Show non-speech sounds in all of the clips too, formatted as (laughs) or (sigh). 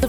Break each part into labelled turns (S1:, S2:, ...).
S1: The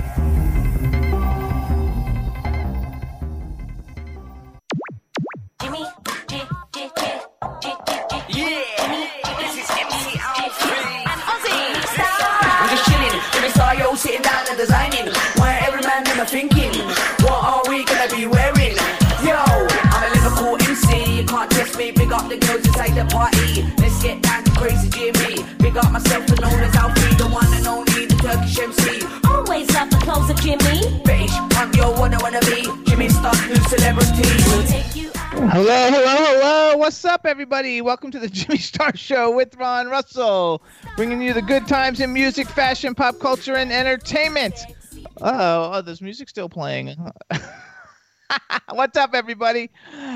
S2: Jimmy, Jimmy, Jimmy, this is MC Alfred. I'm Ozzy. Star.
S3: I'm just chilling, every star yo sitting down and designing. Why every man in my thinking, what are we gonna be wearing? Yo, I'm a Liverpool MC, you can't test me. Big up the girls inside the party. Let's get down to crazy Jimmy. Big up myself and known as Alfie, the one and only, the Turkish MC.
S2: Always love the clothes of Jimmy.
S3: British, I'm your one I wanna be. Jimmy Star, new celebrity.
S2: Take you out.
S4: Hello, hello, hello. What's up, everybody? Welcome to the (laughs) Jimmy Star Show with Ron Russell, bringing you the good times in music, fashion, pop culture, and entertainment. Oh, oh, this music's still playing. (laughs) What's up, everybody?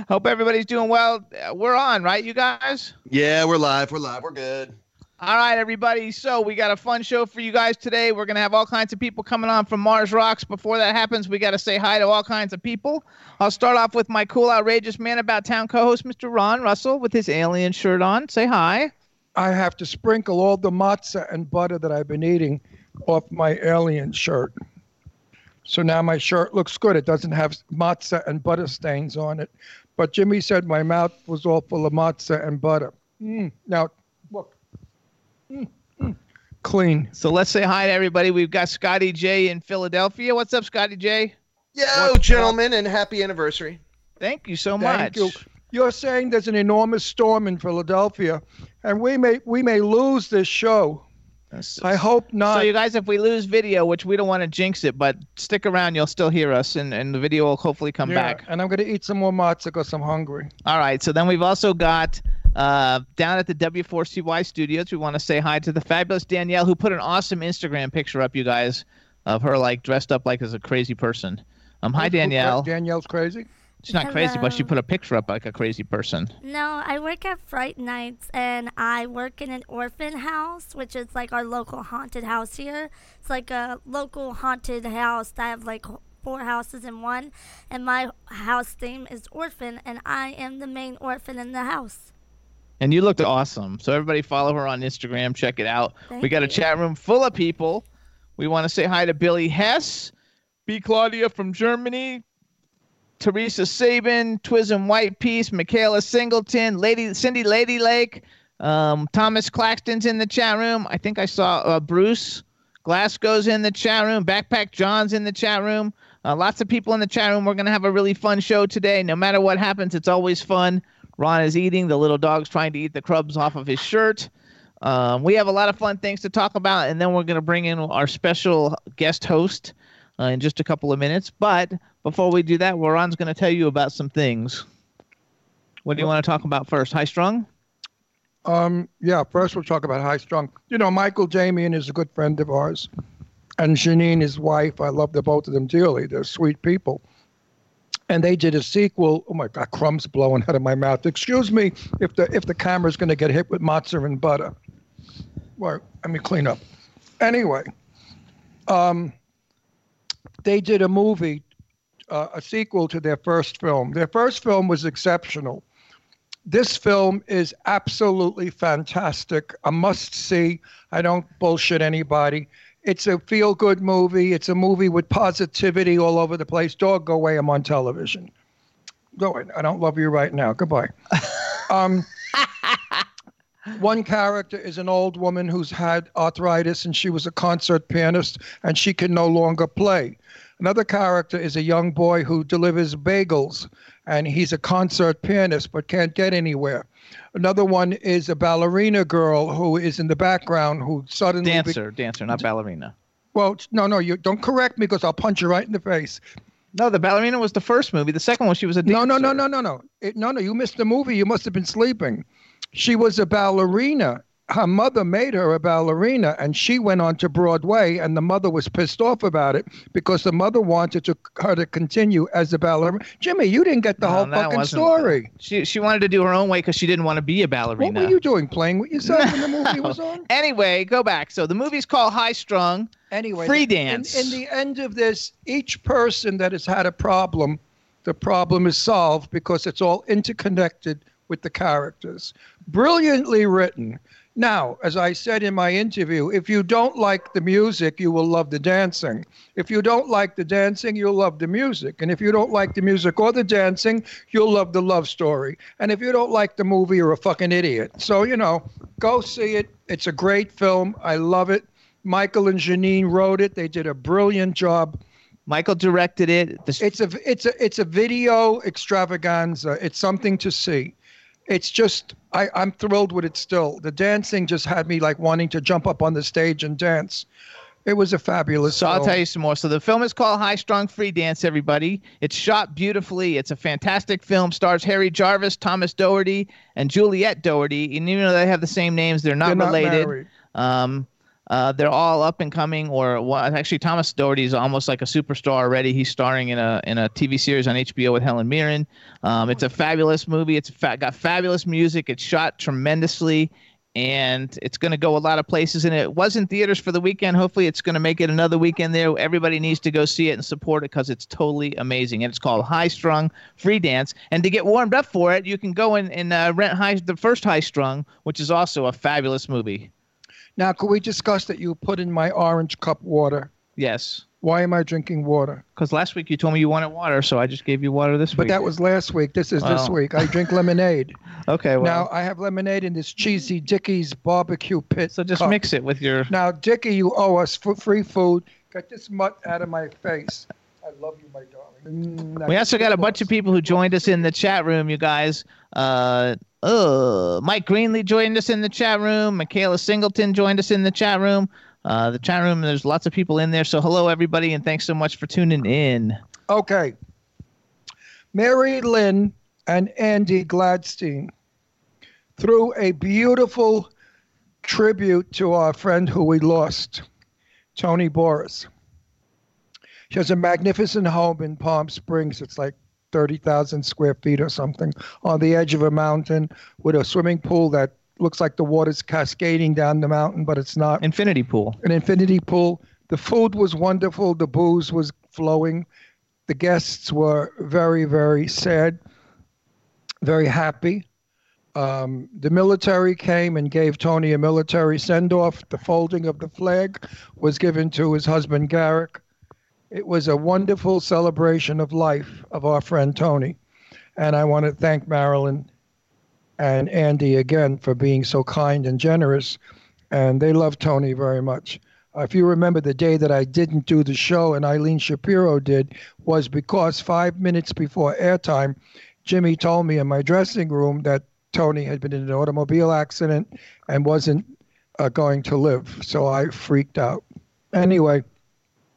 S4: Hope everybody's doing well. Uh, We're on, right, you guys?
S5: Yeah, we're live. We're live. Uh, We're good.
S4: All right, everybody. So we got a fun show for you guys today. We're gonna have all kinds of people coming on from Mars Rocks. Before that happens, we gotta say hi to all kinds of people. I'll start off with my cool, outrageous man about town co-host, Mr. Ron Russell, with his alien shirt on. Say hi.
S6: I have to sprinkle all the matzah and butter that I've been eating off my alien shirt. So now my shirt looks good. It doesn't have matzah and butter stains on it. But Jimmy said my mouth was all full of matzah and butter. Mm, now, look. Mm, mm, clean.
S4: So let's say hi to everybody. We've got Scotty J in Philadelphia. What's up, Scotty J?
S5: Yo, gentlemen, and happy anniversary.
S4: Thank you so
S6: Thank
S4: much.
S6: you. You're saying there's an enormous storm in Philadelphia, and we may we may lose this show.
S4: That's-
S6: I hope not.
S4: So you guys, if we lose video, which we don't want to jinx it, but stick around, you'll still hear us, and, and the video will hopefully come
S6: Yeah,
S4: back.
S6: And I'm going to eat some more matzah because I'm hungry.
S4: All right. So then we've also got uh, down at the W4CY studios. We want to say hi to the fabulous Danielle, who put an awesome Instagram picture up, you guys, of her like dressed up like as a crazy person. Um, hi Danielle.
S6: uh, Danielle's crazy.
S4: She's not crazy, but she
S7: Hello.
S4: put a picture up like a crazy person.
S7: No, I work at Fright Nights and I work in an orphan house, which is like our local haunted house here. It's like a local haunted house that have like h- four houses in one. And my house theme is orphan, and I am the main orphan in the house.
S4: And you looked awesome. So everybody follow her on Instagram. Check it out.
S7: Thank
S4: we got a
S7: you.
S4: chat room full of people. We want to say hi to Billy Hess, B. Claudia from Germany, Teresa Sabin, Twism White Piece, Michaela Singleton, Lady Cindy Lady Lake, um, Thomas Claxton's in the chat room. I think I saw uh, Bruce Glasgow's in the chat room. Backpack John's in the chat room. Uh, lots of people in the chat room. We're gonna have a really fun show today. No matter what happens, it's always fun. Ron is eating. The little dog's trying to eat the crumbs off of his shirt. Um, we have a lot of fun things to talk about, and then we're going to bring in our special guest host uh, in just a couple of minutes. But before we do that, Ron's going to tell you about some things. What do you want to talk about first? High strung?
S6: Um, yeah, first we'll talk about High Strung. You know, Michael Damian is a good friend of ours, and Janine, his wife. I love the both of them dearly. They're sweet people. And they did a sequel. Oh my God, crumbs blowing out of my mouth. Excuse me if the if the camera's going to get hit with matzah and butter. Well, let me clean up. Anyway, um, they did a movie, uh, a sequel to their first film. Their first film was exceptional this film is absolutely fantastic. A must see. I don't bullshit anybody. It's a feel good movie. It's a movie with positivity all over the place. Dog, go away. I'm on television. Go away. I don't love you right now. Goodbye. um, one character is an old woman who's had arthritis and she was a concert pianist and she can no longer play. Another character is a young boy who delivers bagels and he's a concert pianist but can't get anywhere. Another one is a ballerina girl who is in the background who suddenly be-
S4: Dancer, dancer, not ballerina.
S6: well, it's- no, no, you don't correct me because I'll punch you right in the face.
S4: No, the ballerina was the first movie. The second one, she was a dancer.
S6: No, no, no, no, no, no, it, no, no. You missed the movie. You must have been sleeping. She was a ballerina her mother made her a ballerina and she went on to Broadway and the mother was pissed off about it because the mother wanted to, her to continue as a ballerina. Jimmy, you didn't get the whole
S4: that
S6: fucking
S4: wasn't-
S6: story.
S4: She she wanted to do her own way because she didn't want to be a ballerina.
S6: What were you doing playing with yourself when the movie
S4: (laughs)
S6: was on?
S4: Anyway, go back. So the movie's called High Strung.
S6: Anyway,
S4: Free
S6: in-
S4: dance.
S6: In, the end of this, each person that has had a problem, the problem is solved because it's all interconnected with the characters. Brilliantly written. Now, as I said in my interview, if you don't like the music, you will love the dancing. If you don't like the dancing, you'll love the music. And if you don't like the music or the dancing, you'll love the love story. And if you don't like the movie, you're a fucking idiot. So, you know, go see it. It's a great film. I love it. Michael and Janine wrote it. They did a brilliant job.
S4: Michael directed it. The s-
S6: It's a it's a it's a video extravaganza. It's something to see. It's just I, I'm thrilled with it still. The dancing just had me like wanting to jump up on the stage and dance. It was a fabulous
S4: So I'll
S6: film.
S4: tell you some more. So the film is called High Strung Free Dance, everybody. It's shot beautifully. It's a fantastic film. Stars Harry Jarvis, Thomas Doherty, and Juliette Doherty. And even though they have the same names, they're not
S6: They're not
S4: related.
S6: married.
S4: um, uh, they're all up and coming, or well, actually, Thomas Doherty is almost like a superstar already. He's starring in a in a TV series on HBO with Helen Mirren. Um, it's a fabulous movie. It's fa- got fabulous music. It's shot tremendously, and it's going to go a lot of places. And it was in theaters for the weekend. Hopefully, it's going to make it another weekend there. Everybody needs to go see it and support it because it's totally amazing. And it's called High Strung Free Dance. And to get warmed up for it, you can go and, and uh, rent high, the first High Strung, which is also a fabulous movie.
S6: Now, could we discuss that you put in my orange cup water?
S4: Yes.
S6: Why am I drinking water?
S4: Because last week you told me you wanted water, so I just gave you water this
S6: But
S4: week.
S6: that was last week. This is this
S4: Wow.
S6: week. I drink lemonade.
S4: (laughs) okay. Well,
S6: Now I have lemonade in this cheesy Dickie's barbecue pit.
S4: so just
S6: cup.
S4: mix it with your.
S6: Now, Dickie, you owe us f- free food. Get this mutt out of my face. I love you, my darling. Mm,
S4: We also got a bunch of people who joined us in the chat room, you guys. Uh, uh, Mike Greenlee joined us in the chat room. Michaela Singleton joined us in the chat room. Uh, the chat room, there's lots of people in there. So hello, everybody, and thanks so much for tuning in.
S6: Okay. Mary Lynn and Andy Gladstein threw a beautiful tribute to our friend who we lost, Tony Boris. She has a magnificent home in Palm Springs. It's like 30,000 square feet or something on the edge of a mountain with a swimming pool that looks like the water's cascading down the mountain, but it's not
S4: Infinity Pool.
S6: an infinity pool. The food was wonderful. The booze was flowing. The guests were very, very sad, very happy. Um, the military came and gave Tony a military send off. The folding of the flag was given to his husband, Garrick. It was a wonderful celebration of life of our friend Tony. And I want to thank Marilyn and Andy again for being so kind and generous and they love Tony very much. Uh, If you remember, the day that I didn't do the show and Eileen Shapiro did was because five minutes before airtime, Jimmy told me in my dressing room that Tony had been in an automobile accident and wasn't uh, going to live. So I freaked out. Anyway,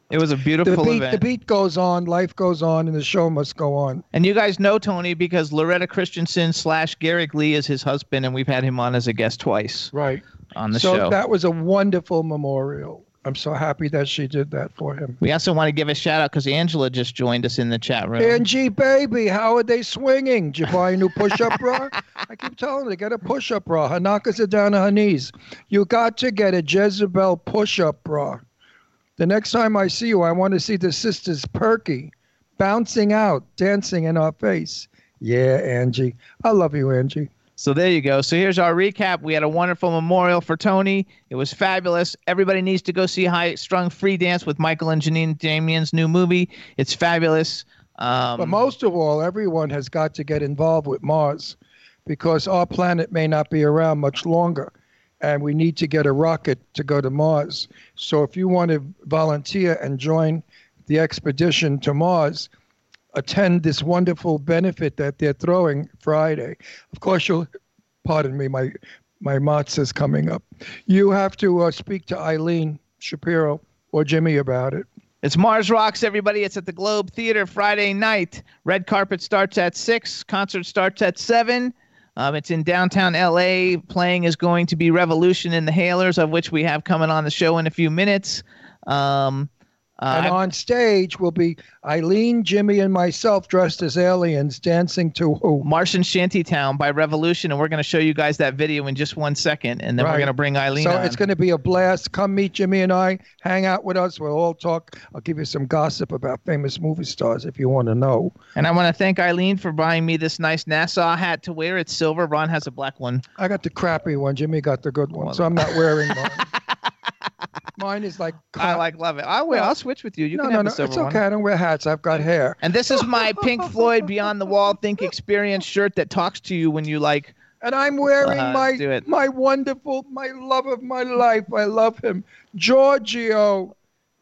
S4: It was a
S6: the
S4: beautiful
S6: beat,
S4: event.
S6: the beat goes on, life goes on, and the show must go on.
S4: And you guys know Tony because Loretta Christensen slash Garrick Lee is his husband, and we've had him on as a guest twice
S6: Right.
S4: on the
S6: so
S4: show.
S6: that was a wonderful memorial. I'm so happy that she did that for him.
S4: We also want to give a shout out because Angela just joined us in the chat room.
S6: Angie, baby, how are they swinging? Did you buy a new push-up bra? I keep telling her, get a push-up bra. Her knockers are down on her knees. You got to get a Jezebel push-up bra. The next time I see you, I want to see the sisters perky, bouncing out, dancing in our face. Yeah, Angie. I love you, Angie.
S4: so there you go. So here's our recap. We had a wonderful memorial for Tony. It was fabulous. Everybody needs to go see High Strung Free Dance with Michael and Janine Damien's new movie. It's fabulous. Um,
S6: But most of all, everyone has got to get involved with Mars because our planet may not be around much longer. And we need to get a rocket to go to Mars. So if you want to volunteer and join the expedition to Mars, attend this wonderful benefit that they're throwing Friday. Of course, you'll pardon me, my my matza's coming up. You have to uh, speak to Eileen Shapiro or Jimmy about it.
S4: It's Mars Rocks, everybody. It's at the Globe Theater Friday night. Red carpet starts at 6, concert starts at 7. Um, it's in downtown LA. Playing is going to be Revolution in the Hailers, of which we have coming on the show in a few minutes. Um, uh,
S6: and on stage will be Eileen, Jimmy, and myself dressed as aliens dancing to who?
S4: Martian Shantytown by Revolution, and we're going to show you guys that video in just one second, and then we're
S6: Right.
S4: going to bring Eileen
S6: So
S4: on.
S6: it's going to be a blast. Come meet Jimmy and I. Hang out with us. We'll all talk. I'll give you some gossip about famous movie stars if you want to know.
S4: and I want to thank Eileen for buying me this nice Nassau hat to wear. It's silver. Ron has a black one.
S6: I got the crappy one. Jimmy got the good one, so I'm not wearing mine. mine is like
S4: I like love it. I will. I'll switch with you. You
S6: no,
S4: can
S6: no,
S4: have
S6: no.
S4: the silver
S6: It's
S4: one.
S6: okay. I don't wear hats. I've got hair.
S4: And this is
S6: (laughs)
S4: my Pink Floyd Beyond the Wall Think Experience shirt that talks to you when you like.
S6: and I'm wearing
S4: Uh, do
S6: my
S4: it.
S6: my wonderful, my love of my life. I love him, Giorgio,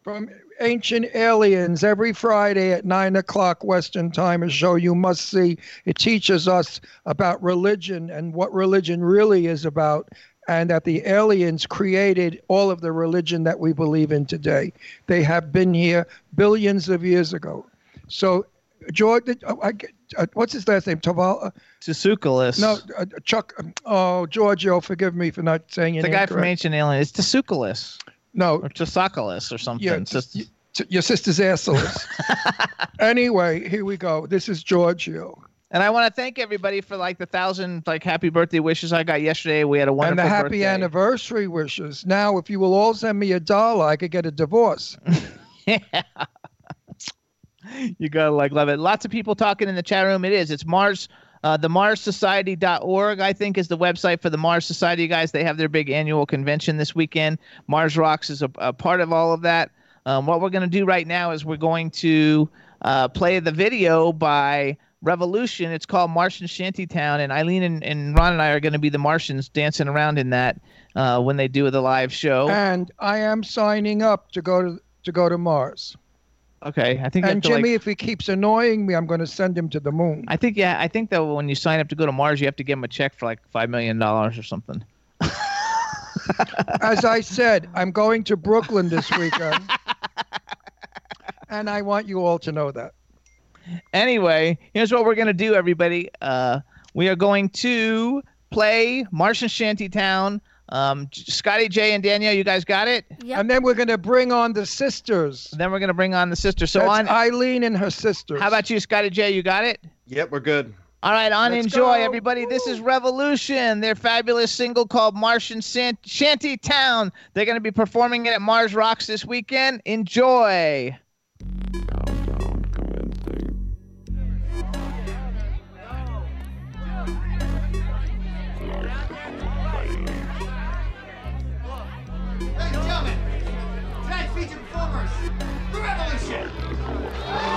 S6: from Ancient Aliens. Every Friday at nine o'clock Western Time, a show you must see. It teaches us about religion and what religion really is about. And that the aliens created all of the religion that we believe in today. They have been here billions of years ago. So, George, oh, I get- uh, what's his last name? Taval, uh,
S4: Tsukulis.
S6: no, uh, Chuck. um, Oh, Giorgio, forgive me for not saying your
S4: the
S6: name
S4: guy from
S6: correct.
S4: Ancient Alien. It's Tsukulis
S6: No,
S4: or Tsukulis or something.
S6: yeah,
S4: It's just-
S6: y- t- your sister's assholes.
S4: (laughs)
S6: anyway, here we go. This is Giorgio,
S4: and I want to thank everybody for like the thousand like happy birthday wishes I got yesterday. We had a
S6: and
S4: wonderful
S6: the happy
S4: birthday.
S6: anniversary wishes. Now, if you will all send me a dollar, I could get a
S4: (laughs)
S6: divorce.
S4: you gotta like love it. Lots of people talking in the chat room. It is. It's Mars. Uh, the MarsSociety.org, I think, is the website for the Mars Society guys. They have their big annual convention this weekend. Mars Rocks is a, a part of all of that. Um, what we're going to do right now is we're going to uh, play the video by Revolution. It's called Martian Shantytown, and Eileen and, and Ron and I are going to be the Martians dancing around in that uh, when they do the live show.
S6: And I am signing up to go to to go to Mars.
S4: okay, I think I
S6: And
S4: have to, like-
S6: Jimmy, if he keeps annoying me, I'm going to send him to the moon.
S4: I think yeah, I think that when you sign up to go to Mars, you have to give them a check for like five million dollars or something.
S6: As I said, I'm going to Brooklyn this
S4: (laughs)
S6: weekend. and I want you all to know that.
S4: Anyway, here's what we're gonna do, everybody. Uh, we are going to play Martian Shantytown. Um, J- Scotty J and Danielle, you guys got it.
S7: Yep.
S6: And then we're going to bring on the sisters.
S4: Then we're gonna bring on the sister. So
S6: That's
S4: on,
S6: Eileen and her sisters.
S4: how about you, Scotty J? You got it.
S5: Yep, we're good.
S4: All right, on
S6: Let's
S4: enjoy,
S6: go.
S4: everybody. This is Revolution, their fabulous single called Martian San- Shantytown. They're going to be performing it at Mars Rocks this weekend. Enjoy.
S8: Ladies and gentlemen, tonight's featured performers, The Revolution.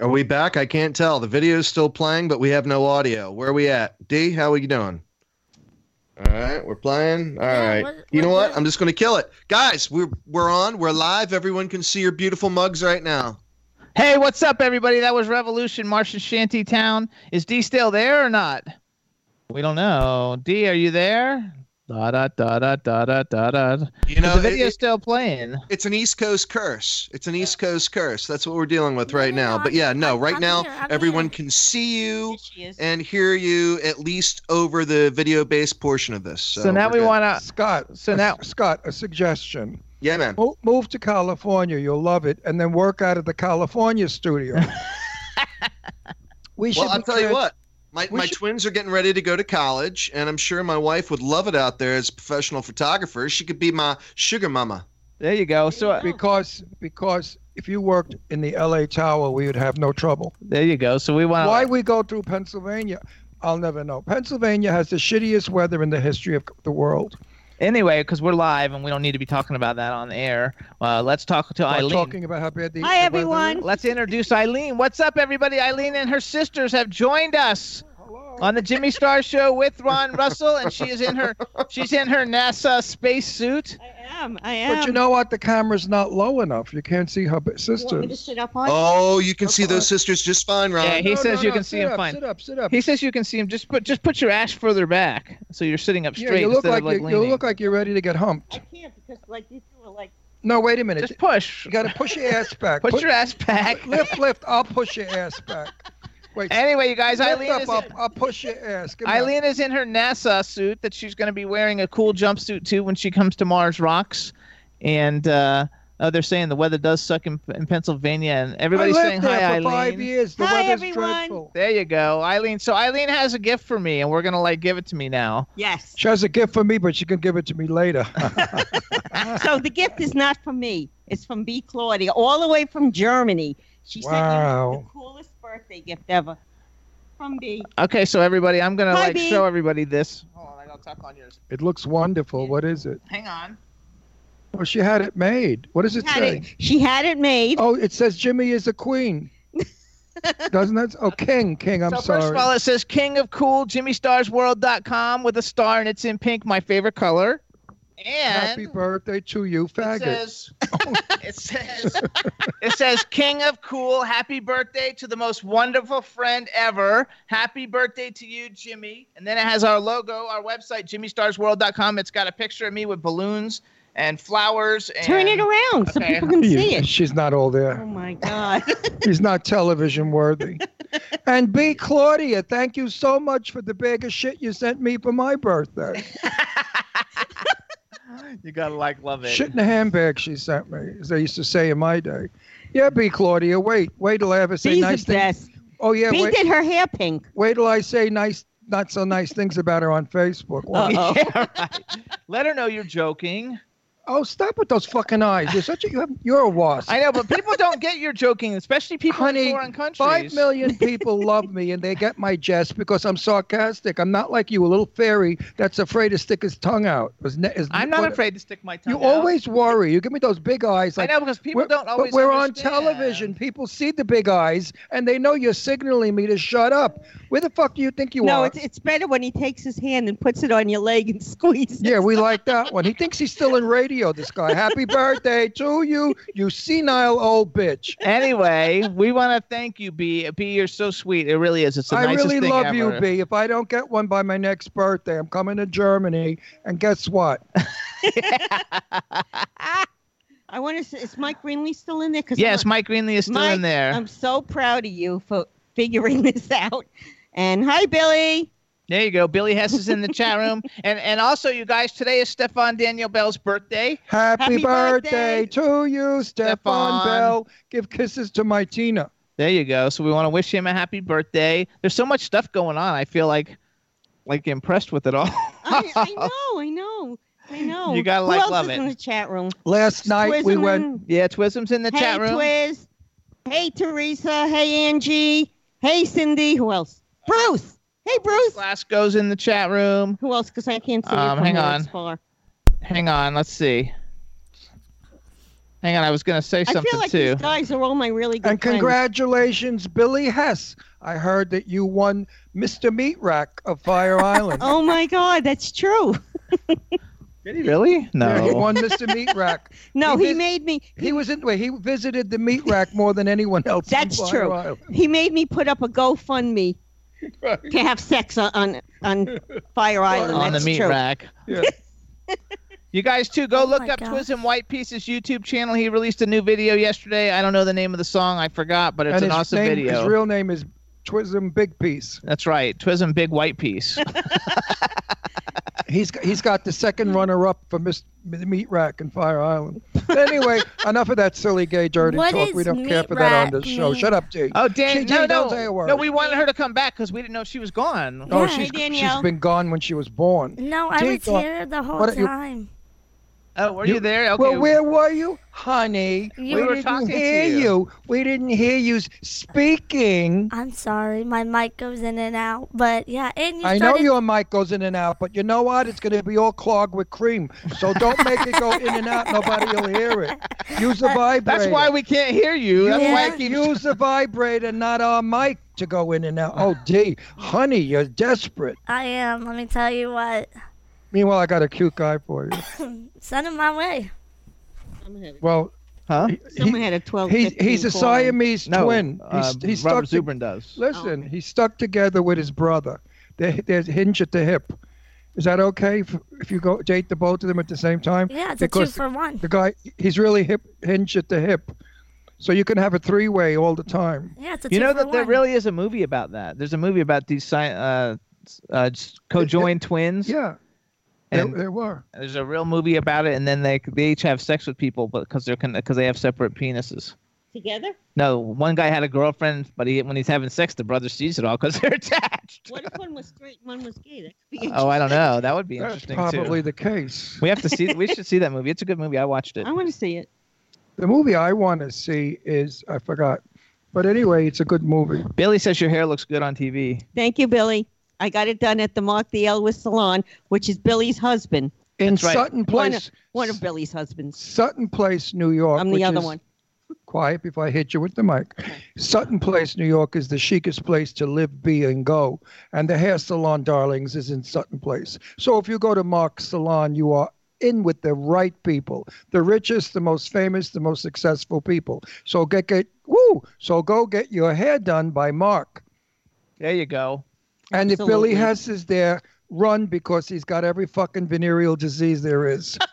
S5: Are we back? I can't tell. The video is still playing, but we have no audio. Where are we at? D, how are you doing? All right, we're playing. All
S7: Yeah,
S5: right.
S7: we're-
S5: you know
S7: we're
S5: what?
S7: good.
S5: I'm just going to kill it. Guys, we're we're on. We're live. Everyone can see your beautiful mugs right now.
S4: Hey, what's up, everybody? That was Revolution, Martian Shanty Town. Is D still there or not? We don't know. D, are you there? Da da da da da da da da.
S5: You know,
S4: the
S5: it-
S4: video's
S5: it-
S4: still playing.
S5: it's an East Coast curse. It's an East Coast curse. That's what we're dealing with
S7: No,
S5: right
S7: no,
S5: now.
S7: no,
S5: But
S7: I'm-
S5: yeah, no,
S7: I'm-
S5: right
S7: I'm
S5: now
S7: here, I'm
S5: everyone
S7: here.
S5: can see you
S9: She is.
S5: and hear you at least over the video-based portion of this. So,
S4: So, now
S5: we're
S4: we
S5: good.
S4: want to.
S6: Scott.
S4: So
S6: a-
S4: now-
S6: Scott, a suggestion.
S5: Yeah, man.
S6: Mo- Move to California. You'll love it, and then work out of the California studio. we should.
S5: Well, I'll
S6: be
S5: tell you
S6: trans-
S5: what. My,
S6: we
S5: my
S6: should-
S5: twins are getting ready to go to college, and I'm sure my wife would love it out there as a professional photographer. She could be my sugar mama.
S4: (laughs) There you go. So uh,
S6: Because because if you worked in the L.A. Tower, we would have no trouble.
S4: there you go. So we want.
S6: Why we go through Pennsylvania, I'll never know. Pennsylvania has the shittiest weather in the history of the world.
S4: Anyway, because we're live and we don't need to be talking about that on air. Uh, let's talk to
S6: We're
S4: Eileen.
S6: talking about how bad the
S9: Hi,
S6: the weather
S9: everyone.
S4: Let's introduce Eileen. What's up, everybody? Eileen and her sisters have joined us on the Jimmy Star Show with Ron Russell, and she is in her she's in her NASA space suit.
S9: I am. I
S6: is.
S9: am.
S6: But you know what? The camera's not low enough. You can't see her b-
S9: You want me to
S6: sisters.
S9: sit up on?
S5: Oh, you can see those sisters just fine, Ron.
S4: Yeah, he
S6: No,
S4: says
S6: no,
S4: you
S6: no,
S4: can see
S6: sit
S4: him
S6: up,
S4: fine.
S6: Sit up, sit up.
S4: He says you can see him. Just put just put your ash further back, so you're sitting up
S6: Yeah,
S4: straight
S6: you look
S4: instead
S6: like,
S4: of like
S6: you, you
S4: leaning.
S6: look like you're ready to get
S9: I
S6: humped.
S9: can't because like you two are like.
S6: No, wait a minute.
S4: just push.
S6: you got to push your ass back.
S4: Put
S6: Put-
S4: your ass back.
S6: lift, lift. I'll push your ass back. Wait.
S4: Anyway, you guys,
S6: lift
S4: Eileen
S6: up,
S4: is
S6: I'll,
S4: in,
S6: I'll push your ass. Give me that.
S4: Eileen is in her NASA suit that she's going to be wearing a cool jumpsuit too when she comes to Mars Rocks, and uh, oh, they're saying the weather does suck in, in Pennsylvania, and everybody's
S6: I lived
S4: saying
S6: there
S4: hi,
S6: for
S4: Eileen.
S6: five years. The
S9: Hi,
S6: weather's
S9: everyone.
S6: dreadful.
S4: There you go, Eileen. So Eileen has a gift for me, and we're gonna like give it to me now.
S9: Yes.
S6: She has a gift for me, but she can give it to me later. (laughs)
S9: So the gift is not from me. It's from B. Claudia, all the way from Germany. She sent you
S6: Wow.
S9: the coolest birthday gift ever. From B.
S4: Okay, so everybody, I'm gonna
S9: Hi,
S4: like
S9: Bea.
S4: show everybody this. Hold on, I gotta tuck on yours.
S6: it looks wonderful. What is it?
S4: Hang on.
S6: Well, she had it made. What does it
S9: Had
S6: say?
S9: it, she had it made.
S6: Oh, it says Jimmy is a
S9: (laughs)
S6: queen. Doesn't that? Oh, king, king. I'm
S4: so
S6: sorry.
S4: first of all, it says King of Cool, JimmyStarsWorld.com with a star, and it's in pink, my favorite color. And
S6: Happy birthday to you,
S4: it
S6: faggot.
S4: says, it says, it says, King of Cool, happy birthday to the most wonderful friend ever. Happy birthday to you, Jimmy. And then it has our logo, our website, JimmyStarsWorld.com. It's got a picture of me with balloons and flowers. And
S9: Turn it around so
S4: Okay.
S9: people can
S6: You- (laughs)
S9: see it.
S6: She's not all
S9: Oh
S6: there. (laughs)
S9: my God.
S6: She's not television worthy. and B. Claudia, thank you so much for the bag of shit you sent me for my birthday.
S4: You gotta like love it.
S6: Shit in a handbag she sent me, as they used to say in my day. Yeah, B. Claudia, wait. Wait till I ever say
S9: B's
S6: nice
S9: the
S6: things.
S9: best.
S6: Oh, yeah,
S9: B
S6: wait.
S9: did her hair pink.
S6: Wait till I say nice, not so nice things about her on Facebook. Wow.
S9: Uh-oh.
S4: Yeah, right. (laughs) Let her know you're joking.
S6: Oh, stop with those fucking eyes. You're such a you have, you're a wasp.
S4: I know, but people don't get you're joking, especially people in
S6: Honey,
S4: foreign countries.
S6: Five million people love me and they get my jest because I'm sarcastic. I'm not like you, a little fairy that's afraid to stick his tongue out. His ne- his-
S4: I'm not
S6: what-
S4: afraid to stick my tongue.
S6: You
S4: out.
S6: always worry. You give me those big eyes. Like,
S4: I know because people
S6: we're-
S4: don't always.
S6: But we're
S4: understand.
S6: on television. People see the big eyes and they know you're signaling me to shut up. Where the fuck do you think you
S9: no,
S6: are?
S9: it's it's better when he takes his hand and puts it on your leg and (laughs) squeezes.
S6: Yeah, we
S9: (laughs)
S6: like that one. He thinks he's still in radio, this guy. Happy birthday to you, you senile old bitch.
S4: Anyway, we want to thank you, B. B, you're so sweet. It really is. It's the
S6: I
S4: nicest
S6: really
S4: thing
S6: love
S4: ever.
S6: you, B. If I don't get one by my next birthday, I'm coming to Germany. And guess what?
S9: I want to. say, Is Mike Greenlee still in there? 'Cause
S4: Yes,
S9: I'm,
S4: Mike Greenlee is still in
S9: Mike,
S4: there.
S9: I'm so proud of you for
S6: (laughs)
S9: figuring this out. And hi, Billy.
S4: There you go. Billy Hess is in the
S6: (laughs)
S4: chat room, and and also you guys, today is Stefan Daniel Bell's birthday.
S6: Happy,
S9: Happy
S6: birthday,
S9: birthday.
S6: to you, Stefan
S4: Stefan.
S6: Bell. Give kisses to my Tina.
S4: There you go. So we want to wish him a happy birthday. There's so much stuff going on. I feel like like impressed with it all.
S9: I,
S4: (laughs)
S9: I know, I know, I know.
S4: You gotta, like,
S9: Who else
S4: love
S9: is
S4: it.
S9: in the chat room?
S6: (laughs) Last night we went.
S9: Squizzling.
S4: yeah, Twism's in the
S9: hey,
S4: chat room.
S9: Twiz. Hey, Teresa. Hey, Angie. Hey, Cindy. Who else? Bruce. Hey, Bruce.
S4: Glasgow's in the chat room.
S9: Who else? Because I can't see. it
S4: Um,
S9: from
S4: hang
S9: here.
S4: on.
S9: It's far.
S4: Hang on, let's see. Hang on, I was gonna say
S9: I
S4: something
S9: feel like
S4: too.
S9: these guys are all my really good
S6: And
S9: friends.
S6: congratulations, Billy Hess. I heard that you won Mr. Meat Rack of Fire Island.
S9: Oh my God, that's true.
S4: Did he really?
S6: Yeah, he
S9: (laughs)
S4: No.
S6: won Mr. Meat Rack.
S9: No,
S6: He
S9: he
S6: did-
S9: made me.
S6: He was in. Wait, he visited the meat rack more than anyone else. in
S9: That's
S6: Fire
S9: true.
S6: Island.
S9: He made me put up a GoFundMe to have sex on on,
S6: (laughs)
S9: on Fire Island.
S4: on the
S9: That's
S4: meat
S9: true.
S4: rack.
S9: (laughs)
S6: Yeah.
S4: You guys too, go
S7: Oh
S4: look
S7: my
S4: up
S7: gosh.
S4: Twiz and White Pieces YouTube channel. He released a new video yesterday. I don't know the name of the song, I forgot, but it's
S6: and
S4: an
S6: his
S4: awesome
S6: name,
S4: video.
S6: His real name is Twism Big Piece.
S4: That's right, Twiz and Big White Piece.
S6: He's he's got the second runner up for Mr. The Meat Rack and Fire Island. But
S4: (laughs)
S6: anyway, enough of that silly gay (laughs) dirty
S7: What
S6: talk. We
S7: is
S6: don't care
S7: meat
S6: for that on
S7: rack
S6: this show.
S7: mean?
S6: Shut up, Jay.
S4: oh, Dan,
S6: She-
S4: no,
S6: she don't say a
S4: no,
S6: word.
S4: no, we wanted her to come back because we didn't know she was gone.
S6: oh,
S7: Yeah.
S6: she's,
S9: Hey, Danielle.
S6: she's been gone when she was born.
S7: No, I was
S6: Take off.
S7: here the whole
S6: uh, What are you-
S7: time.
S4: Oh, were you,
S6: You-
S4: there? Okay.
S6: Well, where were you, honey?
S7: You-
S4: We were
S6: didn't
S4: talking to
S6: hear
S4: you.
S6: We didn't hear you s- speaking.
S7: I'm sorry, my mic goes in and out. But yeah, and you
S6: I know
S7: started
S6: your mic goes in and out, but you know what? It's going to be all clogged with cream. So don't make it go in and out. Nobody will hear it. Use a vibrator.
S4: That's why we can't hear you. That's why I
S7: Uh, Yeah.
S4: keep.
S6: Use a vibrator, not our mic, to go in and out. Oh, gee, honey, you're desperate.
S7: I am. Let me tell you what. (laughs)
S6: Meanwhile, I got a cute guy for you.
S7: Send him my way.
S6: Well,
S4: Huh?
S6: he-
S9: Someone had a 12.
S6: he's, he's a
S9: 15 call.
S6: Siamese
S4: No.
S6: twin.
S4: uh,
S6: he's, he's
S4: Robert
S6: stuck to- (laughs)
S4: Zubrin does.
S6: Listen,
S7: Oh.
S6: he's stuck together with his brother. They they hinge at the hip. Is that okay if, if you go date the both of them at the same time?
S7: Yeah, it's a two
S6: because
S7: for one.
S6: the guy he's really hip hinge at the hip, so you can have a three way all the time.
S7: Yeah, it's a
S4: You
S7: two
S4: know
S7: for
S4: that there
S7: one.
S4: really is a movie about that. There's a movie about these sci- uh, uh, co-joined twins.
S6: Yeah, there,
S4: And
S6: there were.
S4: there's a real movie about it, and then they they each have sex with people, but because they're because they have separate penises.
S9: Together?
S4: No, one guy had a girlfriend, but he, when he's having sex, the brother sees it all because they're (laughs) attached.
S9: What if one was straight and one was gay? That could be
S4: (laughs) Oh, I don't know. That would be
S6: That's
S4: interesting
S6: probably
S4: too.
S6: the case.
S4: We have to see. We should see that movie. It's a good movie. I watched it.
S9: I want to see it.
S6: The movie I want to see is I forgot, but anyway, it's a good movie.
S4: Billy says your hair looks good on TV.
S9: Thank you, Billy. I got it done at the Mark the Elwes Salon, which is Billy's husband,
S6: In
S4: That's right.
S6: Sutton
S9: Why
S6: Place,
S9: one of Billy's husbands.
S6: Sutton Place, New York.
S9: I'm the
S6: which
S9: other
S6: is-
S9: one.
S6: quiet before I hit you with the mic. Sutton Place, New York is the chicest place to live, be, and go. And the hair salon, darlings, is in Sutton Place. So if you go to Mark's salon, you are in with the right people, the richest, the most famous, the most successful people. So get get woo. So go get your hair done by Mark.
S4: There you go.
S6: And if Billy
S9: Absolutely.
S6: Hess is there, run because he's got every fucking venereal disease there is.
S9: (laughs)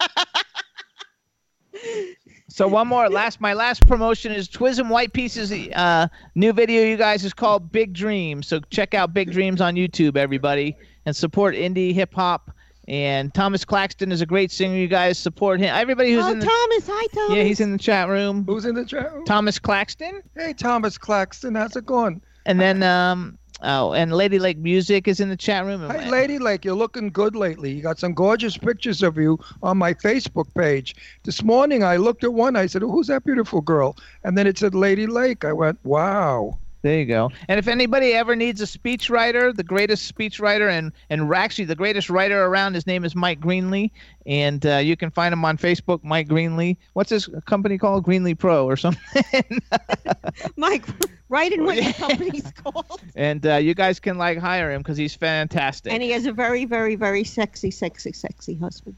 S4: So one more last my last promotion is Twism White Pieces uh new video you guys is called Big Dreams. So check out Big Dreams on YouTube everybody and support indie hip hop and Thomas Claxton is a great singer you guys support him. Everybody who's
S9: Oh,
S4: in the
S9: Thomas. Hi, Thomas.
S4: Yeah, he's in the chat room.
S6: Who's in the chat?
S4: Thomas Claxton
S6: Hey, Thomas Claxton, how's it going?
S4: and then um oh and Lady Lake Music is in the chat room.
S6: Hey, Lady Lake, you're looking good lately. You got some gorgeous pictures of you on my Facebook page. This morning I looked at one. I said, "Oh, Who's that beautiful girl? And then it said Lady Lake. I went, Wow.
S4: There you go. And if anybody ever needs a speechwriter, the greatest speechwriter and and actually the greatest writer around, his name is Mike Greenlee, and uh, you can find him on Facebook, Mike Greenlee. What's his company called? Greenlee Pro or something. (laughs)
S9: Mike, right in what
S6: (laughs)
S4: Yeah. (laughs)
S9: the company's called.
S4: and uh, you guys can like hire him because he's fantastic.
S9: And he has a very, very, very sexy, sexy, sexy husband.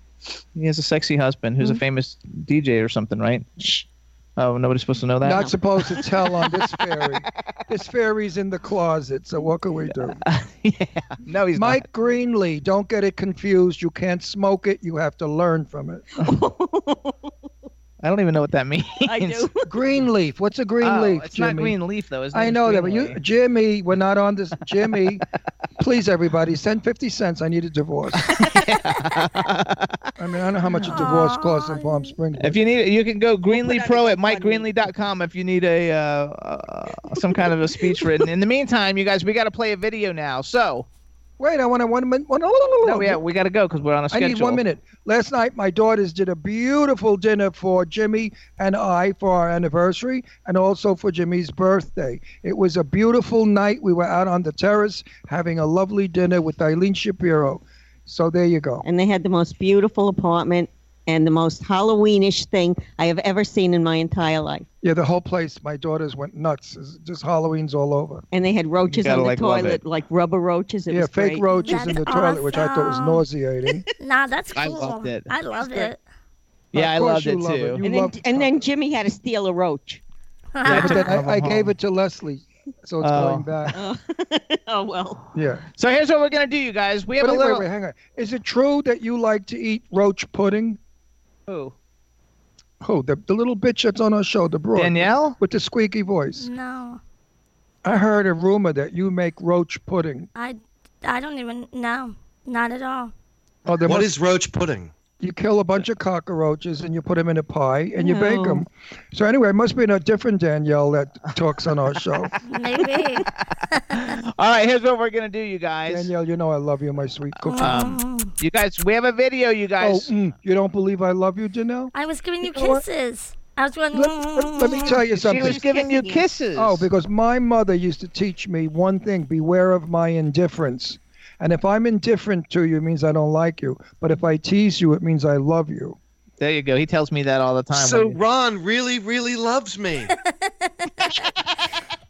S4: he has a sexy husband who's a famous DJ or something, right?
S9: Mm-hmm. Shh.
S4: Oh, nobody's supposed to know that. Oh,
S6: Not
S4: (laughs)
S6: supposed to tell on this fairy. this fairy's in the closet. So what can we do?
S4: (laughs) yeah. No, he's not.
S6: Mike Greenlee, don't get it confused. You can't smoke it. You have to learn from it.
S4: (laughs) I don't even know what that (laughs) means.
S9: I do.
S6: Greenleaf. What's a green
S4: Oh,
S6: leaf,
S4: it's
S6: Jimmy?
S4: not green leaf though, is
S6: I know that, but you, Jimmy, we're not on this.
S4: (laughs)
S6: Jimmy, please, everybody, send 50 cents. I need a divorce. I mean, I don't know how much a divorce costs in Palm Springs.
S4: If you need, you can go Greenlee
S9: put out
S4: Pro
S9: a
S4: at
S9: GoFundMe.
S4: MikeGreenlee.com if you need a uh, uh, some kind of a speech written. In the meantime, you guys, we got to play a video now. So
S6: Wait, I want to one minute. One,
S4: no, yeah, we got to go because we're on a
S6: I
S4: schedule.
S6: need one minute. Last night, my daughters did a beautiful dinner for Jimmy and I for our anniversary and also for Jimmy's birthday. It was a beautiful night. We were out on the terrace having a lovely dinner with Eileen Shapiro. So there you go.
S9: And they had the most beautiful apartment and the most Halloweenish thing I have ever seen in my entire life.
S6: Yeah, the whole place. My daughters went nuts. It's just Halloween's all over.
S9: And they had roaches
S4: gotta,
S9: on the
S4: like, love
S9: toilet,
S4: it.
S9: like rubber roaches. It
S6: yeah,
S9: was
S6: fake
S9: great.
S6: roaches in the
S7: That's
S6: toilet, which I thought was
S7: awesome. (laughs)
S6: nauseating.
S7: Nah, that's cool.
S4: I loved it.
S7: I love it.
S4: Yeah, I
S6: course
S4: loved
S6: you
S4: it
S6: love it.
S4: too.
S6: You
S9: And then,
S6: loved-
S9: and then Jimmy had to steal
S7: (laughs)
S9: a roach.
S6: but then I, I
S4: home.
S6: gave it to Leslie, so it's
S4: Oh.
S6: going back.
S9: Oh, (laughs) oh well.
S6: Yeah.
S4: So here's what we're gonna do, you guys. We have
S6: But
S4: a
S6: wait, wait,
S4: little.
S6: wait, hang on. Is it true that you like to eat roach pudding?
S4: Who?
S6: Who? The, the little bitch that's on our show, the broad.
S4: Danielle.
S6: With the squeaky voice.
S7: no,
S6: I heard a rumor that you make roach pudding.
S7: I, I don't even know. Not at all.
S6: Oh, there
S5: What
S6: must-
S5: is roach pudding?
S6: you kill a bunch of cockroaches and you put them in a pie and you bake
S9: No.
S6: them. So anyway, it must be a different Danielle that talks on our show.
S4: (laughs)
S7: Maybe.
S4: All right, here's what we're gonna do, you guys.
S6: Danielle, you know I love you, my sweet cookie.
S4: Um, you guys, we have a video, you
S6: oh,
S4: guys.
S6: mm, you don't believe I love you, Janelle?
S7: I was giving you
S6: know what?
S7: kisses. I was going.
S6: Let, let- let me
S7: (laughs)
S6: tell you
S4: she
S6: something.
S4: was giving you kisses.
S6: Oh, because my mother used to teach me one thing beware of my indifference. And if I'm indifferent to you, it means I don't like you. But if I tease you, it means I love you.
S4: there you go. He tells me that all the time.
S5: So
S4: when you-
S5: Ron really, really loves me.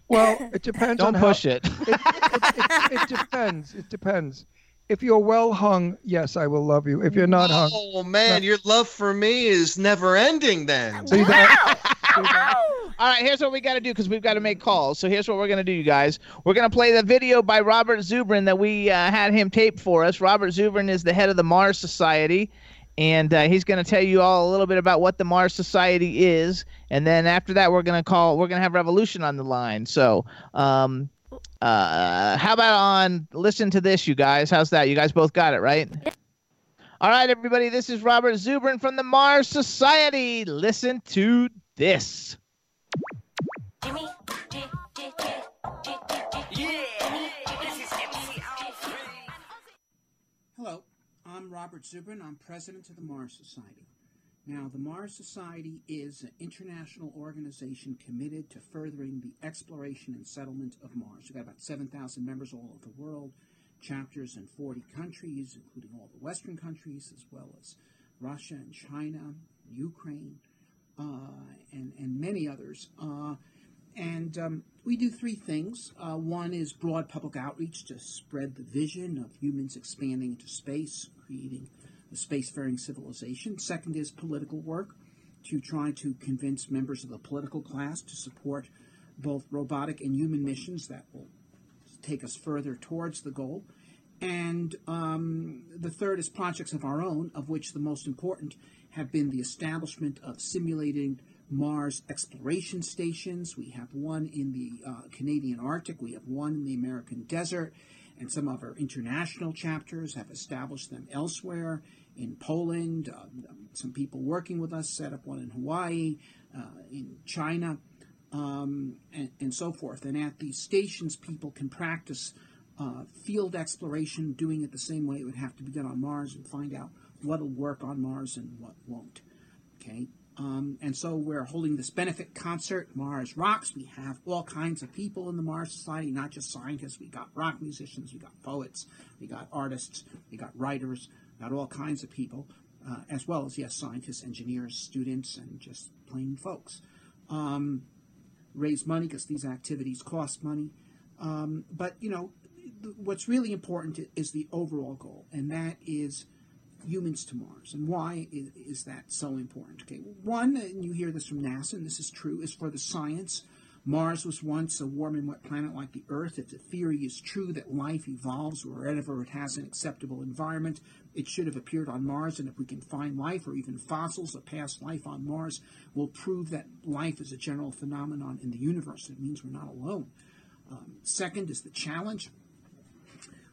S6: Well, it depends
S4: (laughs) don't
S6: on
S4: push
S6: how,
S4: it.
S6: it. It depends. It depends. If you're well hung, yes, I will love you. If you're not hung,
S5: oh man, your love for me is never ending. Then
S6: see that? See that?
S4: (laughs) All right, here's what we got to do because we've got to make calls. So here's what we're going to do, you guys. We're going to play the video by Robert Zubrin that we uh, had him tape for us. Robert Zubrin is the head of the Mars Society, and uh, he's going to tell you all a little bit about what the Mars Society is. And then after that, we're going to call. We're going to have Revolution on the line. So, um, uh, how about on? Listen to this, you guys. How's that? You guys both got it right. All right, everybody. This is Robert Zubrin from the Mars Society. Listen to this.
S2: Jimmy, J- J- J- J- J- J- Jimmy, this is MC Alfred.
S10: Hello, I'm Robert Zubrin. I'm president of the Mars Society. Now, the Mars Society is an international organization committed to furthering the exploration and settlement of Mars. We've got about 7,000 members all over the world, chapters in 40 countries, including all the Western countries, as well as Russia and China, Ukraine, uh, and, and many others. Uh, and um, we do three things. Uh, one is broad public outreach to spread the vision of humans expanding into space, creating a spacefaring civilization. Second is political work to try to convince members of the political class to support both robotic and human missions that will take us further towards the goal. And um, the third is projects of our own, of which the most important have been the establishment of simulating Mars exploration stations. We have one in the uh, Canadian Arctic, we have one in the American desert, and some of our international chapters have established them elsewhere in Poland. Um, um, some people working with us set up one in Hawaii, uh, in China um, and, and so forth. And at these stations, people can practice uh, field exploration, doing it the same way it would have to be done on Mars, and find out what'll work on Mars and what won't. Okay. Um, and so we're holding this benefit concert, Mars Rocks. We have all kinds of people in the Mars Society, not just scientists. We got rock musicians, we got poets, we got artists, we got writers, we got all kinds of people, uh, as well as, yes, scientists, engineers, students, and just plain folks Um, raise money because these activities cost money. Um, but you know, th- what's really important i- is the overall goal, and that is humans to Mars. And why is, is that so important? Okay, one, and you hear this from NASA, and this is true, is for the science. Mars was once a warm and wet planet like the Earth. If the theory is true that life evolves wherever it has an acceptable environment, it should have appeared on Mars. And if we can find life or even fossils of past life on Mars, we'll prove that life is a general phenomenon in the universe. It means we're not alone. Um, second is the challenge.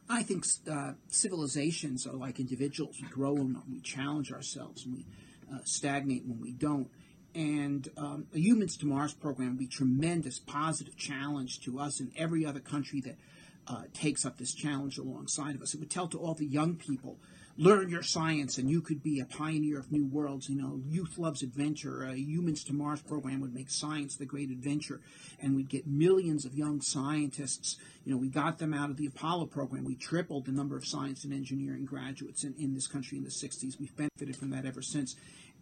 S10: I think uh, civilizations are like individuals. We grow and we challenge ourselves and we uh, stagnate when we don't. And um, a Humans to Mars program would be a tremendous positive challenge to us and every other country that uh, takes up this challenge alongside of us. It would tell to all the young people learn your science and you could be a pioneer of new worlds. You know, Youth Loves Adventure, a Humans to Mars program would make science the great adventure. And we'd get millions of young scientists. You know, we got them out of the Apollo program. We tripled the number of science and engineering graduates in, in this country in the 60s. We've benefited from that ever since.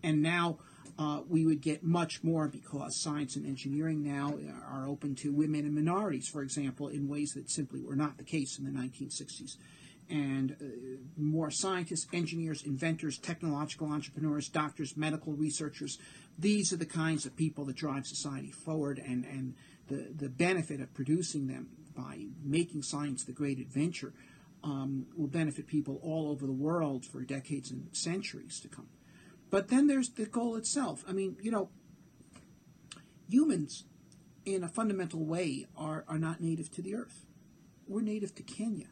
S10: And now uh, we would get much more because science and engineering now are open to women and minorities, for example, in ways that simply were not the case in the 1960s and uh, more scientists, engineers, inventors, technological entrepreneurs, doctors, medical researchers. These are the kinds of people that drive society forward, and, and the, the benefit of producing them by making science the great adventure um, will benefit people all over the world for decades and centuries to come. But then there's the goal itself. I mean, you know, humans, in a fundamental way, are, are not native to the earth. We're native to Kenya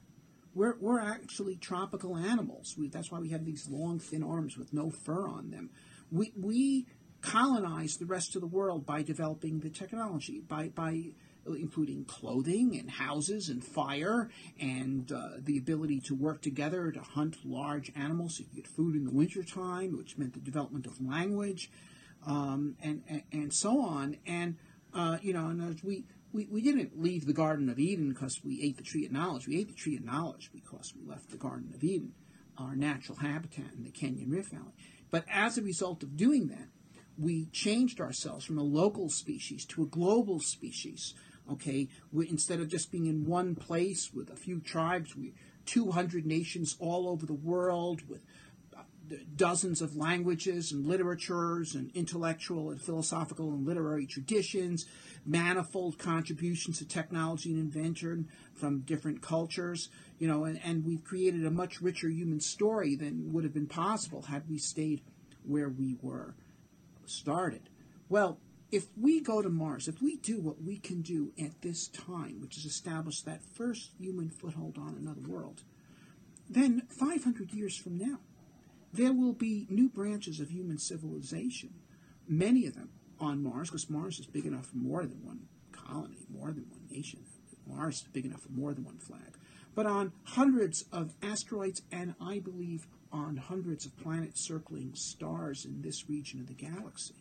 S10: we're, we're actually tropical animals. We, that's why we have these long, thin arms with no fur on them. We, we colonize the rest of the world by developing the technology, by, by including clothing and houses and fire and uh, the ability to work together to hunt large animals so you get food in the wintertime, which meant the development of language um, and, and, and, so on. And, uh, you know, and as we, we, we didn't leave the Garden of Eden because we ate the tree of knowledge. We ate the tree of knowledge because we left the Garden of Eden, our natural habitat in the Kenyan Rift Valley. But as a result of doing that, we changed ourselves from a local species to a global species. Okay, we, instead of just being in one place with a few tribes, we 200 nations all over the world with uh, dozens of languages and literatures and intellectual and philosophical and literary traditions, manifold contributions to technology and invention from different cultures, you know, and, and we've created a much richer human story than would have been possible had we stayed where we were started. Well, if we go to Mars, if we do what we can do at this time, which is establish that first human foothold on another world, then 500 years from now, there will be new branches of human civilization, many of them on Mars, because Mars is big enough for more than one colony, more than one nation. Mars is big enough for more than one flag. But on hundreds of asteroids, and I believe on hundreds of planets circling stars in this region of the galaxy.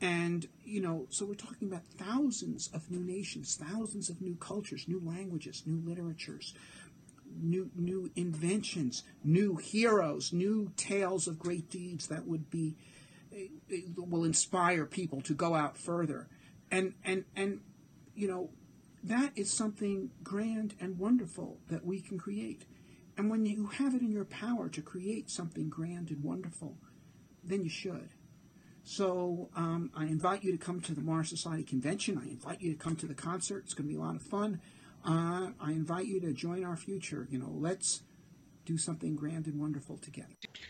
S10: And, you know, so we're talking about thousands of new nations, thousands of new cultures, new languages, new literatures, new new inventions, new heroes, new tales of great deeds that would be eh, will inspire people to go out further. And and and you know, that is something grand and wonderful that we can create. And when you have it in your power to create something grand and wonderful, then you should. So um, I invite you to come to the Mars Society convention. I invite you to come to the concert. It's going to be a lot of fun. Uh, I invite you to join our future. You know, let's do something grand and wonderful together.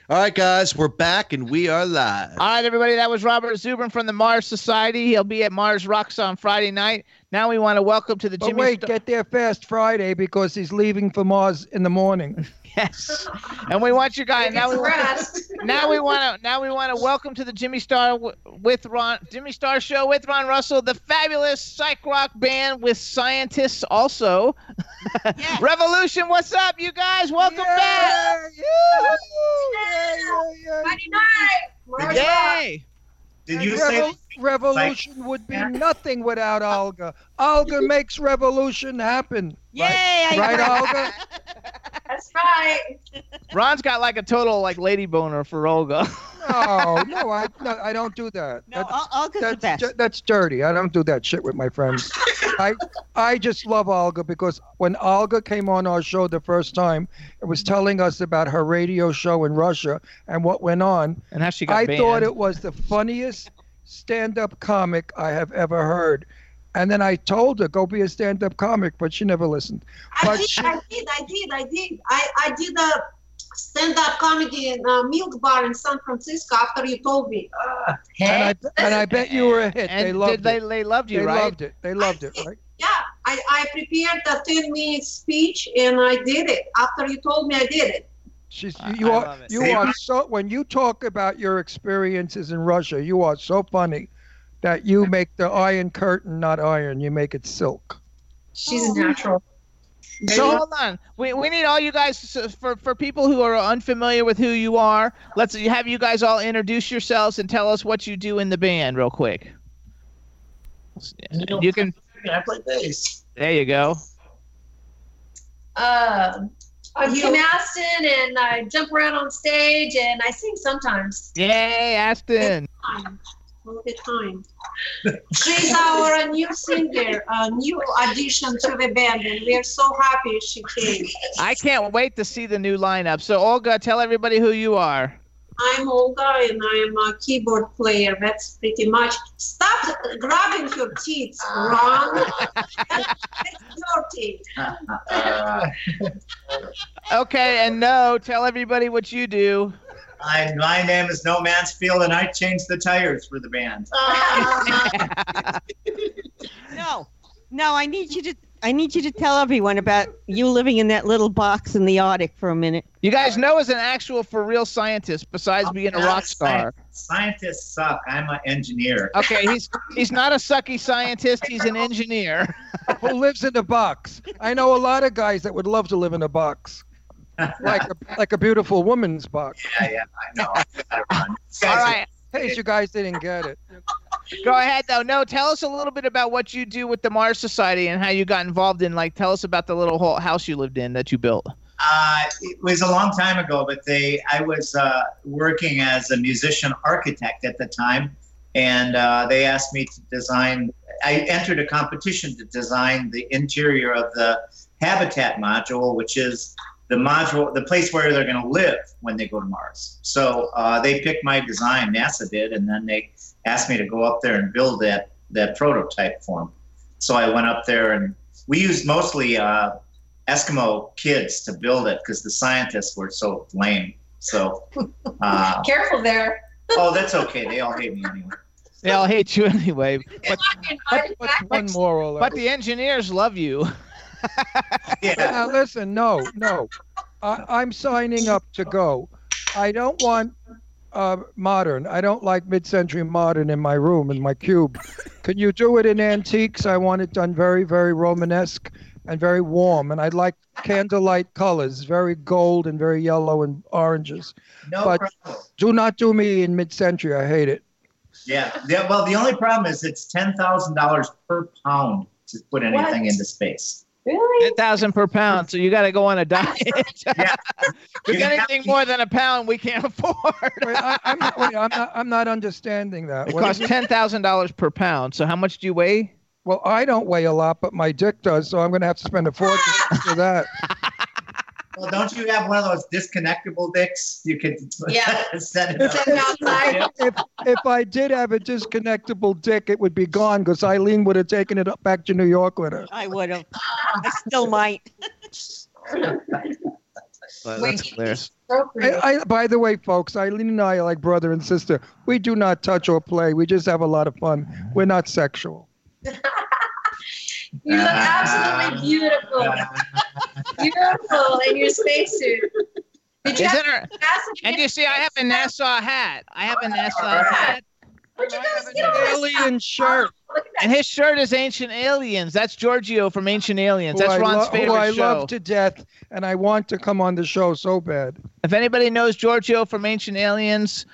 S5: All right, guys, we're back and we are live.
S4: All right, everybody, that was Robert Zubrin from the Mars Society. He'll be at Mars Rocks on Friday night. Now we want to welcome to the
S6: But
S4: Jimmy.
S6: wait,
S4: Sto-
S6: get there fast Friday because he's leaving for Mars in the morning.
S4: yes, and we want you guys. Now we want.
S11: rest.
S4: (laughs) Now we want to. Now we want to welcome to the Jimmy Star w- with Ron. Jimmy Star Show with Ron Russell, the fabulous psych rock band with scientists also. (laughs) Revolution, what's up, you guys? Welcome back.
S11: Friday night. Mars Rock.
S4: Yay!
S12: Did
S6: And
S12: you say
S6: revo- revolution would be nothing without Olga? Olga makes revolution happen.
S9: Yay! I-
S6: Right, Olga?
S11: That's right.
S4: Ron's got like a total like lady boner for Olga. (laughs)
S6: No, no, I no, I don't do that.
S9: no,
S6: That's-
S9: Ol- Olga's the
S6: that's
S9: best.
S6: ju- that's dirty. I don't do that shit with
S11: (laughs)
S6: my friends. I I just love Olga because when Olga came on our show the first time, it
S9: Mm-hmm.
S6: was telling us about her radio show in Russia and what went on.
S4: and how she got
S6: I
S4: banned.
S6: thought it was the funniest stand-up comic I have ever heard. And then I told her go be a stand-up comic, but she never listened.
S11: I
S6: But
S11: did,
S6: she-
S11: I did, I did, I did. I, I did a stand-up comedy in a milk bar in San Francisco after you told me. Uh,
S6: and I and I bet you were a hit.
S4: And
S6: they loved
S4: did they,
S6: it.
S4: they loved you,
S6: they
S4: right?
S6: loved it. They loved it, right?
S11: yeah, I, I prepared a 10-minute speech and I did it. After you told me, I did it.
S6: She's
S4: I-
S6: you
S4: I
S6: are
S4: love it.
S6: you
S12: See?
S6: are so when you talk about your experiences in Russia, you are so funny that you make the iron curtain not iron, you make it silk.
S11: She's natural.
S4: So hold on. We, we need all you guys so for for people who are unfamiliar with who you are. Let's have you guys all introduce yourselves and tell us what you do in the band real quick. You can.
S12: I play (laughs) bass.
S4: There you go.
S13: Um, I'm
S11: You-
S13: Kim Aston, and I jump around on stage, and I sing sometimes.
S4: Yay, Aston!
S11: time. All the time. She's our new singer, a new addition to the band, and we are so happy she came.
S4: I can't wait to see the new lineup. So Olga, tell everybody who you are.
S11: I'm Olga, and I am a keyboard player. That's pretty much. Stop grabbing your teeth, Ron. That's dirty.
S4: Okay, and no, tell everybody what you do.
S12: I, my name is No Mansfield, and I change the tires for the band.
S9: No, no, I need you to. I need you to tell everyone about you living in that little box in the Arctic for a minute.
S4: You guys, Noah is an actual for real scientist besides being a
S12: not
S4: rock
S12: a
S4: star.
S12: Scientists suck. I'm an engineer.
S4: Okay, he's he's not a sucky scientist. He's an engineer.
S6: (laughs) Who lives in a box? I know a lot of guys that would love to live in a box, like a, like a beautiful woman's box.
S12: Yeah, yeah, I know. I gotta run.
S4: All right.
S6: In case you guys didn't get it.
S4: Go ahead though. No, tell us a little bit about what you do with the Mars Society and how you got involved in. Like, tell us about the little whole house you lived in that you built.
S12: Uh, it was a long time ago, but they I was uh, working as a musician architect at the time, and uh, they asked me to design. I entered a competition to design the interior of the habitat module, which is the module, the place where they're going to live when they go to Mars. So uh, they picked my design, NASA did, and then they asked me to go up there and build that that prototype for 'em. So I went up there, and we used mostly. Uh, Eskimo kids to build it because the scientists were so lame. So,
S13: (laughs)
S12: uh,
S13: Careful there.
S12: oh, that's okay. They all hate me anyway.
S4: They all hate you (laughs) anyway. But,
S6: One moral.
S4: but the engineers love you. (laughs)
S6: Now listen, no, no, I, I'm signing up to go. I don't want uh, modern. I don't like mid-century modern in my room in my cube. Can you do it in antiques? I want it done very, very Romanesque and very warm. And I'd like candlelight colors, very gold and very yellow and oranges.
S12: No
S6: but
S12: problem.
S6: do not do me in mid-century. I hate it.
S12: Yeah. yeah, Well, the only problem is it's ten thousand dollars per pound to put anything into space.
S4: Ten thousand per pound, so you got to go on a diet. (laughs) Because
S12: You
S4: anything more than a pound, we can't (laughs) afford.
S6: Wait, I, I'm, not, wait, I'm not. I'm not understanding that.
S4: It
S6: Uh, What
S4: costs
S6: is
S4: ten thousand dollars per pound. So how much do you weigh?
S6: Well, I don't weigh a lot, but my dick does, so I'm going to have to spend a fortune (laughs) for that.
S12: Well, don't you have one of those disconnectable dicks? You could (laughs)
S13: Yeah.
S12: send it
S13: Send outside.
S12: Yeah.
S6: if, if I did have a disconnectable dick, it would be gone because Eileen would have taken it up back to New York with her.
S9: I would have. I still might.
S4: that's
S13: (laughs)
S4: hilarious.
S6: I, I, by the way, folks, Eileen and I are like brother and sister. We do not touch or play. We just have a lot of fun. We're not sexual.
S13: You look
S12: Uh,
S13: absolutely beautiful. Beautiful in your spacesuit. Did you
S4: Is
S13: have
S4: it a- And you see, I have a NASA hat. I have a NASA hat.
S13: Where'd you guys get all this Oh,
S6: Alien shirt.
S4: And his shirt is Ancient Aliens. That's Giorgio from Ancient Aliens.
S6: who
S4: That's
S6: I
S4: Ron's
S6: lo-
S4: favorite
S6: Who I
S4: show.
S6: love to death, and I want to come on the show so bad.
S4: If anybody knows Giorgio from Ancient Aliens,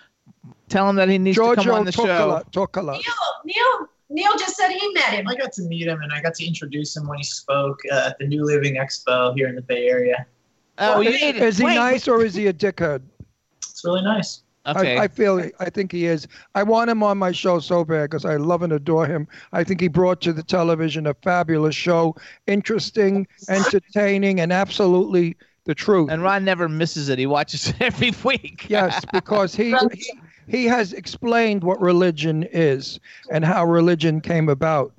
S4: tell him that he needs to come
S6: Giorgio
S4: on the show.
S6: Toccola. Toccola.
S13: Neil, Neil just said he met him.
S12: I got to meet him and I got to introduce him when he spoke uh, at the New Living Expo here in the Bay Area.
S4: Oh, you need
S6: Is he
S4: wait,
S6: nice or is he a dickhead?
S12: It's really nice.
S4: Okay.
S6: I, I feel I think he is. I want him on my show so bad because I love and adore him. I think he brought to the television a fabulous show, interesting, entertaining, and absolutely the truth.
S4: and Ron never misses it. He watches it (laughs) every week.
S6: yes, because he, he he has explained what religion is and how religion came about,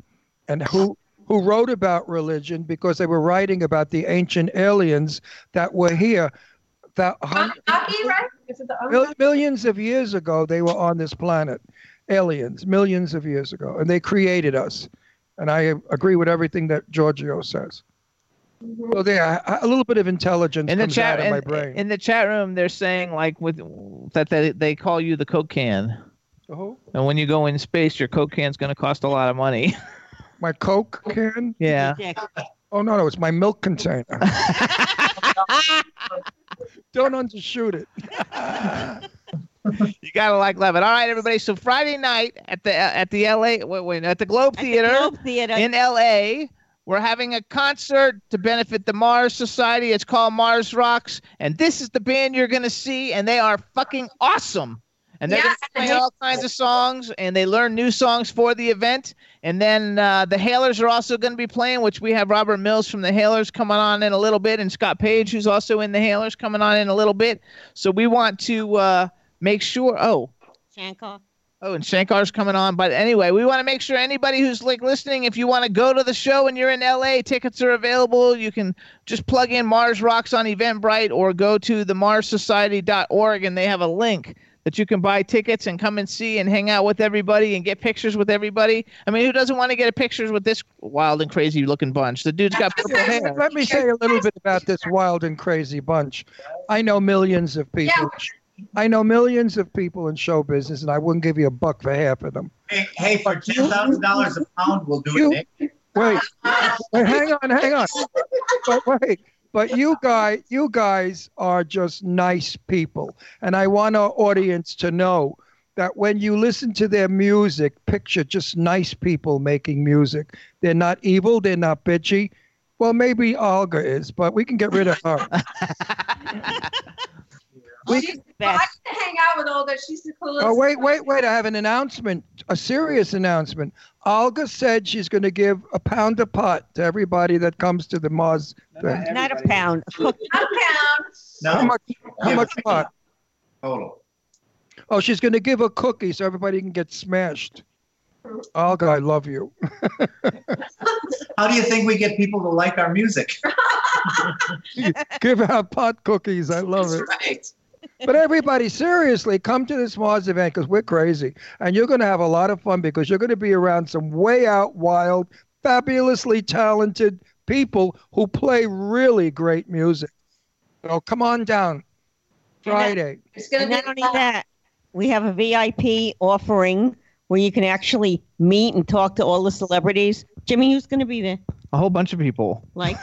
S6: and who who wrote about religion because they were writing about the ancient aliens that were here. That
S4: Ah,
S6: hun-
S13: Aki, right? Is it the
S6: Mil- millions of years ago, they were on this planet, aliens, millions of years ago, and they created us. And I agree with everything that Giorgio says. Well, there, a a little bit of intelligence
S4: In the
S6: comes
S4: chat
S6: out of my
S4: in-
S6: brain.
S4: in the chat room, they're saying like with that they, they call you the Coke can,
S6: Oh,
S4: and when you go (laughs) in space, your Coke can's going to cost a lot of money.
S6: my Coke can?
S4: yeah.
S9: Dick.
S6: Oh no, no, it's my milk container.
S4: (laughs)
S6: Don't undershoot it.
S4: You gotta like love it. All right, everybody. So Friday night at the at the LA wait, wait, at the Globe Theater,
S9: Theater.
S4: in LA, we're having a concert to benefit the Mars Society. It's called Mars Rocks, and this is the band you're gonna see, and they are fucking awesome. And they're
S2: Yeah,
S4: gonna
S2: and
S4: play
S2: they-
S4: all kinds of songs, and they learn new songs for the event. And then uh, the Hailers are also gonna be playing, which we have Robert Mills from the Hailers coming on in a little bit, and Scott Page, who's also in the Hailers, coming on in a little bit. So we want to uh, make sure. Oh.
S9: Shankar.
S4: Oh, and Shankar's coming on. But anyway, we want to make sure anybody who's like listening, if you want to go to the show and you're in LA, tickets are available. You can just plug in Mars Rocks on Eventbrite or go to the marssociety.org and they have a link that you can buy tickets and come and see and hang out with everybody and get pictures with everybody. I mean, who doesn't want to get a pictures with this wild and crazy looking bunch? The dude's got purple hair.
S6: Let me say a little bit about this wild and crazy bunch. I know millions of people. I know millions of people in show business, and I wouldn't give you a buck for half of them.
S12: Hey, hey, for ten thousand dollars a pound, we'll do it. Nick.
S6: Wait, wait, hang on, hang on. But wait, but you guys, you guys are just nice people, and I want our audience to know that when you listen to their music, picture just nice people making music. They're not evil. They're not bitchy. Well, maybe Olga is, but we can get rid of her.
S13: She's, I used to hang out with all that. She's the coolest.
S6: Oh, wait, wait, wait. I have an announcement, a serious announcement. Olga said she's going to give a pound of pot to everybody that comes to the Mars. thing.
S9: Not a
S13: (laughs)
S9: pound. (laughs)
S6: How much, how much pot?
S12: Total.
S6: Oh, she's going to give a cookie so everybody can get smashed. Olga, I love you. (laughs)
S12: How do you think we get people to like our music?
S6: give out pot cookies. I love it. But everybody, seriously, come to this Mars event because we're crazy. And you're going to have a lot of fun because you're going to be around some way out wild, fabulously talented people who play really great music. So come on down Friday.
S13: It's gonna
S9: And
S13: be
S9: not only that. We have a VIP offering where you can actually meet and talk to all the celebrities. Jimmy, who's going to be there?
S4: A whole bunch of people.
S9: Like,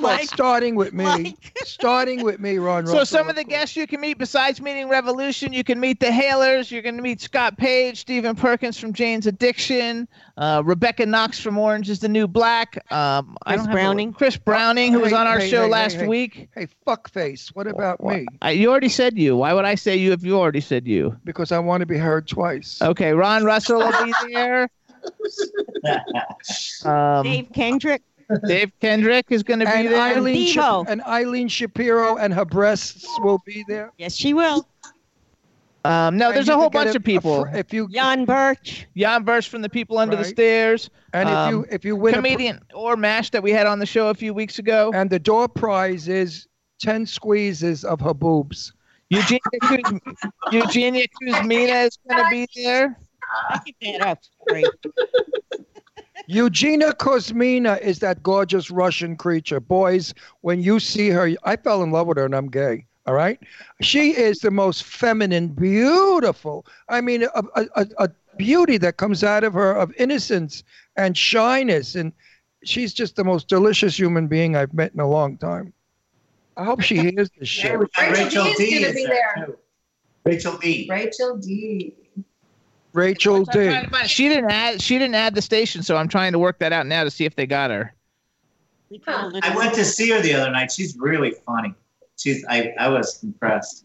S6: Well, starting with me, starting with me, Ron.
S4: So some of the guests you can meet besides meeting Revolution, you can meet the Hailers, you're going to meet Scott Page, Stephen Perkins from Jane's Addiction, uh, Rebecca Knox from Orange is the New Black, um, I
S6: Chris
S4: don't have a-
S6: Browning.
S4: Chris Browning, who was on our show last week.
S6: Hey, fuckface, what about me?
S4: I, you already said you. Why would I say you if you already said you?
S6: Because I want to be heard twice.
S4: Okay, Ron Russell
S6: (laughs)
S4: will be there. Um,
S9: Dave Kendrick.
S4: (laughs) Dave Kendrick is going to be
S6: and
S4: there.
S6: Eileen Sha- and Eileen Shapiro and her breasts will be there.
S9: Yes, she will.
S4: Um, no,
S6: And
S4: there's
S6: you
S4: a
S6: can
S4: whole
S6: get
S4: bunch
S6: a-
S4: of people.
S6: a fr- if you
S9: Jan Birch,
S4: Jan Birch from the People Under the
S6: Right.
S4: Stairs,
S6: And if
S4: um,
S6: you if you win a pr-
S4: comedian or Mash that we had on the show a few weeks ago,
S6: and the door prize is ten squeezes of her boobs.
S4: (laughs) Eugenia Kuz, Eugenia Kuzmina is going to be there.
S9: Get up. Great.
S6: Eugenia Kuzmina is that gorgeous Russian creature. Boys, when you see her, I fell in love with her and I'm gay. All right. She is the most feminine, beautiful. I mean, a, a, a, a beauty that comes out of her of innocence and shyness. And she's just the most delicious human being I've met in a long time. I hope she hears this shit.
S13: Rachel,
S12: Rachel
S13: D is
S12: D
S13: gonna
S12: is
S13: be
S12: there,
S13: there.
S12: Rachel D.
S13: Rachel D.
S6: Rachel D.
S4: But She didn't add. She didn't add the station, so I'm trying to work that out now to see if they got her.
S12: I went to see her the other night. She's really funny. She's I, I was impressed.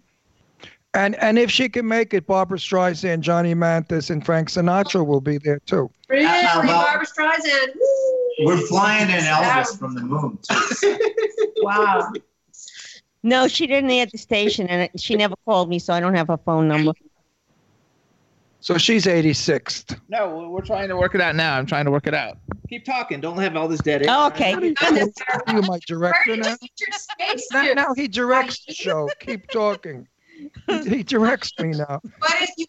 S6: And and if she can make it, Barbara Streisand, Johnny Mantis, and Frank Sinatra will be there too.
S13: Really,
S12: Uh, well-
S13: Barbara Streisand. Woo!
S12: We're flying in Elvis
S13: Wow.
S12: from the moon.
S13: (laughs) Wow.
S9: No, she didn't at the station, and it- she never called me, so I don't have her phone number.
S6: So she's 86th.
S4: No, we're- we're trying to work it out now. I'm trying to work it out. Keep talking. Don't have all this dead air.
S9: Oh, okay.
S6: Are you my director now? now? Now he directs the show. Keep talking. He- He directs me now.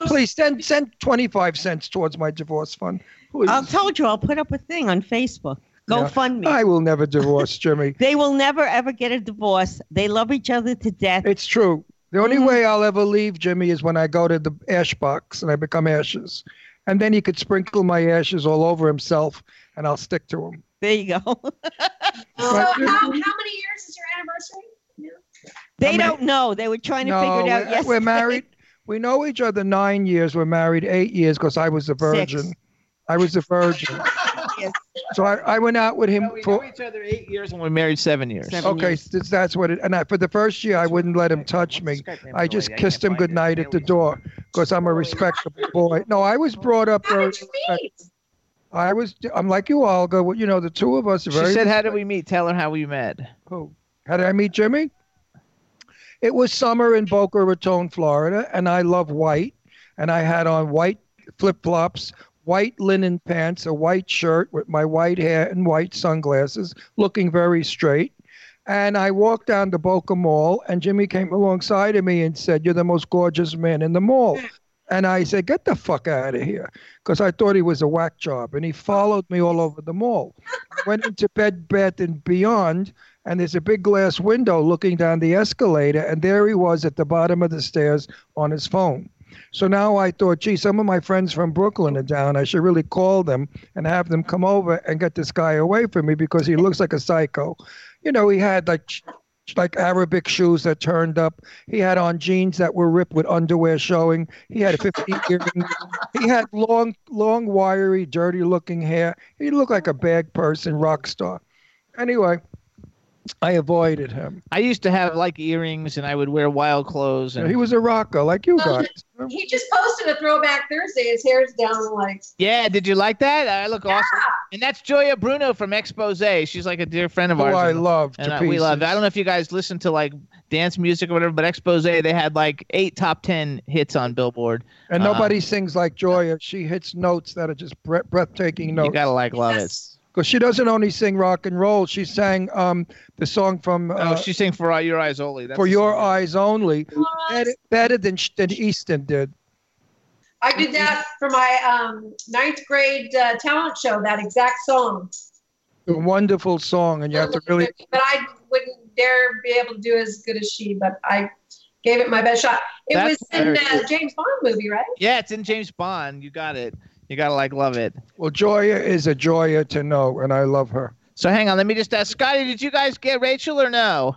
S6: Please send send 25 cents towards my divorce fund. Please.
S9: I told you I'll put up a thing on Facebook. Go
S6: Yeah.
S9: fund me.
S6: I will never divorce Jimmy.
S9: They will never ever get a divorce. They love each other to (laughs) death. Mm.
S6: It's true. The only way I'll ever leave Jimmy is when I go to the ash box and I become ashes. And then he could sprinkle my ashes all over himself and I'll stick to him.
S9: There you go.
S11: So how, how many years is your anniversary?
S9: They don't know. They were trying to figure it out
S6: we're,
S9: yesterday.
S6: we're married. We know each other nine years. We're married eight years because I was a virgin. I was a
S9: (laughs)
S6: virgin. So I, I went out with him for
S4: each other eight years and we're married seven years.
S6: okay, s- that's what it. And I, for the first year, I wouldn't let him touch me. I just kissed him goodnight at the door because I'm a respectable boy. No, I was brought up very. I was. I'm like you, Olga. well, You know, the two of us. Are
S4: She
S6: very
S4: said, "How did we meet? Tell her how we met."
S6: Who? How did I meet Jimmy? It was summer in Boca Raton, Florida, and I love white. And I had on white flip flops, white linen pants, a white shirt with my white hair and white sunglasses, looking very straight. And I walked down to Boca Mall, and Jimmy came alongside of me and said, You're the most gorgeous man in the mall. And I said, Get the fuck out of here. Because I thought he was a whack job. And he followed me all over the mall. I went into Bed Bath and Beyond, and there's a big glass window looking down the escalator. And there he was at the bottom of the stairs on his phone. So now I thought, gee, some of my friends from Brooklyn are down. I should really call them and have them come over and get this guy away from me because he looks like a psycho. You know, he had like sh- like Arabic shoes that turned up. He had on jeans that were ripped with underwear showing. He had 50 earrings. He had long, long, wiry, dirty-looking hair. He looked like a bad person, rock star. Anyway, I avoided him.
S4: I used to have like earrings, and I would wear wild clothes. And
S6: He was a rocker like you
S4: guys.
S11: He just posted a throwback Thursday. His hair's down like
S4: Yeah, did you like that? I look awesome. And that's Joya Bruno from Expose. She's like a dear friend of
S6: Who
S4: ours.
S6: Oh, I
S4: And- uh,
S6: love to
S4: And I- we love. it. I don't know if you guys listen to like dance music or whatever, but Expose they had like eight top ten hits on Billboard.
S6: And
S4: Uh,
S6: nobody sings like Joya. She hits notes that are just bre- breathtaking notes. You
S4: gotta like love it.
S6: Because she doesn't only sing rock and roll. She sang um, the song from
S4: oh,
S6: uh,
S4: she sang for all your eyes only. That's
S6: For
S4: the
S6: Your
S4: song.
S6: Eyes Only, better, better than, sh- than Easton did.
S11: I did that for my um, ninth grade uh, talent show. That exact song,
S6: A wonderful song, and you have to really.
S11: but I wouldn't dare be able to do as good as she. But I gave it my best shot. It
S4: That's
S11: was in
S4: very
S11: uh,
S4: cool.
S11: James Bond movie, right?
S4: Yeah, it's in James Bond. You got it. You gotta like love it.
S6: Well, Joya is a Joya to know, and I love her.
S4: So hang on, let me just ask Scotty. Did you guys get Rachel or no?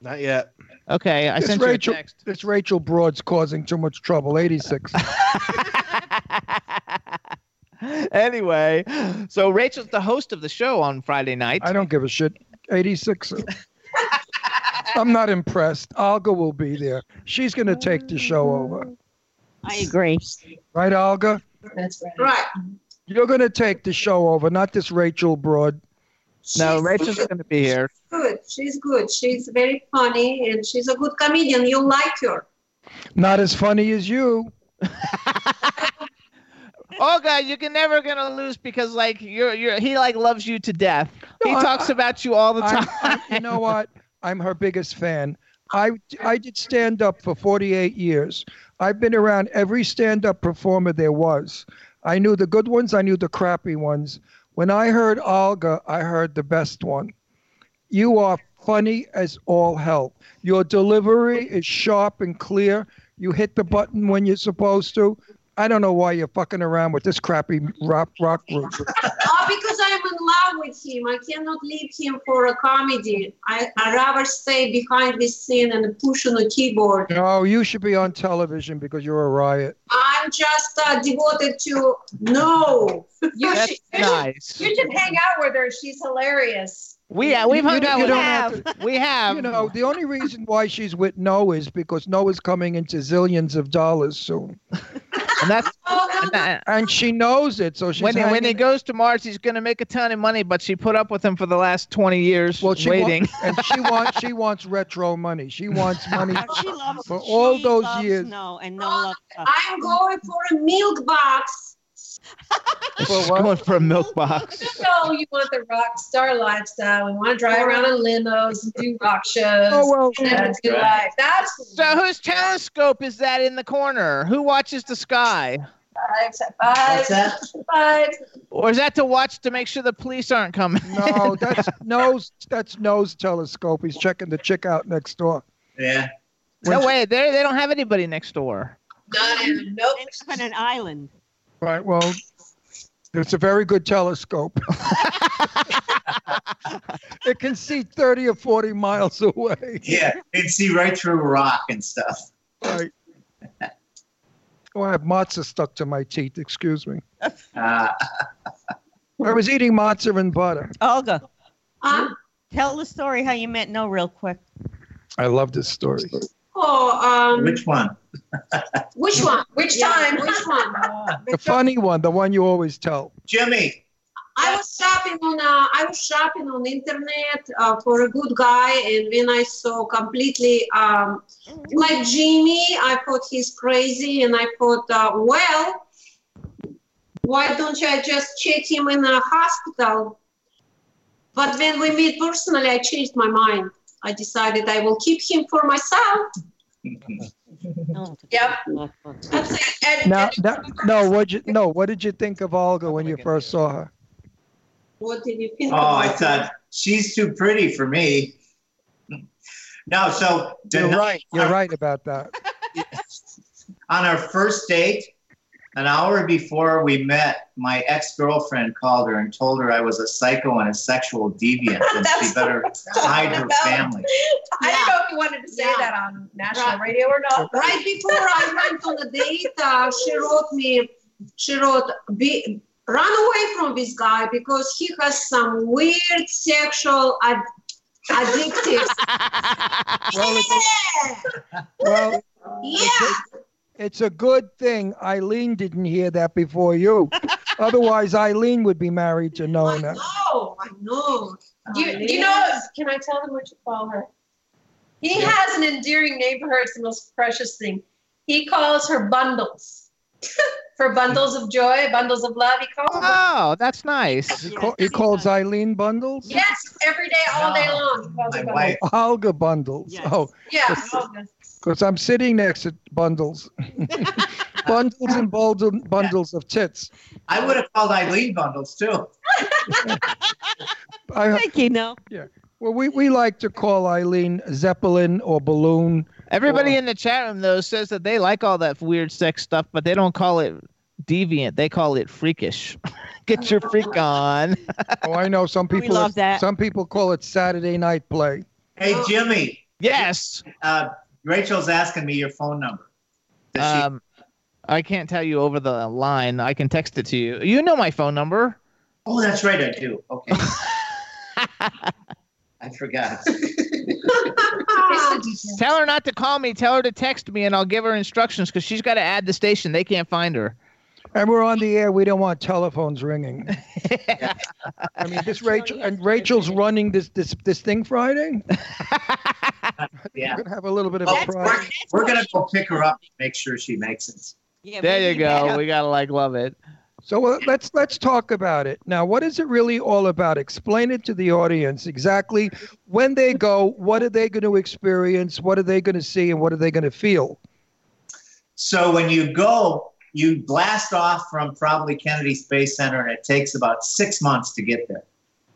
S5: Not yet.
S4: Okay, I
S6: This
S4: sent
S6: Rachel,
S4: you a text.
S6: This Rachel Broad's causing too much trouble.
S4: (laughs)
S6: 86.
S4: (laughs) anyway, so Rachel's the host of the show on Friday night.
S6: I don't give a shit. 86. I'm not impressed. Olga will be there. She's going to take the show over.
S9: I agree.
S6: Right, Olga?
S11: That's right. Right.
S6: You're going to take the show over, not this Rachel Broad.
S4: No, Rachel's going to be here.
S11: Good. She's good. She's very funny and she's a good comedian. You'll like her.
S6: Not as funny as you.
S4: Olga, you can never Oh, gonna lose because like you're you're he like loves you to death. he
S6: No, I-
S4: talks about you all the
S6: I'm-
S4: time.
S6: I'm- you know what? I'm her biggest fan. I, I did stand up for 48 years. I've been around every stand up performer there was. I knew the good ones, I knew the crappy ones. When I heard Olga, I heard the best one. You are funny as all hell. Your delivery is sharp and clear. You hit the button when you're supposed to. I don't know why you're fucking around with this crappy rock rock group.
S11: Oh, because I'm in love with him. I cannot leave him for a comedy. I, I rather stay behind this scene and push on the keyboard.
S6: No, you should be on television because you're a riot.
S11: I'm just uh, devoted to no. You
S6: That's
S11: should,
S6: nice.
S11: You should hang out with her. She's hilarious.
S4: We uh, we've
S6: You-
S4: hung
S6: you
S4: out
S6: don't
S4: with
S6: have
S4: we have.
S6: You know, the only reason why she's with Noah is because Noah's coming into zillions of dollars soon.
S12: (laughs)
S4: And that's
S6: (laughs) and she knows it, so she's
S4: when he, when
S6: hanging-
S4: he goes to Mars, he's gonna make a ton of money, but she put up with him for the last twenty years
S6: well, she wa-
S4: waiting.
S6: (laughs) and she wants she wants retro money. She wants
S4: (laughs)
S9: (laughs)
S6: money for all those years.
S9: No, and no love.
S11: I'm going for a milk box.
S4: She's going for a milk box.
S11: You know you want the rock star lifestyle. You want to drive around in limos and do rock shows.
S4: Oh, well,
S11: and have a
S4: that's
S11: good
S4: right.
S11: life. That's
S4: So whose telescope is that in the corner? Who watches the sky?
S11: five, five, five.
S4: Or is that to watch to make sure the police aren't coming?
S6: No,
S4: (laughs)
S6: that's nose that's nose telescope. He's checking the chick out next door.
S12: Yeah.
S4: No way, they they don't have anybody next door.
S11: Not in nope.
S9: On an island.
S6: Right. Well, it's a very good telescope. (laughs) it can see 30 or 40 miles away.
S12: Yeah, they'd see right through rock and stuff.
S6: Right. Oh, I have matzah stuck to my teeth.
S12: (laughs)
S6: Excuse me.
S12: Uh,
S6: I was eating matzah and butter.
S9: Olga, tell the story how you met No real quick.
S6: I love this story.
S13: Oh, um,
S12: Which one?
S13: which one? Which
S11: Yeah,
S13: time?
S11: which (laughs)
S13: Which one?
S6: The funny one, the one you always tell.
S12: Jimmy.
S11: I was shopping on uh, I was shopping on internet uh, for a good guy, and when I saw completely um, like Jimmy, I thought he's crazy, and I thought, uh, well, why don't I just check him in a hospital? But when we meet personally, I changed my mind. I decided I will keep him for myself. yep. That's it. And-
S6: Now, that, no, what you no? What did you think of Olga when you first saw her?
S11: What did you think?
S12: Oh, I
S11: about
S12: thought she's too pretty for me. No, so
S6: You're
S12: Dana-
S6: right.
S12: (laughs)
S6: You're right about that.
S12: on our first date, an hour before we met, my ex girlfriend called her and told her I was a psycho and a sexual
S13: (laughs)
S12: deviant, and she better hide her family.
S13: I didn't know if you wanted to say that on national radio or not.
S11: right before I went on a date, uh, she wrote me, she wrote, Be, run away from this guy because he has some weird sexual ad- addictives.
S6: Well,
S11: yeah!
S6: Well,
S11: yeah!
S6: it's a good thing Eileen didn't hear that before you. Otherwise, Eileen would be married to Nona.
S11: Oh, I know.
S13: Do you, do you know? Can I tell them what you call her? He has an endearing name for her. It's the most precious thing. He calls her bundles. (laughs) for bundles of joy, bundles of love, he calls them.
S4: Oh, that's nice.
S6: He, call, he calls Eileen bundles.
S13: Yes, every day, all day long. He calls her bundles.
S6: Olga bundles. Oh,
S13: Yeah.
S6: because I'm sitting next to
S12: (laughs)
S6: bundles, bundles and bundle, bundles of tits.
S12: I would have called Eileen bundles too.
S6: I,
S9: Thank you. No.
S6: Yeah. Well, we, we like to call Eileen Zeppelin or Balloon.
S4: Everybody in the chat room though says that they like all that weird sex stuff, but they don't call it deviant. They call it freakish. (laughs) Get your freak on.
S6: Oh, I know
S4: (laughs)
S6: some people.
S4: love that.
S6: Some people call it Saturday night play.
S12: Hey, Jimmy.
S4: Yes.
S12: Uh, Rachel's asking me your phone number.
S4: Um, I can't tell you over the line. I can text it to you. You know my phone number.
S12: Oh, that's right, I do. Okay. I forgot.
S4: Tell her not to call me. Tell her to text me, and I'll give her instructions because she's got to add the station. They can't find her.
S6: And we're on the air. We don't want telephones ringing. I mean, this Rachel and Rachel's running this this this thing Friday.
S12: Yeah.
S6: We're gonna have a little bit of a
S12: Well,
S6: problem.
S12: we're, we're gonna go pick her up, and make sure she makes it.
S4: there you go. We gotta like love it.
S6: So uh, let's let's talk about it now. What is it really all about? Explain it to the audience exactly when they go. What are they going to experience? What are they going to see? And what are they going to feel?
S12: So when you go, you blast off from probably Kennedy Space Center, and it takes about six months to get there.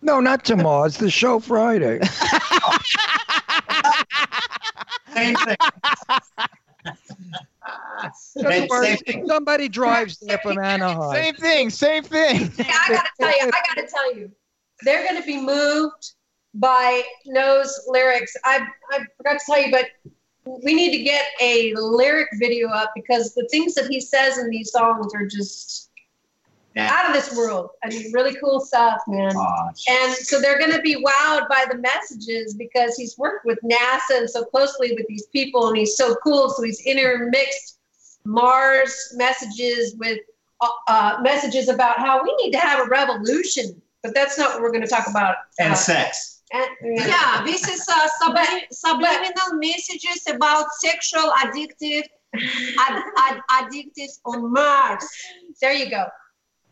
S6: No, not tomorrow. It's the show Friday.
S12: Same thing.
S6: Doesn't work. If somebody drives there
S4: (laughs)
S6: from Anaheim.
S4: Same thing. Same thing.
S13: Yeah, I gotta tell you, I gotta tell you, they're gonna be moved by No's lyrics. I I forgot to tell you, but we need to get a lyric video up because the things that he says in these songs are just
S12: Yeah.
S13: out of this world. I mean, really cool stuff, man.
S12: Aw,
S13: And so they're going to be wowed by the messages because he's worked with NASA and so closely with these people, and he's so cool. So he's intermixed Mars messages with uh, uh, messages about how we need to have a revolution, but that's not what we're going to talk about.
S12: and sex.
S11: Yeah, this is uh, sublim- subliminal messages about sexual addictive ad- ad- addictives on Mars.
S13: There you go.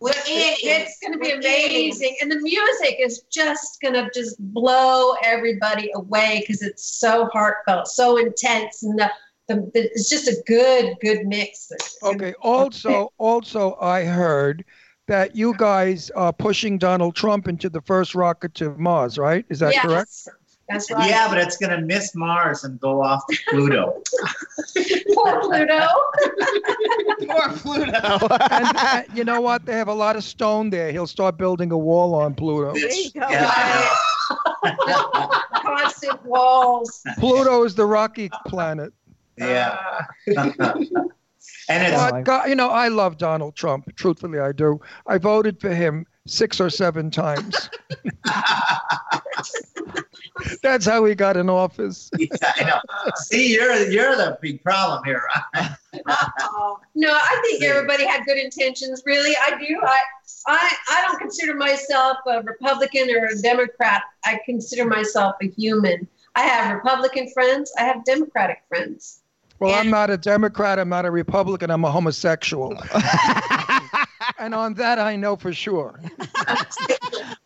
S11: We're
S13: It's, it's going to be
S11: We're aliens.
S13: amazing. And the music is just going to just blow everybody away because it's so heartfelt, so intense. And the, the, the- it's just a good, good mix.
S6: Okay. Also, also, I heard that you guys are pushing Donald Trump into the first rocket to Mars. Right? Is that
S13: Yes.
S6: correct?
S13: (laughs) That's right.
S12: Yeah, but it's gonna miss Mars and go off to Pluto.
S13: Poor
S6: (laughs)
S13: Pluto.
S4: Poor Pluto.
S6: and, and you know what? They have a lot of stone there. He'll start building a wall on Pluto.
S12: It's-
S9: you go.
S12: yeah, I know.
S11: constant walls.
S6: Pluto is the rocky
S12: (laughs)
S6: planet.
S12: Yeah.
S6: And
S12: it's-
S6: God, you know, I love Donald Trump. Truthfully, I do. I voted for him six or
S12: (laughs)
S6: seven times. That's how he got in office.
S12: Yeah, I know. See, you're you're the big problem here.
S11: No, I think everybody had good intentions. Really, I do. I, I, I don't consider myself a Republican or a Democrat. I consider myself a human. I have Republican friends. I have Democratic friends.
S6: Well, I'm not a Democrat. I'm not a Republican. I'm
S11: (laughs)
S6: a homosexual. and on that, I know for sure.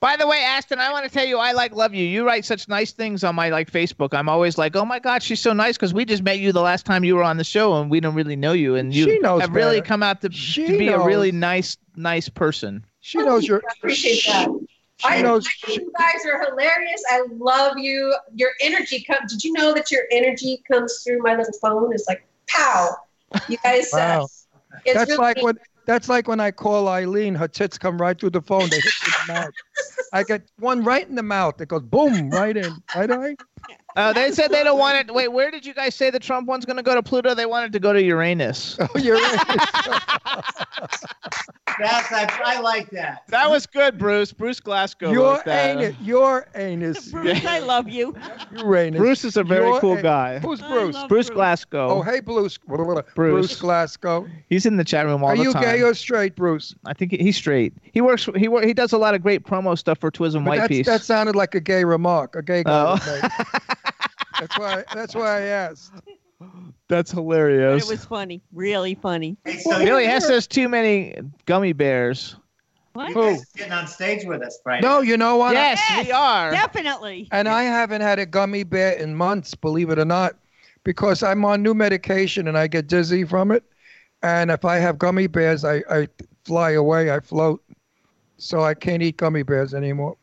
S4: By the way, Aston, I want to tell you I like love you. You write such nice things on my like Facebook. I'm always like, oh my God, she's so nice because we just met you the last time you were on the show and we don't really know you. And you
S6: She knows
S4: have really
S6: better.
S4: come out to, to be a really nice, nice person.
S11: (laughs)
S6: She knows your.
S11: I appreciate that. I, I think you guys are hilarious. I love you. Your energy comes. Did you know that your energy comes through my little phone? It's like pow. You guys. Uh,
S6: Wow.
S11: it's
S6: That's
S11: really-
S6: like when that's like when I call Eileen. Her tits come right through the phone. They hit me in
S11: (laughs)
S6: the mouth. I get one right in the mouth. It goes boom right in. Right I?
S4: Oh, they said they don't want it. Wait, where did you guys say the Trump one's going to go to Pluto? They wanted to go to Uranus.
S6: (laughs) Oh, Uranus.
S12: That's I, I like that.
S4: (laughs) that was good, Bruce. Bruce Glasgow.
S6: Your
S4: wrote that.
S6: anus. Your
S4: (laughs)
S6: anus.
S4: Bruce, (laughs) I
S9: love you.
S6: Uranus.
S4: Bruce is a very
S6: Your
S4: cool
S6: an-
S4: guy.
S6: Who's
S4: I
S6: Bruce?
S4: love Bruce Bruce. Glasgow.
S6: Oh, hey, Bruce. Bruce,
S4: Bruce.
S6: Glasgow.
S4: He's in the chat room all
S6: Are
S4: the
S6: you
S4: time.
S6: gay or straight, Bruce?
S4: I think he- he's straight. He works. He wor- he does a lot of great promo stuff for Twism
S6: But
S4: White
S6: that's-
S4: Piece.
S6: That sounded like a gay remark. A gay guy.
S4: Oh.
S6: would make. that's why. That's why I asked.
S4: (laughs) That's hilarious.
S9: It was funny, really funny.
S4: Billy Hess has too many gummy bears.
S9: What?
S6: Who?
S12: Getting on stage with us, Brian.
S6: No, you know what?
S4: Yes, we are.
S9: Definitely.
S6: And I haven't had a gummy bear in months, believe it or not, because I'm on new medication and I get dizzy from it. And if I have gummy bears, I, I fly away, I float. So I can't eat gummy bears anymore.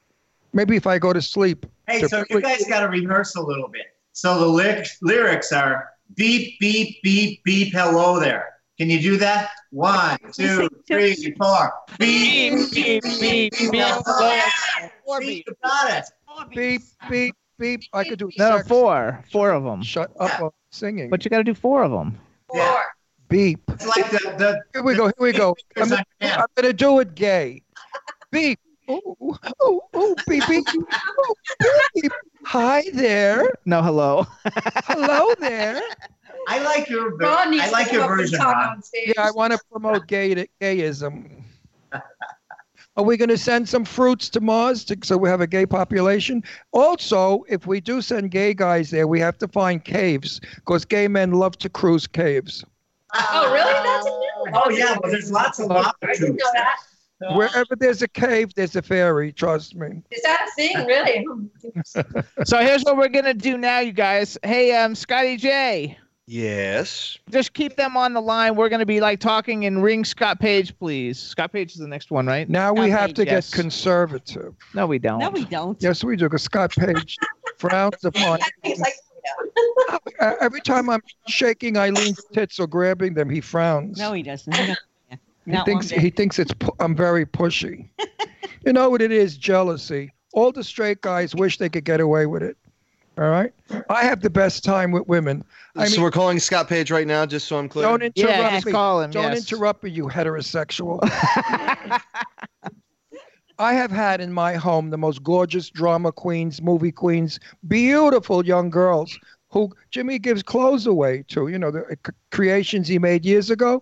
S6: Maybe if I go to sleep.
S12: Hey,
S6: to
S12: so you
S6: sleep.
S12: guys got to rehearse a little bit. So the lyric, lyrics are beep, beep, beep, beep, hello there. Can you do that?
S14: (laughs)
S12: One, two, three, four. Beep, beep, beep, beep, hello.
S9: Or
S12: See, you got it.
S6: beep, beep, beep. I could do
S4: No,
S6: sex-
S4: four, four of them.
S6: Shut up on singing.
S4: But you got to do four of them.
S6: Beep.
S12: It's like the, the
S6: Here we go. Here we go. I'm,
S12: Fingers on
S6: I'm gonna do it gay. Beep. Ooh, ooh, ooh, beep, beep, ooh, beep. Hi there.
S4: No, hello.
S6: Hello there.
S12: I like your ver-
S11: Ron needs
S12: I like
S11: to
S12: your
S11: come up and
S12: version,
S11: talk
S12: Ron.
S11: on stage.
S6: Yeah, I want to promote gay gayism. Are we going to send some fruits to Mars to, so we have a gay population? Also, if we do send gay guys there, we have to find caves because gay men love to cruise caves.
S11: Oh, really? That's a new one. Oh,
S12: Oh yeah, well there's lots of lava
S11: I didn't
S12: tubes.
S11: know that.
S4: Oh.
S6: Wherever there's a cave, there's a fairy. Trust me.
S11: Is that a thing, really?
S4: so here's what we're gonna do now, you guys. Hey, um, Scotty J,
S5: Yes.
S4: just keep them on the line. We're gonna be like talking and ring Scott Page, please. Scott Page is the next one, right?
S6: Now we
S4: Scott
S6: have
S4: Page,
S6: to
S4: yes.
S6: get conservative.
S4: no, we don't.
S9: No, we don't.
S6: Yes, we do. Because Scott Page frowns
S9: (laughs)
S6: upon
S11: He's like,
S6: Uh, every time I'm shaking Eileen's tits or grabbing them. He frowns.
S9: No, he doesn't. He doesn't. Yeah.
S6: (laughs) He
S9: Not one
S6: thinks
S9: bit.
S6: he thinks it's pu- I'm very pushy. you know what it is? Jealousy. All the straight guys wish they could get away with it. All right. I have the best time with women. I
S5: so
S6: mean,
S5: we're calling Scott Page right now, just so I'm clear.
S6: don't interrupt
S4: Yeah, just
S6: me.
S4: call him,
S6: don't
S4: yes.
S6: interrupt me, you heterosexual. I have had in my home the most gorgeous drama queens, movie queens, beautiful young girls who Jimmy gives clothes away to, you know, the uh, c- creations he made years ago.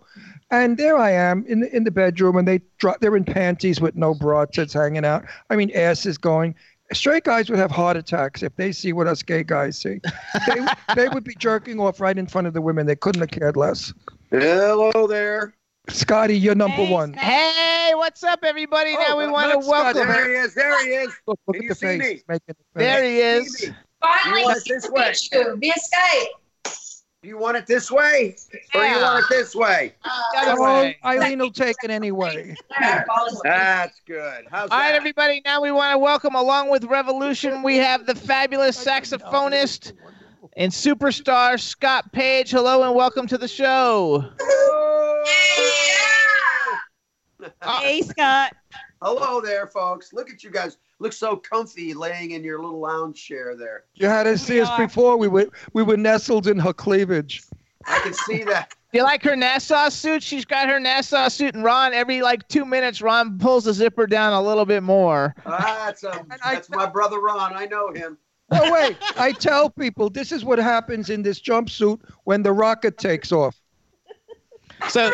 S6: And there I am in the, in the bedroom, and they dro- they're in panties with no bra tits hanging out. I mean, ass is going. Straight guys would have heart attacks if they see what us gay guys see. They, (laughs) they would be jerking off right in front of the women. They couldn't have cared less.
S5: Hello there.
S6: Scotty, you're number one.
S4: Hey, what's up, everybody?
S6: Oh,
S4: now we
S5: uh,
S4: want to
S6: not Scott,
S4: welcome.
S6: there
S5: There he is. There he is.
S6: Look, look
S5: Can
S6: at
S5: you
S6: the
S5: see
S6: face.
S5: me?
S6: Making the face.
S4: There he is.
S5: Baby,
S11: finally,
S5: You want it this
S11: look at you via Skype.
S5: You want it this way, or you
S4: Yeah.
S5: want it this way?
S4: Other
S6: Oh,
S4: way.
S6: Eileen will take it anyway.
S5: That's good. How's
S4: All right,
S5: that?
S4: everybody. Now we want to welcome, along with Revolution, we have the fabulous saxophonist and superstar Scott Page. Hello and welcome to the show.
S5: Oh,
S9: Hey, Scott.
S14: Hello there, folks. Look at you guys. Look so comfy laying in your little lounge chair there.
S6: You had to see us before. We were we were nestled in her cleavage.
S14: I can see that.
S4: You like her Nassau suit? She's got her Nassau suit, and Ron, every like two minutes, Ron pulls the zipper down a little bit more.
S14: Ah, that's, um, that's my brother Ron. I know him.
S6: No
S5: (laughs)
S6: wait, I tell people this is what happens in this jumpsuit when the rocket takes off.
S4: So,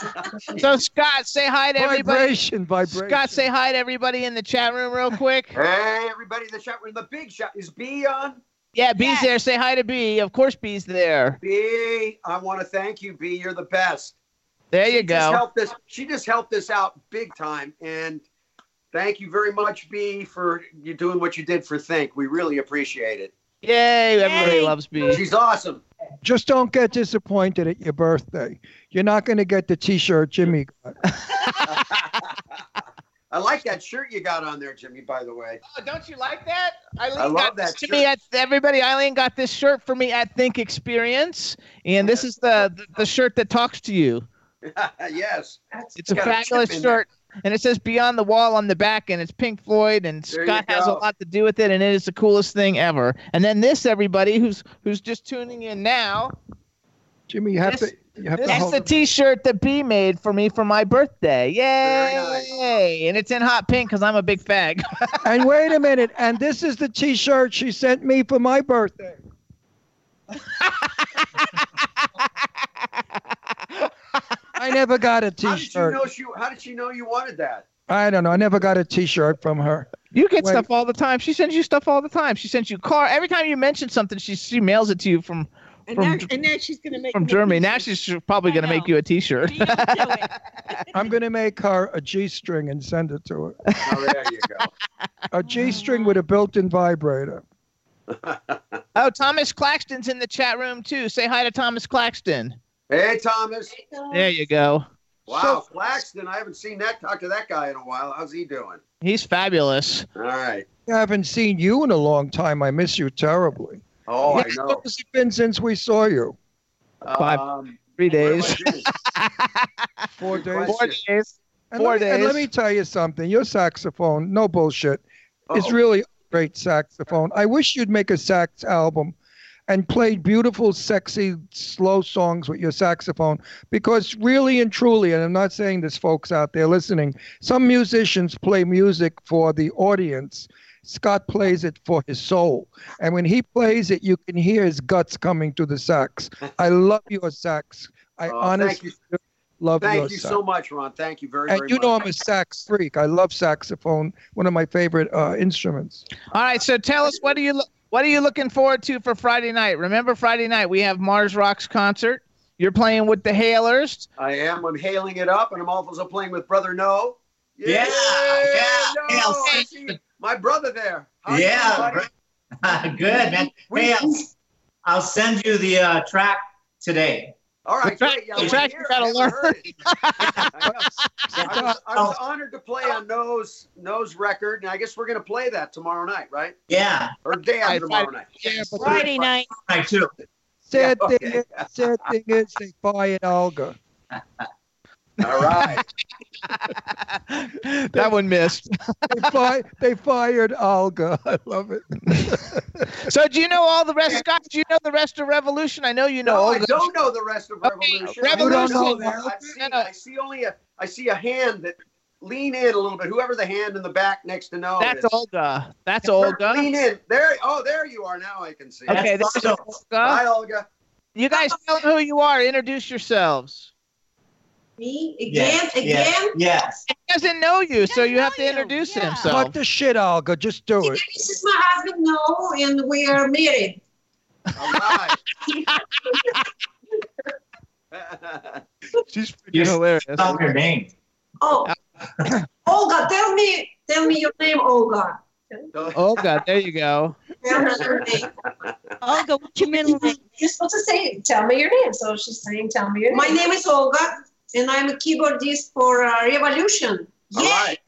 S14: (laughs)
S4: so Scott, say hi to
S6: Vibration,
S4: everybody.
S6: vibration.
S4: Scott, say hi to everybody in the chat room real quick.
S14: Hey, everybody in the chat room, the big shot. Is B on?
S4: Yeah, B's there. Say hi to B. Of course, B's there.
S14: B, I want to thank you, B. You're the best.
S4: There you
S14: She just
S4: go.
S14: helped us. She just helped us out big time, and thank you very much, B, for you doing what you did for Think. We really appreciate it.
S4: Yay! Everybody
S14: Yay.
S4: loves B.
S14: She's awesome.
S6: Just don't get disappointed at your birthday. You're not going to get the T-shirt Jimmy got.
S14: I like that shirt you got on there, Jimmy. By the way,
S4: Oh, don't you like that? Eileen
S14: I love
S4: got
S14: that
S4: this to me
S14: shirt.
S4: at everybody. Eileen got this shirt for me at Think Experience, and this is the the, the shirt that talks to you.
S14: (laughs) yes,
S4: It's a
S14: got chip
S4: fabulous
S14: in
S4: shirt, and it says "Beyond the Wall" on the back, and it's Pink Floyd, and
S14: There you
S4: Scott has a
S14: go.
S4: lot to do with it, and it is the coolest thing ever. And then this, everybody who's who's just tuning in now,
S6: Jimmy, you have
S4: This-
S6: to. You have to
S4: this is
S6: hold
S4: the T-shirt that B made for me for my birthday. Yay! And it's in hot pink because I'm a big
S6: (laughs)
S4: fag.
S6: and wait a minute. And this is the T-shirt she sent me for my birthday. I never got a
S14: How did you
S6: T-shirt.
S14: know she? How did she know you wanted that?
S6: I don't know. I never got a T-shirt from her.
S4: You get
S6: Wait.
S4: stuff all the time. She sends you stuff all the time. She sends you car every time you mention something. She she mails it to you from
S9: And
S4: from,
S9: now, and now she's going to make
S4: from
S9: me-
S4: Germany. Now she's probably gonna make you a T-shirt.
S6: I'm going to
S14: (laughs)
S6: make her a G-string and send it to her.
S14: Oh, there you go.
S6: A G-string with a built-in vibrator.
S4: oh, Thomas Claxton's in the chat room too. Say hi to Thomas Claxton.
S14: Hey, Thomas.
S4: There you go.
S14: Wow, Flaxton. I haven't seen that. Talk to that guy in a while. How's he doing?
S4: He's fabulous.
S14: All right.
S6: I haven't seen you in a long time. I miss you terribly.
S14: Oh, I
S6: How
S14: know.
S6: long has it been since we saw you?
S4: Five,
S14: Um,
S4: three days.
S6: Four days.
S4: Four days.
S6: And
S4: Four
S6: let me, and
S4: days.
S6: let me tell you something. Your saxophone, no bullshit, is
S4: Uh-oh.
S6: really a great saxophone. I wish you'd make a sax album and play beautiful, sexy, slow songs with your saxophone because really and truly, and I'm not saying this, folks out there listening, some musicians play music for the audience. Scott plays it for his soul. And when he plays it, you can hear his guts coming through the
S14: (laughs)
S6: sax. I love your sax. I
S14: Oh, thank
S6: honestly
S14: you.
S6: love your
S14: Thank you
S6: sax
S14: so much, Ron. Thank you very,
S6: and
S14: very
S6: you
S14: much.
S6: know I'm a sax freak. I love saxophone, one of my favorite uh, instruments.
S4: All right, so tell us what are you lo- what are you looking forward to for Friday night? Remember Friday night we have Mars Rocks concert. You're playing with the Hailers.
S14: I am. I'm hailing it up, and I'm also playing with Brother No.
S4: Yeah,
S14: No, I see my brother there. How you
S12: Yeah,
S14: doing, buddy?
S12: (laughs) Good, man. Hey, I'll, I'll send you the uh, track today.
S14: All right,
S12: The track-
S14: great. Yeah,
S12: the
S14: I
S12: track you
S14: wanna hear it.
S12: gotta
S14: I haven't
S12: learn.
S14: heard it. I, know. I was, I was honored to play on No's No's record, and I guess we're gonna play that tomorrow night, right?
S12: Yeah.
S14: Or day after tomorrow night.
S9: Friday night.
S12: Night too.
S6: Sad
S14: (laughs) Yeah,
S6: thing,
S14: okay.
S6: is, sad thing is they buy an Alga.
S14: (laughs) All right.
S4: (laughs) That one missed.
S6: They, fi- they fired Alga. (laughs) I love it.
S4: So do you know all the rest, Scott? Do you know the rest of Revolution? I know you know.
S14: No,
S4: all
S14: I
S4: the-
S14: don't know the rest of Revolution. I don't
S4: Revolution.
S14: know that. I see, I see only a I see a hand that lean in a little bit. Whoever the hand in the back next to no.
S4: That's
S14: is.
S4: Olga. That's
S14: Kurt,
S4: Olga.
S14: Lean in. There. Oh, there you are. Now I can see.
S4: Okay,
S14: That's
S4: this is
S14: Olga.
S4: Olga.
S14: Hi, Olga.
S4: You guys tell them who you are. Introduce yourselves.
S13: Me
S4: Yes, yes,
S6: (laughs)
S12: Yes.
S4: He doesn't know you, so you have to introduce himself.
S6: Cut the shit, Alga. Just do it.
S13: This is my husband, no, and we are married.
S4: She's freaking
S12: you
S4: hilarious.
S12: Spell your name.
S13: oh, Olga, tell me, tell me your name, Olga.
S4: Olga, Oh, there you
S14: (laughs)
S4: go.
S13: Tell me your name.
S9: Olga, what's your middle name?
S13: You're supposed to say, tell me your name. So she's saying, tell me your name.
S11: My name
S13: is Olga, and I'm a keyboardist for uh, Revolution.
S14: All right.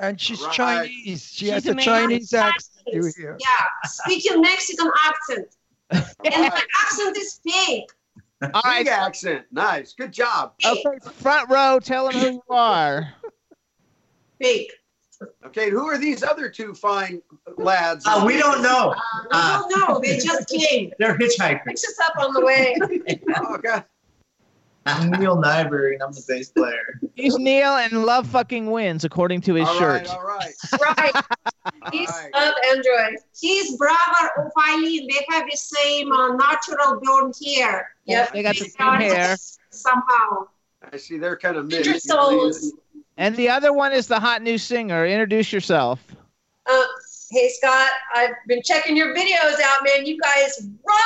S6: And she's
S14: Right.
S6: Chinese. She has a
S13: amazing.
S6: Chinese accent. You hear?
S13: Yeah, speaking Mexican accent. and my accent is fake.
S4: All right.
S14: Big accent. Nice. Good job.
S4: Okay, front row, tell them who you are.
S13: Fake.
S14: Okay, who are these other two fine lads? Uh,
S12: Uh, we don't know. Uh,
S11: I don't know. They just came.
S12: (laughs) They're hitchhikers.
S11: Fix us up on the way.
S14: oh, God.
S12: I'm Neil Nyberg, and I'm the bass player.
S4: He's Neil, and love fucking wins, according to his
S14: All
S4: shirt.
S14: right, all right.
S11: right. He's not Android. He's brother of Eileen. They have the same uh, natural blonde hair.
S4: Yeah, they got the same
S11: are
S4: hair.
S11: Somehow.
S14: I see they're kind of
S11: Your
S14: mixed.
S11: souls.
S4: And the other one is the hot new singer. Introduce yourself.
S11: Uh, hey, Scott, I've been checking your videos out, man. You guys rock.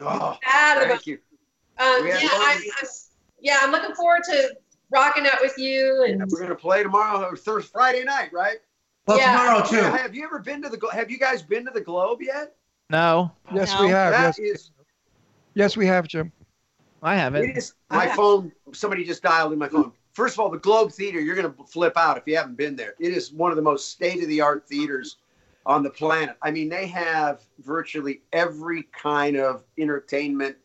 S14: Oh,
S11: Bad about-
S14: thank you.
S11: Um,
S14: We
S11: yeah,
S14: have no-
S11: I'm, I'm, yeah, I'm looking forward to rocking out with you. And
S14: We're gonna play tomorrow or Thursday, Friday night, right?
S12: Well,
S11: Yeah.
S12: tomorrow too.
S14: Yeah, have you ever been to the? Glo- Have you guys been to the Globe yet?
S4: No.
S6: Yes, we have.
S14: That
S6: Yes,
S14: is-
S6: yes, we have, Jim.
S4: I
S14: it is- my phone. Somebody just dialed in my phone. First of all, the Globe Theater. You're gonna flip out if you haven't been there. It is one of the most state of the art theaters on the planet. I mean, they have virtually every kind of entertainment,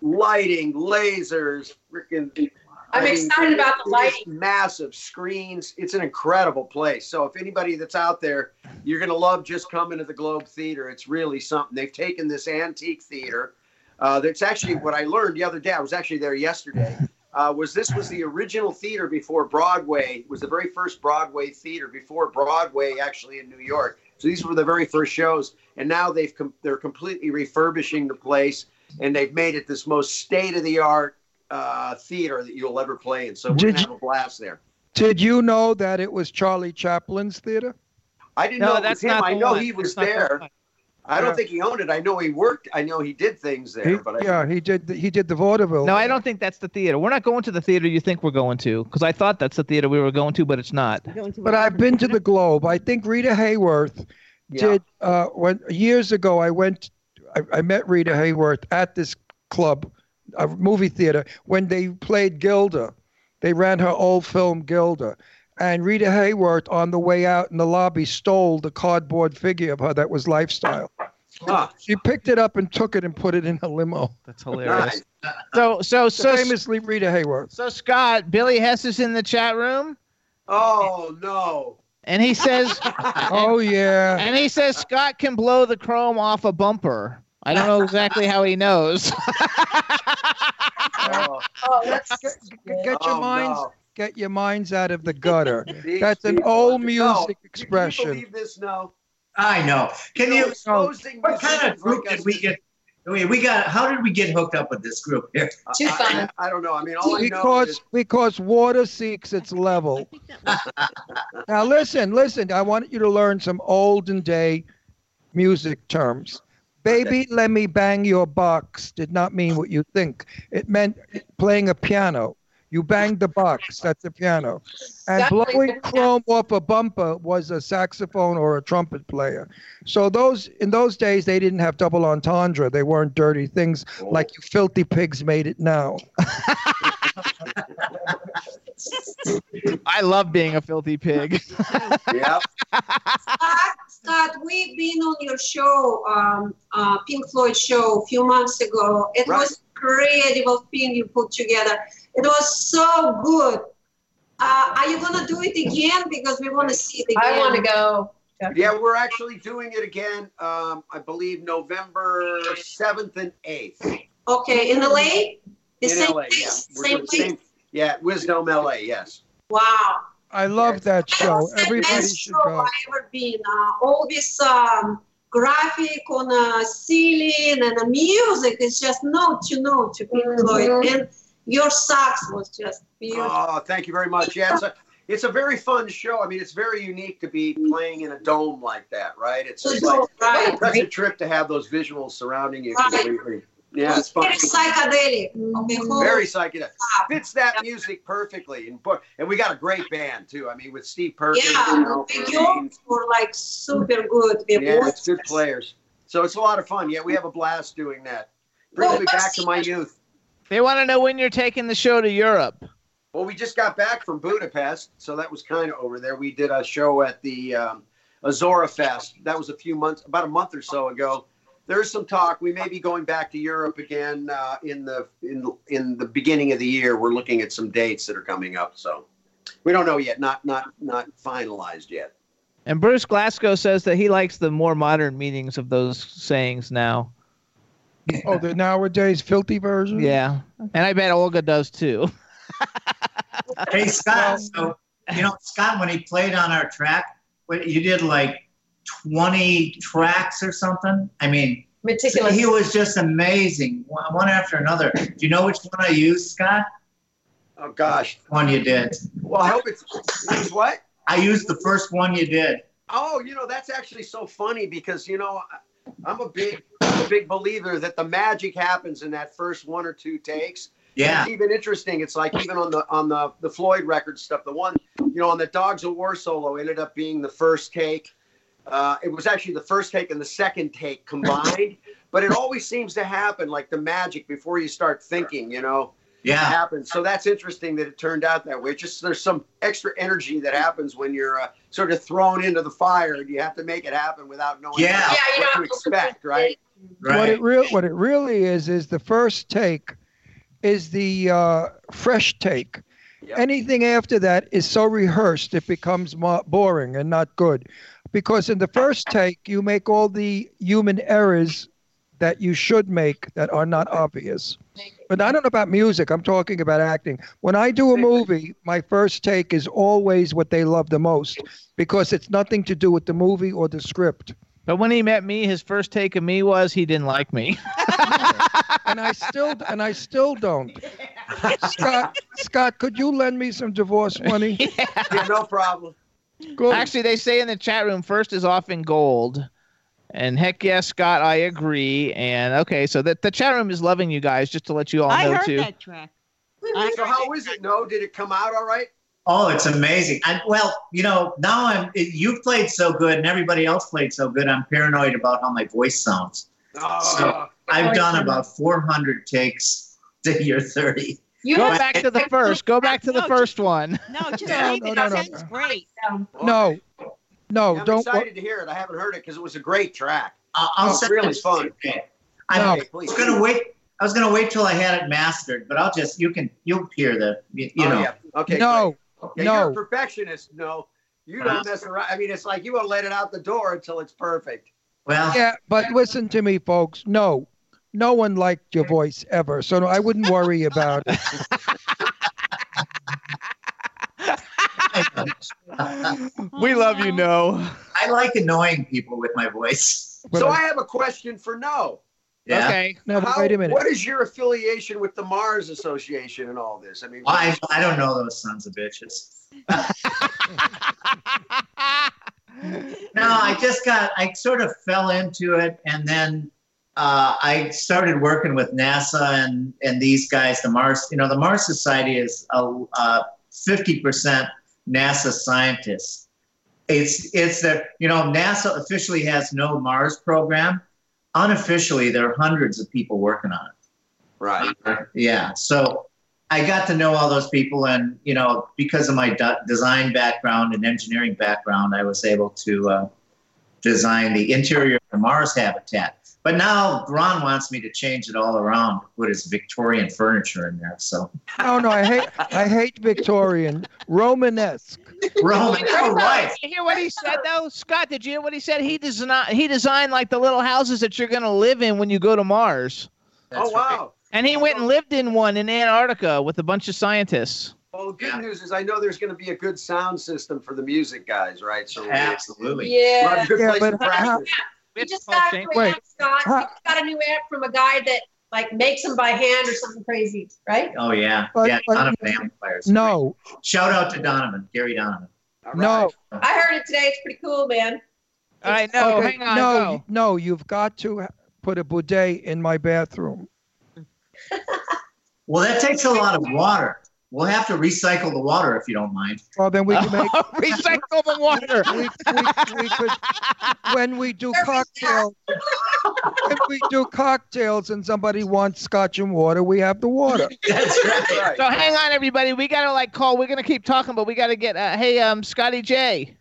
S14: lighting, lasers, freaking.
S11: I'm excited about the
S14: it is Massive screens. It's an incredible place. So if anybody that's out there, you're gonna love just coming to the Globe Theater. It's really something. They've taken this antique theater. Uh, that's actually what I learned the other day. I was actually there yesterday. Uh, was this was the original theater before Broadway? Was the very first Broadway theater before Broadway actually in New York? So these were the very first shows, and now they've com- they're completely refurbishing the place, and they've made it this most state of the art uh, theater that you'll ever play in. So we're
S6: Did
S14: gonna
S6: you-
S14: have a blast there.
S6: Did you know that it was Charlie Chaplin's theater?
S14: I didn't
S6: No,
S14: know it
S6: that's
S14: was him.
S6: not
S14: I
S6: the
S14: know
S6: one.
S14: he was
S6: That's not the
S14: there. I don't
S6: Yeah.
S14: think he owned it. I know he worked. I know he did things there,
S6: He-
S14: but I,
S6: yeah, he did. The, he did the vaudeville.
S4: No, I don't think that's the theater. We're not going to the theater you think we're going to, because I thought that's the theater we were going to, but it's not.
S6: But I've been to the Globe. I think Rita Hayworth did uh, when years ago. I went. I, I met Rita Hayworth at this club, a movie theater, when they played Gilda. They ran her old film Gilda, and Rita Hayworth on the way out in the lobby stole the cardboard figure of her that was Lifestyle.
S14: Ah.
S6: She picked it up and took it and put it in a limo.
S4: That's hilarious. So, Oh, so, so,
S6: famously Rita Hayworth.
S4: so Scott, Billy Hess is in the chat room,
S14: Oh no!
S4: and he
S14: (laughs)
S4: says,
S6: Oh yeah.
S4: and he says Scott can blow the chrome off a bumper. I don't know exactly how he knows. (laughs)
S14: Oh.
S11: Oh, that's
S6: Get, get your
S12: Um.
S14: Oh,
S6: minds
S14: no.
S6: get your minds out of the gutter.
S14: (laughs) These
S6: That's an
S14: people-
S6: old
S14: No.
S6: music
S14: Do you
S6: expression.
S14: believe this now?
S12: I know. Can
S14: No,
S12: you?
S14: exposing
S12: What
S14: musicians
S12: kind of group
S14: like us
S12: did we
S14: is-
S12: get? I mean, we got. How did we get hooked up with this group here?
S11: Too
S12: (laughs)
S14: I- I-
S11: fun.
S14: I, don't know. I mean, all I know
S6: Because
S14: is
S6: because water seeks its level. now listen, listen. I want you to learn some olden day music terms. Baby, let me bang your box did not mean what you think. It meant playing a piano. You banged the box. That's a piano. And
S11: Exactly.
S6: blowing chrome off a bumper was a saxophone or a trumpet player. So those in those days they didn't have double entendre. They weren't dirty things like you filthy pigs made it now. (laughs)
S4: I love being a filthy pig. (laughs)
S14: yeah.
S11: Scott, Scott, we've been on your show, um, uh, Pink Floyd show, a few months ago. It
S14: Right.
S11: was incredible thing you put together. It was so good. Uh, are you gonna do it again? Because we want to see it again.
S13: I want to go.
S14: Yeah, we're actually doing it again. Um, I believe November seventh and eighth
S11: Okay, in LA. The
S14: in
S11: same
S14: LA. Yeah,
S11: place.
S14: We're
S11: same
S14: doing
S11: place.
S14: same- Yeah, Wisdom LA. Yes.
S11: Wow.
S6: (laughs) I love that show.
S11: That's the
S6: Everybody
S11: best
S6: should
S11: show
S6: go.
S11: I ever been. Uh, all this um, graphic on a ceiling and the music is just note to note to Pink
S6: Mm-hmm.
S11: Floyd. And your sax was just beautiful.
S14: Oh, thank you very much. Yeah, it's a, it's a very fun show. I mean, it's very unique to be playing in a dome like that, right? It's just like
S11: right.
S14: that's a trip to have those visuals surrounding you
S11: Right.
S14: completely. Yeah, it's fun.
S11: Very psychedelic. of
S6: Mm-hmm.
S11: the whole
S14: Very psychedelic.
S11: stuff.
S14: Fits that music perfectly, and bu- and we got a great band too. I mean, with Steve Perkins, you
S11: Yeah,
S14: know,
S11: the
S14: Perkins.
S11: Yorks were like super good. They
S14: Yeah,
S11: were-
S14: it's good players. So it's a lot of fun. Yeah, we have a blast doing that. Brings
S11: Well,
S14: me back to my youth.
S4: they want to know when you're taking the show to Europe.
S14: Well, we just got back from Budapest, so that was kind of over there. We did a show at the um, Azora Fest. That was a few months, about a month or so ago. There's some talk. We may be going back to Europe again uh, in the in in the beginning of the year. We're looking at some dates that are coming up. So We don't know yet. Not not not finalized yet.
S4: And Bruce Glasgow says that he likes the more modern meanings of those sayings now.
S6: oh, the nowadays filthy version.
S4: Yeah, and I bet Olga does too.
S12: hey Scott, so you know Scott when he played on our track, what you did like twenty tracks or something. I mean,
S13: Meticulous.
S12: He was just amazing, one one after another. Do you know which one I used, Scott?
S14: Oh gosh,
S12: one you did.
S14: Well, I hope it's, it's what?
S12: I used the first one you did.
S14: Oh, you know that's actually so funny because you know I- I'm a big I'm a big believer that the magic happens in that first one or two takes.
S12: Yeah.
S14: It's even interesting. It's like even on the on the the Floyd record stuff. The one you know on the Dogs of War solo ended up being the first take. Uh, it was actually the first take and the second take combined, but it always seems to happen like the magic before you start thinking. You know.
S12: Yeah.
S14: It happens. So that's interesting that it turned out that way. It's just there's some extra energy that happens when you're uh, sort of thrown into the fire and you have to make it happen without knowing
S12: Yeah.
S14: what,
S12: Yeah, you
S14: what
S12: know,
S14: to
S12: (laughs)
S14: expect, right?
S6: What it real what it really is is the first take is the uh, fresh take. Anything after that is so rehearsed it becomes mo- boring and not good, because in the first take you make all the human errors that you should make that are not obvious. But I don't know about music. I'm talking about acting. When I do a movie, my first take is always what they love the most because it's nothing to do with the movie or the script.
S4: But when he met me, his first take of me was he didn't like me.
S6: and I still and I still
S9: (laughs)
S6: don't. Scott, Scott, could you lend me some divorce money?
S14: (laughs) Yeah, no problem.
S4: Actually, they say in the chat room, first is often gold. And heck yes, Scott, I agree. And okay, so that the chat room is loving you guys, just to let you all
S9: I
S4: know
S9: heard
S4: too.
S9: that track.
S14: So how is it? No, did it come out all right?
S12: Oh, it's amazing. I, well, you know, now I'm. You played so good, and everybody else played so good. I'm paranoid about how my voice sounds.
S14: Ah.
S12: So I've done about 400 takes (laughs) to year 30.
S4: Go back to the first. Go back to the first one.
S9: No, just
S6: No,
S9: leave
S6: no,
S9: it.
S6: no,
S9: It
S6: no.
S9: sounds great.
S6: No, no,
S14: I'm
S6: don't.
S14: excited to hear it. I haven't heard it because it was a great track.
S12: I- I'll
S14: it's
S12: send
S14: really
S12: it to
S14: fun.
S12: I
S14: Okay,
S12: was
S14: please.
S12: gonna wait. I was gonna wait till I had it mastered, but I'll just. You can. You'll hear the. You, you
S14: Oh,
S12: know.
S14: yeah. Okay.
S6: No,
S14: great. Yeah,
S6: no.
S14: You're a perfectionist. No, you don't mess around. I mean, it's like you won't let it out the door until it's perfect.
S6: yeah, but listen to me, folks. No, no one liked your voice ever, so no, I wouldn't worry about
S12: (laughs)
S6: it.
S4: we love you, no.
S12: (laughs) I like annoying people with my voice.
S14: So I have a question for No.
S12: (laughs) Yeah.
S6: No, but
S14: How-
S6: wait a minute.
S14: What is your affiliation with the Mars Association and all this? I mean,
S12: I, I don't know those sons of bitches.
S14: (laughs)
S12: no, I just got, I sort of fell into it. And then uh, I started working with NASA and, and these guys, the Mars, you know, the Mars Society is a, uh, 50% NASA scientists. It's, it's the, you know, NASA officially has no Mars program. Unofficially, there are hundreds of people working on it.
S14: Right.
S12: Yeah. So I got to know all those people, and you know, because of my de- design background and engineering background, I was able to uh, design the interior of the Mars habitat. But now Ron wants me to change it all around, put his Victorian furniture in there. So
S6: No, no, I hate, I hate Victorian Romanesque.
S12: Roman, oh, right.
S4: Did you hear what he said though, Scott? Did you hear what he said? He does not. He designed like the little houses that you're gonna live in when you go to Mars.
S14: oh wow.
S4: And he went and lived in one in Antarctica with a bunch of scientists.
S14: Well, the good news is I know there's going to be a good sound system for the music guys, right? So
S12: Absolutely.
S13: Yeah.
S14: We'll have a good
S6: Yeah,
S14: place
S6: but
S14: to
S6: how-
S14: practice.
S13: We just got a new
S6: Wait.
S13: app, Scott. We just got a new app from a guy that like makes them by hand or something crazy, right?
S12: Oh yeah,
S6: But-
S12: yeah.
S6: but-
S12: Donovan amplifiers.
S6: No,
S12: Shout out to Donovan, Gary Donovan.
S6: no,
S13: I heard it today. It's pretty cool, man.
S4: All right, no,
S6: okay,
S4: hang on,
S6: no,
S4: go.
S6: you- no. You've got to ha- put a bidet in my bathroom.
S12: Well, that takes a lot of water. We'll have to recycle the water if you don't mind.
S6: Well, then we can make
S4: (laughs) Recycle the water.
S6: we, we, we could, when we do
S4: (laughs)
S6: cocktails, if we do cocktails and somebody wants scotch and water, we have
S12: (laughs)
S6: the water.
S4: (laughs) So hang on, everybody. We gotta like call. We're gonna keep talking, but we gotta get. Uh, hey, um, Scotty J.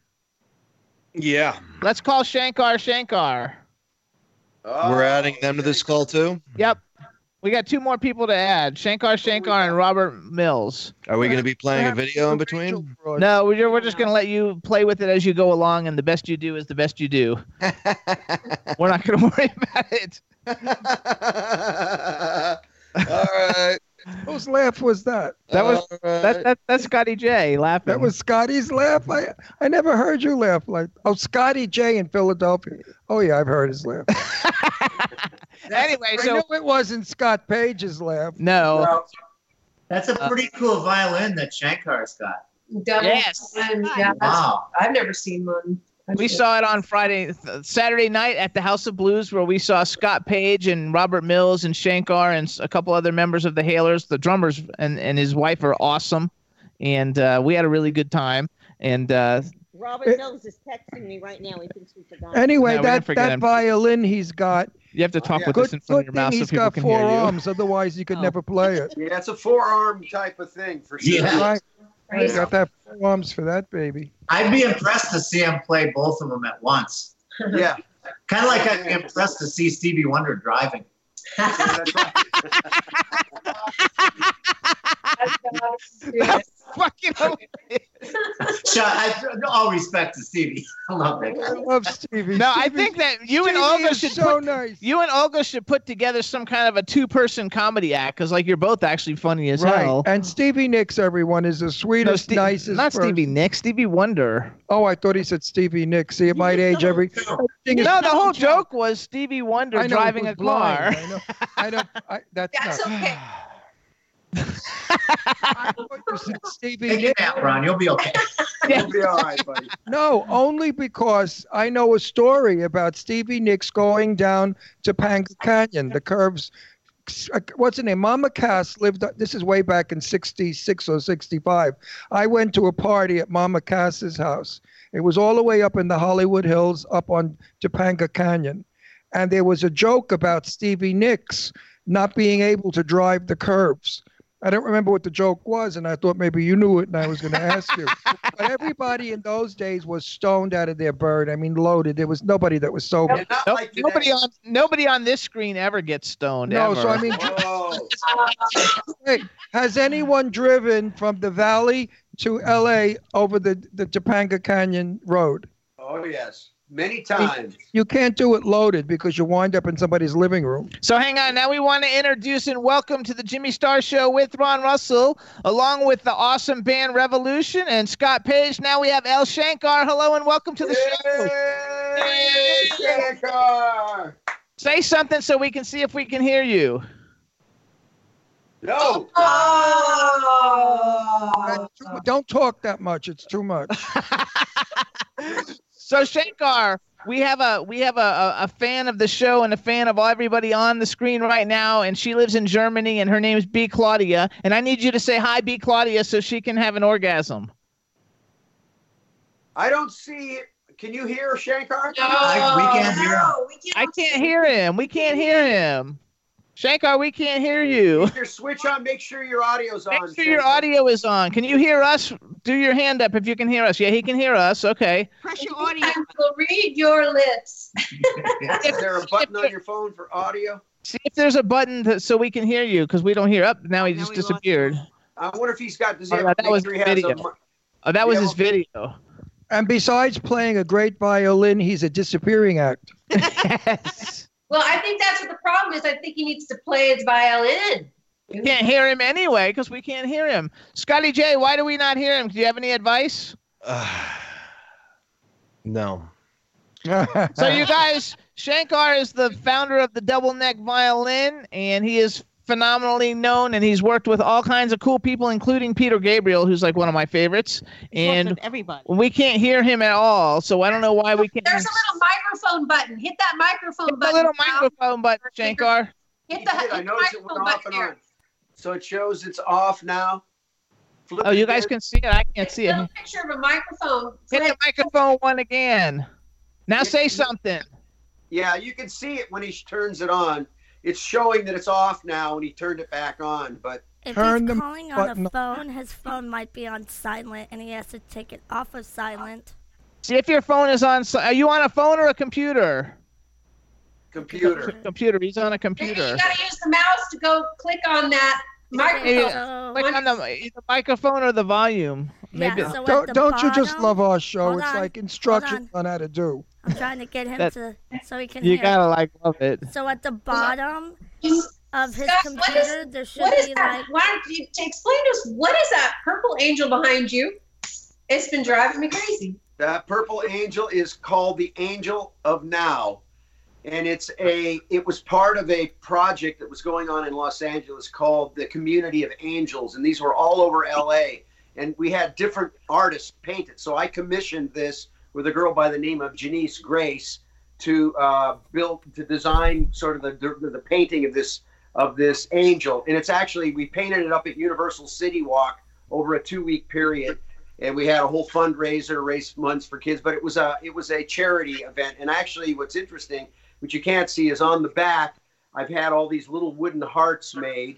S5: Yeah.
S4: Let's call Shankar. Shankar. Oh,
S5: We're adding them to this call too.
S4: Yep. We got two more people to add: Shankar Shankar and Robert Mills.
S5: Are we going to be playing a video
S6: (laughs)
S5: in between?
S4: No, we're, we're just going to let you play with it as you go along, and the best you do is the best you do. we're not going to worry about it.
S5: (laughs) All right. (sighs)
S6: Whose laugh was that?
S4: That was that, that that's Scotty J laughing.
S6: That was Scotty's laugh. I I never heard you laugh like oh Scotty J in Philadelphia. Oh yeah, I've heard his
S4: (laughs)
S6: laugh.
S4: anyway,
S6: I
S4: so
S6: knew it wasn't Scott Page's laugh.
S4: No.
S12: That's a pretty cool violin that Shankar's got.
S13: Double
S4: Yes.
S13: time, yeah, that's-
S12: Wow.
S13: I've never seen one.
S4: We saw it on Friday, th- Saturday night at the House of Blues, where we saw Scott Page and Robert Mills and Shankar and s- a couple other members of the Hailers. The drummers and, and his wife are awesome, and uh, we had a really good time. And uh,
S9: Robert Mills is texting me right now. He thinks we forgot.
S6: Anyway,
S4: No, we didn't
S6: that
S4: forget
S6: that
S4: him.
S6: violin he's got.
S4: you have to talk with
S6: good,
S4: this in front of
S6: good
S4: your mouth
S6: thing
S4: so
S6: he's
S4: people
S6: got
S4: can
S6: four
S4: hear you.
S6: arms, otherwise
S4: Oh.
S6: you could never play
S14: (laughs)
S6: it.
S14: Yeah, it's a forearm type of thing for sure.
S12: Yeah.
S6: Right.
S12: Right.
S6: You got that four arms for that baby.
S12: I'd be impressed to see him play both of them at
S13: (laughs)
S12: once.
S14: Yeah.
S12: Kind of like I'd be impressed to see Stevie Wonder
S4: (laughs)
S12: driving.
S4: That's fucking
S12: Shut, I, all respect to Stevie. (laughs) I love that guy.
S6: I love Stevie.
S4: No, I
S6: Stevie's-
S4: think that you and
S6: Stevie
S4: Olga
S6: is
S4: should
S6: so
S4: put,
S6: nice.
S4: you and Olga should put together some kind of a two-person comedy act because like you're both actually funny as
S6: Right.
S4: hell.
S6: And Stevie Nicks, everyone, is the
S4: No,
S6: sweetest,
S4: Ste-
S6: nicest.
S4: not
S6: person.
S4: Stevie Nicks, Stevie Wonder.
S6: Oh, I thought he said Stevie Nicks. See, at my age, every everything is
S4: No, the whole joke was Stevie Wonder
S6: I know,
S4: driving
S6: who's
S4: a car.
S6: blind, I know. I don't. I, that's,
S13: That's
S6: not.
S13: okay.
S6: You said Stevie
S12: Take it
S6: Nicks.
S12: out, Ron. You'll
S11: (laughs)
S12: be okay.
S14: You'll be all right, buddy.
S6: No, only because I know a story about Stevie Nicks going down to Panga Canyon, the curves. uh, What's her name? Mama Cass lived. uh, This is way back in '66 or '65. I went to a party at Mama Cass's house. It was all the way up in the Hollywood Hills, up on Topanga Canyon, and there was a joke about Stevie Nicks not being able to drive the curves. I don't remember what the joke was, and I thought maybe you knew it, and I was going to ask you. but everybody in those days was stoned out of their bird. I mean, loaded. There was nobody that was sober.
S14: Not
S4: Nope,
S14: like today.
S4: nobody on nobody on this screen ever gets stoned.
S6: No,
S4: ever.
S6: so I mean,
S14: Whoa.
S6: hey, has anyone driven from the valley to L.A. over the the Topanga Canyon Road?
S14: Oh yes. Many times.
S6: You can't do it loaded because you wind up in somebody's living room.
S4: So hang on. Now we want to introduce and welcome to the Jimmy Star Show with Ron Russell, along with the awesome band Revolution and Scott Page. Now we have El Shankar. Hello and welcome to the show.
S14: Yay, Shankar!
S4: Say something so we can see if we can hear you.
S14: No.
S13: Oh.
S6: That's too mu- Don't talk that much. It's too
S9: (laughs)
S6: much.
S4: So Shankar, we have a we have a, a, a fan of the show and a fan of everybody on the screen right now, and she lives in Germany, and her name is B Claudia, and I need you to say hi, B Claudia, so she can have an orgasm.
S14: I don't see. Can you hear Shankar?
S12: I- we can't hear him.
S13: No, we
S4: I
S13: can't.
S4: can't hear him. We can't hear him. Shankar, we can't hear you.
S14: Your switch on. Make sure your audio's on.
S4: Make sure your
S14: Shankar.
S4: audio is on. Can you hear us? Do your hand up if you can hear us. Yeah, he can hear us. Okay.
S9: Pressure audio.
S13: I will read your
S14: (laughs)
S13: lips.
S14: Is there a button on your phone for audio?
S4: See if there's a button to, so we can hear you because we don't hear up. Now he
S9: Now
S4: just
S9: we lost him.
S4: disappeared.
S14: I wonder if he's got. Does
S4: Oh,
S14: he
S4: no,
S14: have,
S4: that
S14: make
S4: was
S14: sure he has
S4: video.
S14: a mi-
S4: Oh, that was
S14: Yeah,
S4: his video.
S6: And besides playing a great violin, he's a disappearing act.
S4: Yes.
S13: Well, I think that's what the problem is. I think he needs to play his violin.
S4: We can't hear him anyway because we can't hear him. Scotty J, why do we not hear him? Do you have any advice?
S5: Uh,
S6: (laughs)
S5: no.
S4: So
S5: Uh-huh.
S4: you guys, Shankar is the founder of the Double Neck Violin, and he is phenomenally known, and he's worked with all kinds of cool people, including Peter Gabriel, who's like one of my favorites. And
S9: everybody.
S4: we can't hear him at all, so I don't know why we can't.
S13: There's a little microphone button. Hit that microphone
S4: Hit the
S13: button.
S4: little
S13: Ralph.
S4: microphone button, Shankar.
S13: Hit
S14: He
S13: the,
S14: did.
S13: hit
S14: I
S13: the
S14: noticed it went
S13: microphone
S14: off
S13: button
S14: and
S13: here.
S14: on. So it shows it's off now. Flip
S4: Oh, you
S14: it
S4: guys
S14: again.
S4: can see it. I can't see it.
S13: Little picture of a microphone.
S4: Hit the microphone one again. Now say something.
S14: Yeah, you can see it when he turns it on. It's showing that it's off now when he turned it back on. But
S7: If
S6: Turn the
S7: he's calling on
S6: button
S7: a
S6: on.
S7: phone, his phone might be on silent, and he has to take it off of silent.
S4: See if your phone is on. si- Are you on a phone or a computer?
S14: Computer.
S4: Computer. He's on a computer.
S13: You gotta use the mouse to go click on that microphone.
S7: Oh,
S4: Yeah. Click on the, either microphone or the volume. Maybe
S7: so at
S6: Don't,
S7: the
S6: don't you just
S7: bottom-
S6: love our show?
S7: Hold
S6: it's
S7: on,
S6: like
S7: hold
S6: instructions on. how to do.
S7: I'm trying to get him
S6: That-
S7: to so he can
S4: you
S7: hear.
S4: gotta like love it.
S7: So at the bottom of his
S13: Scott, what is-
S7: computer, there should
S13: What is
S7: be
S13: that?
S7: like.
S13: Why don't you to explain to us what is that purple angel behind you? It's been driving me crazy.
S14: That purple angel is called the Angel of Now. And it's a it was part of a project that was going on in Los Angeles called the Community of Angels. And these were all over LA. And we had different artists paint it. So I commissioned this with a girl by the name of Janice Grace to uh, build to design sort of the, the the painting of this of this angel. And it's actually we painted it up at Universal City Walk over a two week period and we had a whole fundraiser, raise funds for kids. But it was a it was a charity event, and actually, what's interesting, which you can't see, is on the back. I've had all these little wooden hearts made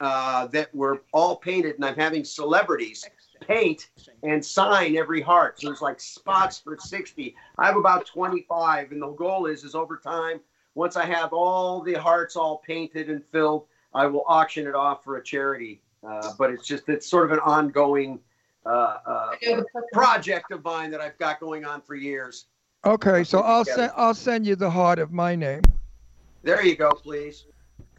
S14: uh, that were all painted, and I'm having celebrities paint and sign every heart. So there's like spots for 60. I have about 25, and the goal is is over time. Once I have all the hearts all painted and filled, I will auction it off for a charity. Uh, but it's just it's sort of an ongoing uh, uh, project of mine that I've got going on for years.
S6: Okay, so I'll
S14: Yeah.
S6: send I'll send you the heart of my name.
S14: There you go, please.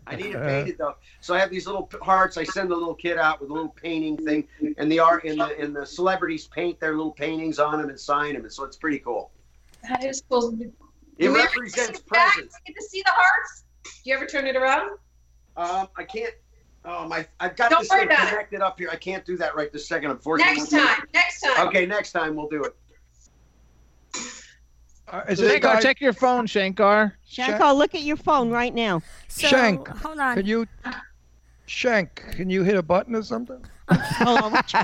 S14: I need it
S6: Uh.
S14: painted though. So I have these little p- hearts. I send the little kid out with a little painting thing, and the art and the and the celebrities paint their little paintings on them and sign them, and so it's pretty cool.
S13: That is cool. Do
S14: It
S13: you ever
S14: represents
S13: see the back?
S14: presence.
S13: Do you Get to see the hearts. Do you ever turn it around?
S14: Um, I can't. Oh my! I've got
S13: Don't
S14: this
S13: worry
S14: thing
S13: about it.
S14: connected up here. I can't do that right this second, unfortunately.
S13: Next time. Next time.
S14: Okay, next time we'll do it.
S6: is
S9: this
S4: Shankar,
S9: guy-
S4: check your phone, Shankar.
S9: Shankar, look at your phone right now.
S6: Shank,
S7: hold on.
S6: can you? Shank, can you hit a button or something?
S4: (laughs)
S7: (laughs)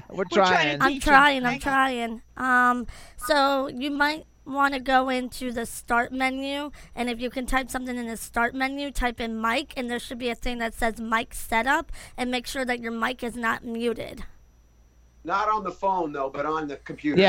S4: We're
S6: trying.
S7: I'm trying. I'm trying. Um, so you might want to go into the start menu, and if you can type something in the start menu, type in mic, and there should be a thing that says mic setup, and make sure that your mic is not muted.
S14: Not on the phone though, but on the computer.
S7: He's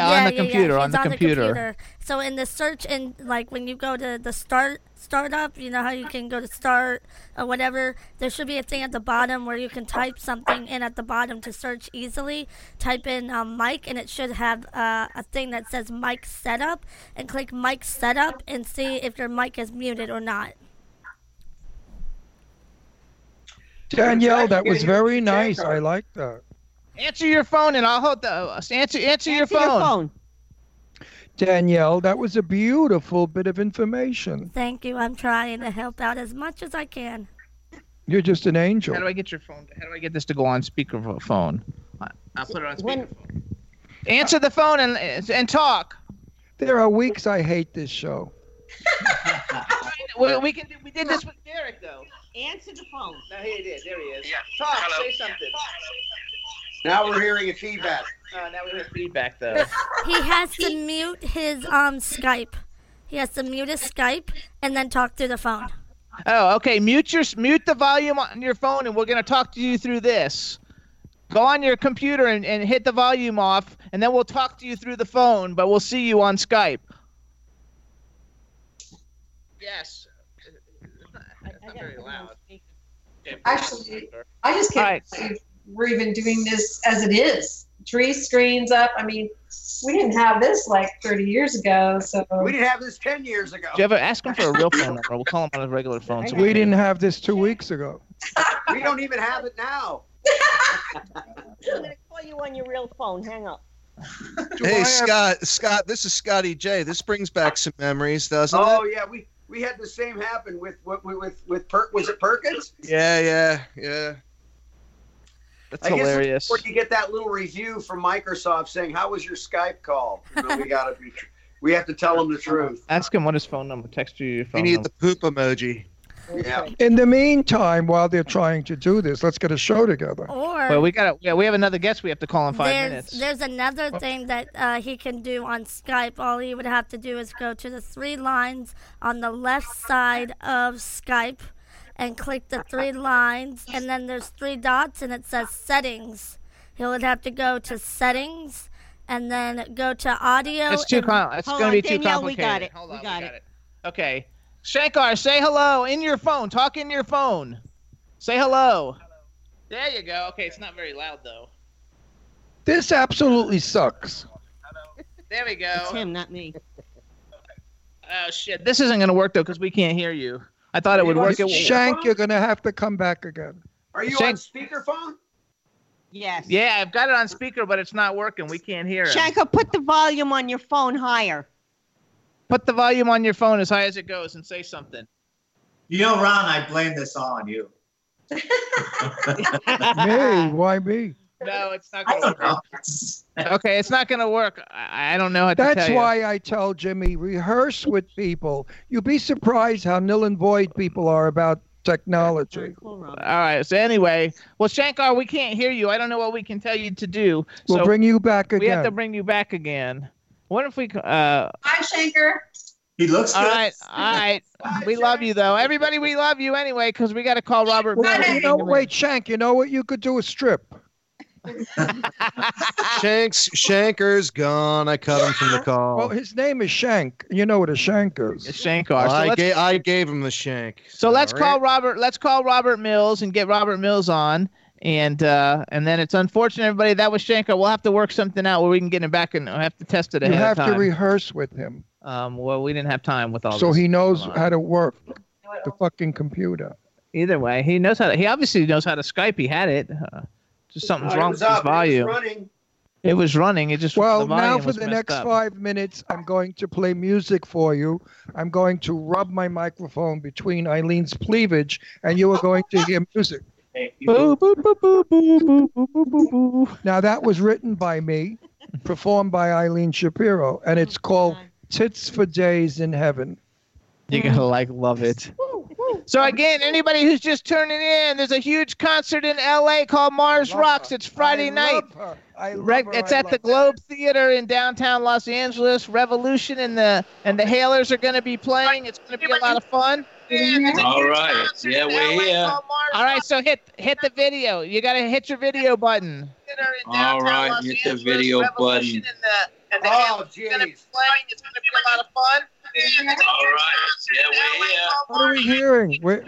S7: So in the search and like when you go to the start startup, you know how you can go to start or whatever. There should be a thing at the bottom where you can type something in at the bottom to search easily. Type in um, mic and it should have uh, a thing that says mic setup and click mic setup and see if your mic is muted or not.
S6: Danielle, that was very nice. I like that.
S4: Answer your phone, and I'll hold the answer. Answer, your,
S6: your
S4: phone.
S6: phone. Danielle, that was a beautiful bit of information.
S7: Thank you. I'm trying to help out as much as I can.
S6: You're just an angel.
S4: How do I get your phone? How do I get this to go on speakerphone? I'll put it on speakerphone. Answer the phone and and talk.
S6: There are weeks I hate this show.
S4: We, we can. do- We did this with Derek though.
S9: Answer the phone.
S4: No, here it is. There he is. Talk. Say something.
S14: Now we're hearing a feedback.
S4: Oh, now we hear feedback
S7: (laughs)
S4: though.
S7: he has to mute his um Skype. He has to mute his Skype and then talk through the phone.
S4: Oh, okay. Mute your mute the volume on your phone, and we're gonna talk to you through this. Go on your computer and, and hit the volume off, and then we'll talk to you through the phone, but we'll see you on Skype. Yes. very loud.
S13: Actually, I just can't
S4: All
S13: believe we're even doing this as it is. Three screens up. I mean, we didn't have this like 30 years ago. So
S14: We didn't have this ten years ago.
S4: Do you ever ask him for a real phone number? We'll call him on his regular phone.
S6: We didn't have this two weeks ago.
S14: (laughs) We don't even have it now.
S9: I'm going to call you on your real phone. Hang
S6: (laughs)
S9: up.
S5: hey, Scott, Scott, this is Scotty J. This brings back some memories, doesn't
S14: oh
S5: it?
S14: yeah, we we had the same happen with with with with Perk. Was it Perkins?
S5: Yeah, yeah, yeah.
S4: That's
S14: I guess
S4: hilarious.
S14: Before you get that little review from Microsoft saying, "How was your Skype call?" You know, we gotta be, we have to tell them
S4: (laughs)
S14: the truth.
S4: Ask him what his phone number. Text you your phone.
S5: need
S4: number.
S5: the poop emoji.
S14: Yeah.
S6: In the meantime, while they're trying to do this, let's get a show together.
S7: Or
S4: Well, we got. Yeah, we have another guest. We have to call in five
S7: there's,
S4: minutes.
S7: there's another thing that uh, he can do on Skype. All he would have to do is go to the three lines on the left side of Skype and click the three lines, and then there's three dots and it says settings. He would have to go to settings and then go to audio.
S4: It's too
S7: and-
S4: com- It's going to be too complicated.
S9: We got it.
S4: Okay. Shankar, say hello in your phone. Talk in your phone. Say hello. There you go. Okay, it's not very loud though.
S6: This absolutely sucks.
S4: There we go.
S9: It's him, not me.
S4: Oh shit! This isn't gonna work though because we can't hear you. I thought it would work. It
S6: Shank, you're gonna have to come back again.
S14: Are you
S4: Shank-
S14: on speakerphone?
S9: Yes.
S4: Yeah, I've got it on speaker, but it's not working. We can't hear it.
S9: Shankar, put the volume on your phone higher.
S4: Put the volume on your phone as high as it goes and say something.
S12: You know, Ron, I blame this all on you.
S6: (laughs) me? Why me?
S4: No, it's not gonna work. Okay, it's not gonna work. I, I don't know how to
S6: That's
S4: tell you.
S6: why I tell Jimmy rehearse with people. You'd be surprised how nil and void people are about technology.
S4: All right. So anyway, well, Shankar, we can't hear you. I don't know what we can tell you to do.
S6: We'll
S4: so
S6: bring you back
S4: We have to
S6: again.
S4: bring you back again. What if we? c- Uh,
S13: Hi, Shanker.
S12: He
S4: all right. All right. We love you though, everybody. We love you anyway because we got to call Robert.
S6: Well,
S4: Redford.
S6: you know, wait, Shank. You know what? You could do a strip.
S5: Shanks, Shanker's gone. I cut him from the call.
S6: Well, Oh, his name is Shank. You know what a shank is.
S4: Shankar. So
S5: I,
S4: let's-
S5: ga- I gave him the shank.
S4: So let's
S5: All
S4: call
S5: right.
S4: Robert. Let's call Robert Mills and get Robert Mills on. And uh, and then it's unfortunate, everybody. That was Shankar. We'll have to work something out where we can get him back, and we'll have to test it
S6: You
S4: ahead
S6: have
S4: of time.
S6: to rehearse with him
S4: um, well, we didn't have time with all
S6: so
S4: this.
S6: he knows
S4: Hold on.
S6: how to work the fucking computer.
S4: Either way, he knows how to. He obviously knows how to Skype. He had it. Uh, just something's
S14: No, Oh, it
S4: wrong
S14: was
S4: with his
S14: up. It was
S4: volume.
S14: running.
S4: It was running. It just
S6: Well,
S4: the volume
S6: now for
S4: was
S6: the
S4: messed
S6: next
S4: up.
S6: five minutes, I'm going to play music for you. I'm going to rub my microphone between Eileen's cleavage, and you are going to hear music.
S4: Boo, boo, boo, boo, boo, boo, boo, boo, boo, boo.
S6: Now, that was written by me, performed by Eileen Shapiro, and it's called Tits for Days in Heaven.
S4: You're gonna like love it. So again, anybody who's just tuning in, there's a huge concert in LA called Mars Rocks. It's Friday night. Reg- it's at the Globe Theater in downtown Los Angeles. Revolution and the and the Hailers are going to be playing. It's going to be a lot of fun.
S15: All right. Yeah, we're here.
S4: All right, so hit hit the video. You got to hit your video button.
S15: All right. Hit the video button.
S4: oh, jeez. It's going to be a lot of fun.
S15: All right. Yeah, we're here.
S6: What are we hearing? We're,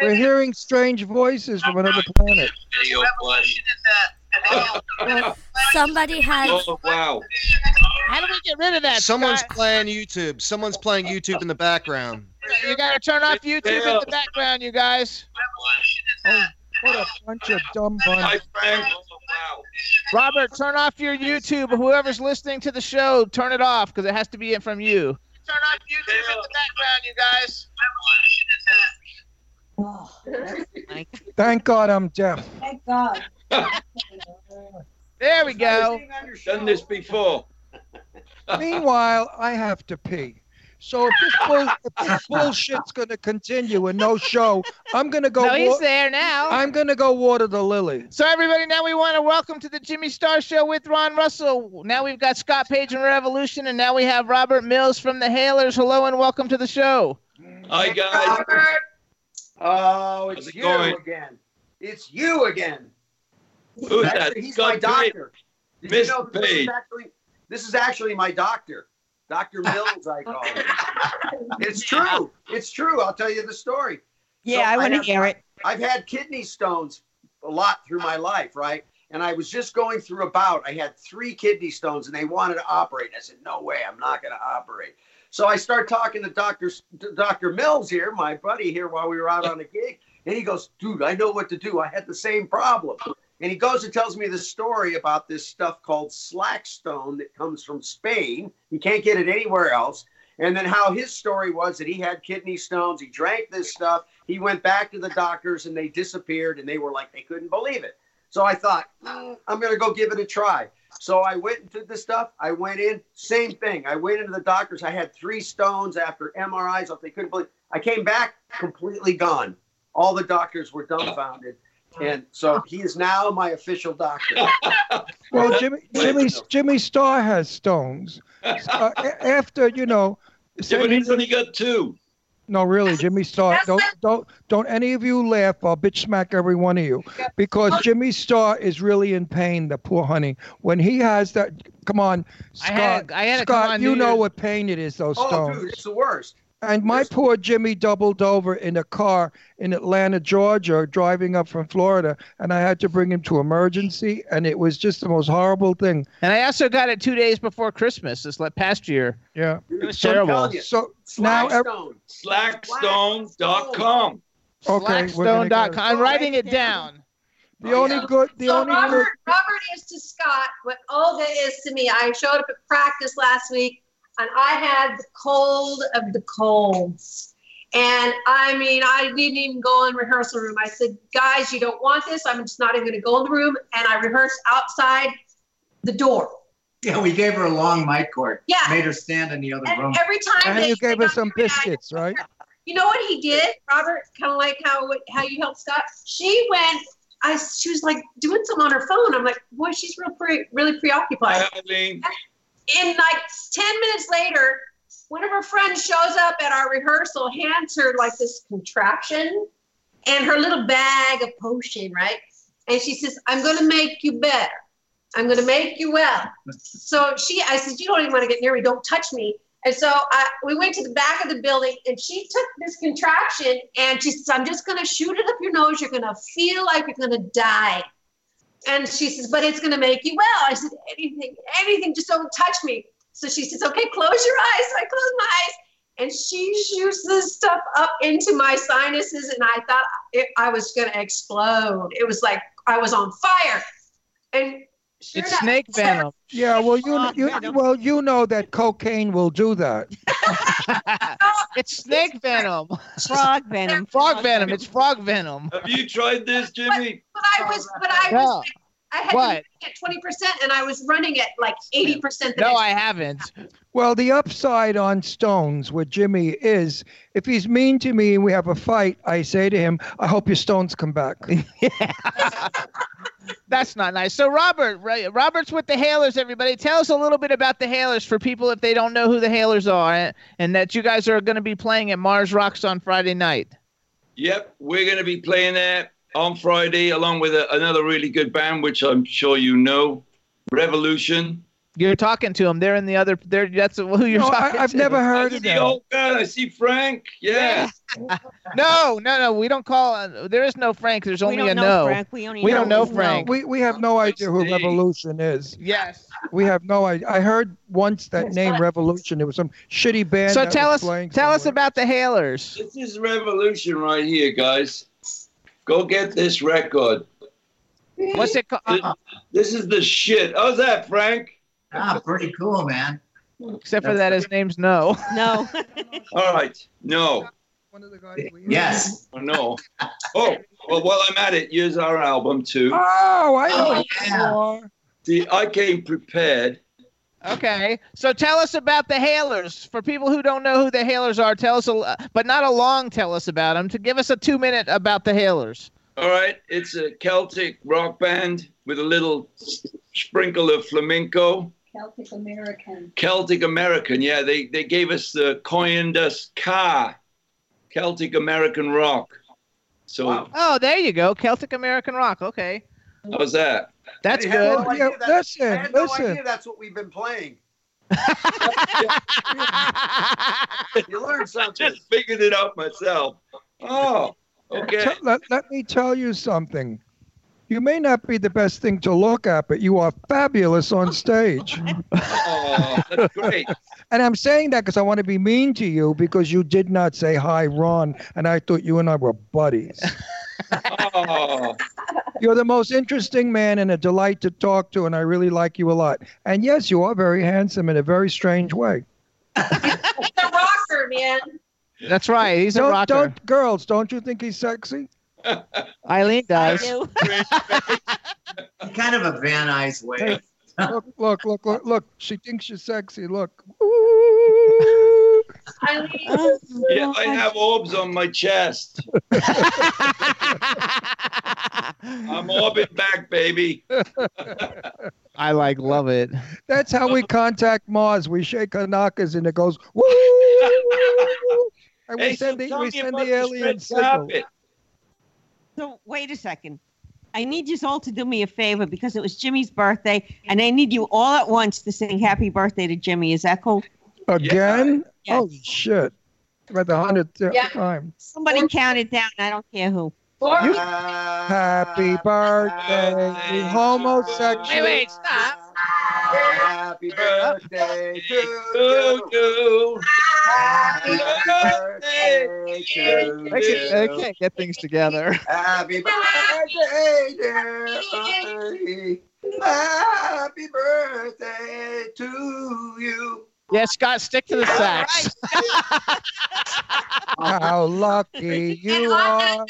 S6: we're hearing strange voices from another planet.
S15: Video button.
S7: Somebody has.
S15: Oh, wow.
S4: How do we get rid of that?
S5: Someone's playing YouTube. Someone's playing YouTube in the background.
S4: You got to turn off YouTube in the background, you guys.
S6: Oh, what a bunch of dumb bunnies.
S4: Robert, turn off your YouTube. Whoever's listening to the show, turn it off because it has to be in from you. Turn off YouTube in the background, you guys.
S6: Thank God I'm deaf.
S15: Thank God.
S4: There we go.
S15: Done this before.
S6: Meanwhile, I have to pee. So if this, bull, if
S4: (laughs)
S6: this bullshit's going to continue and no show, I'm going to go.
S4: No, he's
S6: wa-
S4: there now.
S6: I'm going to go water the lily.
S4: So everybody, now we want to welcome to the Jimmy Star Show with Ron Russell. Now we've got Scott Page and Revolution, and now we have Robert Mills from the Hailers. Hello and welcome to the show.
S15: Hi, guys.
S14: Oh, it's
S15: it
S14: you
S15: going?
S14: again. It's you again.
S15: Who's that?
S14: Actually, He's
S15: Scott
S14: my doctor. Did you
S15: Miss
S14: know this is
S15: Page.
S14: actually this is actually my doctor, Doctor Mills. I call him.
S15: (laughs)
S14: It's true. It's true. I'll tell you the story.
S9: Yeah, I wanna
S14: have-
S9: hear it.
S14: I've had kidney stones a lot through my life, right? And I was just going through a bout. I had three kidney stones, and they wanted to operate. I said, "No way, I'm not going to operate." So I start talking to Doctor Doctor Mills here, my buddy here, while we were out on a gig, and he goes, "Dude, I know what to do. I had the same problem." And he goes and tells me the story about this stuff called slackstone that comes from Spain. You can't get it anywhere else. And then how his story was that he had kidney stones. He drank this stuff. He went back to the doctors and they disappeared and they were like, they couldn't believe it. So I thought, "Mm, I'm going to go give it a try. So I went and did the stuff. I went in, same thing. I went into the doctors. I had three stones after MRIs. If they couldn't believe, I came back completely gone. All the doctors were dumbfounded. And so he is now my official doctor.
S6: (laughs) Well,
S14: (laughs)
S6: Jimmy, Jimmy, Jimmy Star has
S4: (laughs)
S6: stones. Uh, a- after you know,
S15: Yeah, but he's only got two.
S6: No, really, Jimmy Star. Don't don't don't any of you laugh. I'll bitch smack every one of you because Jimmy Star is really in pain. The poor honey. When he has that, come on,
S4: I
S6: Scott.
S4: had- I had to come
S6: Scott,
S4: on
S6: you
S4: New
S6: know
S4: Year's-
S6: what pain it is. Those
S14: Oh,
S6: stones.
S14: dude, it's the worst.
S6: And my poor Jimmy doubled over in a car in Atlanta, Georgia, driving up from Florida, and I had to bring him to emergency, and it was just the most horrible thing.
S4: And I also got it two days before Christmas this la- past year.
S6: Yeah,
S4: it was
S6: So-
S4: terrible.
S6: So now, ev-
S15: Slackstone. Slackstone.com.
S6: okay, we're gonna go-
S4: Slackstone.com. I'm writing it down.
S6: The only good, the
S13: So
S6: only good.
S13: Robert, Robert is to Scott what Olga is to me. I showed up at practice last week and I had the cold of the colds. And I mean, I didn't even go in rehearsal room. I said, guys, you don't want this. I'm just not even going to go in the room. And I rehearsed outside the door.
S12: Yeah, we gave her a long mic cord.
S13: Yeah.
S12: Made her stand in the other room.
S13: And every time
S6: And
S13: they,
S6: you gave us some biscuits, right?
S13: you know what he did, Robert? Kind of like how how you helped Scott. She went. I she was like doing some on her phone. I'm like, boy, she's real pre, really preoccupied.
S15: Eileen.
S13: And like ten minutes later, one of her friends shows up at our rehearsal, hands her like this contraption and her little bag of potion, right? And she says, "I'm gonna make you better. I'm gonna make you well." So she, I said, "You don't even want to get near me. Don't touch me." And so I, we went to the back of the building, and she took this contraption, and she says, "I'm just gonna shoot it up your nose. You're gonna feel like you're gonna die." And she says, "But it's gonna make you well." I said, "Anything, anything. Just don't touch me." So she says, "Okay, close your eyes." So I close my eyes, and she shoots this stuff up into my sinuses, and I thought it, I was gonna explode. It was like I was on fire, and sure
S4: It's
S13: enough-
S4: snake venom.
S6: Yeah, well, you, you well, you know that cocaine will do that.
S4: It's snake venom.
S9: Frog venom.
S4: Frog venom. It's frog venom.
S15: Have you tried this, Jimmy?
S13: But I was, but I
S4: Yeah.
S13: was, I had
S4: Oh, What?
S13: been running at twenty percent, and I was running at like eighty percent.
S4: No, I haven't.
S6: Well, the upside on Stones with Jimmy is if he's mean to me and we have a fight, I say to him, I hope your Stones come
S4: (laughs)
S6: back.
S4: That's not nice. So Robert, right, Robert's with the Hailers. Everybody, tell us a little bit about the Hailers for people if they don't know who the Hailers are, and, and that you guys are going to be playing at Mars Rocks on Friday night.
S15: Yep, we're going to be playing there on Friday along with a, another really good band, which I'm sure you know, Revolution.
S4: You're talking to them. They're in the other. They're that's who you're
S6: No, I-
S4: talking.
S6: I've
S4: to.
S6: never heard of
S15: The old man, I see Frank. Yeah.
S4: No, no, no. We don't call. Uh, there is no Frank. There's only a no. Oh. We don't know Frank.
S6: We, we have no idea who Revolution is.
S4: Yes.
S6: We have no idea. I heard once that name Revolution. It was some shitty band.
S4: So
S6: that
S4: tell
S6: was
S4: us,
S6: playing.
S4: tell us about the Hailers.
S15: This is Revolution right here, guys. Go get this record.
S4: What's it uh-uh. called?
S15: This is the shit. How's that, Frank?
S12: Ah, pretty cool, man.
S4: Except for that, his name's No. (laughs)
S9: No.
S15: All right. No.
S12: Yes.
S15: Oh, no. Oh, well, while I'm at it, here's our album, too.
S6: Oh, I know.
S15: Oh,
S6: what you are.
S15: See, I came prepared.
S4: Okay, so tell us about the Hailers. For people who don't know who the Hailers are, tell us, a, but not a long tell us about them. To give us a two minute about the Hailers.
S15: All right. It's a Celtic rock band with a little s- sprinkle of flamenco.
S13: Celtic American.
S15: Celtic American. Yeah, they, they gave us the coined us car, Celtic American rock. So
S4: Oh, there you go, Celtic American rock. Okay,
S15: how's that?
S4: that's
S14: I
S4: good.
S14: had no idea that- I had no
S6: listen.
S14: idea that's what we've been playing. (laughs) you learned something.
S15: (laughs) Just figured it out myself. Oh, okay.
S6: Tell- let, let me tell you something. You may not be the best thing to look at, but you are fabulous on
S4: (laughs)
S6: stage.
S15: Oh, that's great.
S6: And I'm saying that because I want to be mean to you because you did not say hi, Ron, and I thought you and I were buddies.
S15: Oh,
S6: You're the most interesting man and a delight to talk to, and I really like you a lot. And yes, you are very handsome in a very strange way.
S13: He's a rocker, man.
S4: That's right. He's a
S6: don't,
S4: rocker.
S6: Don't, girls, don't you think he's sexy?
S4: Eileen does.
S12: Kind of a Van Nuys way. (laughs)
S6: look, look, look, look, look. She thinks you're sexy. Look.
S13: I mean,
S15: yeah, I have orbs on my chest. I'm orbit back, baby.
S4: I like love it.
S6: That's how we contact Mars. We shake our knockers and it goes, woo! And we
S15: Hey, so
S6: send the,
S15: tell
S6: we
S15: me
S6: send
S15: about
S6: the
S15: this
S6: alien
S15: red
S6: signal.
S15: carpet.
S9: So wait a second. I need you all to do me a favor because it was Jimmy's birthday, and I need you all at once to sing "Happy Birthday" to Jimmy. Is that cool?
S6: Again?
S9: Yeah.
S6: Holy shit. About the hundredth
S9: Yeah.
S6: time.
S9: Somebody counted down. I don't care who.
S6: You- happy birthday, homosexual.
S4: Wait, wait, stop.
S14: Happy birthday to
S15: you.
S14: Happy birthday to you.
S4: Okay, okay, get things together.
S14: Happy birthday, dear Marie. Happy birthday to you.
S4: Yeah, Scott, stick to the sax. (laughs)
S6: How lucky you
S11: I
S6: are.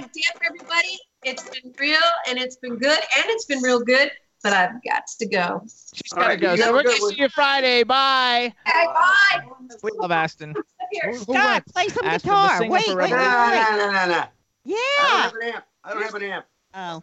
S11: gotta dip, everybody. It's been real and it's been good and it's been real good, but I've got to go.
S4: She's gotta go. So we're gonna see you Friday. Bye.
S11: Okay, bye.
S4: We love Aston.
S11: Here.
S9: Scott, play some
S4: Ask them to
S9: guitar.
S4: sing
S9: Wait,
S4: up a
S9: wait, wait,
S4: record.
S14: No, no,
S9: wait.
S14: no, no.
S9: Yeah.
S14: I don't have an amp. I don't have an amp.
S4: uh,
S9: Oh.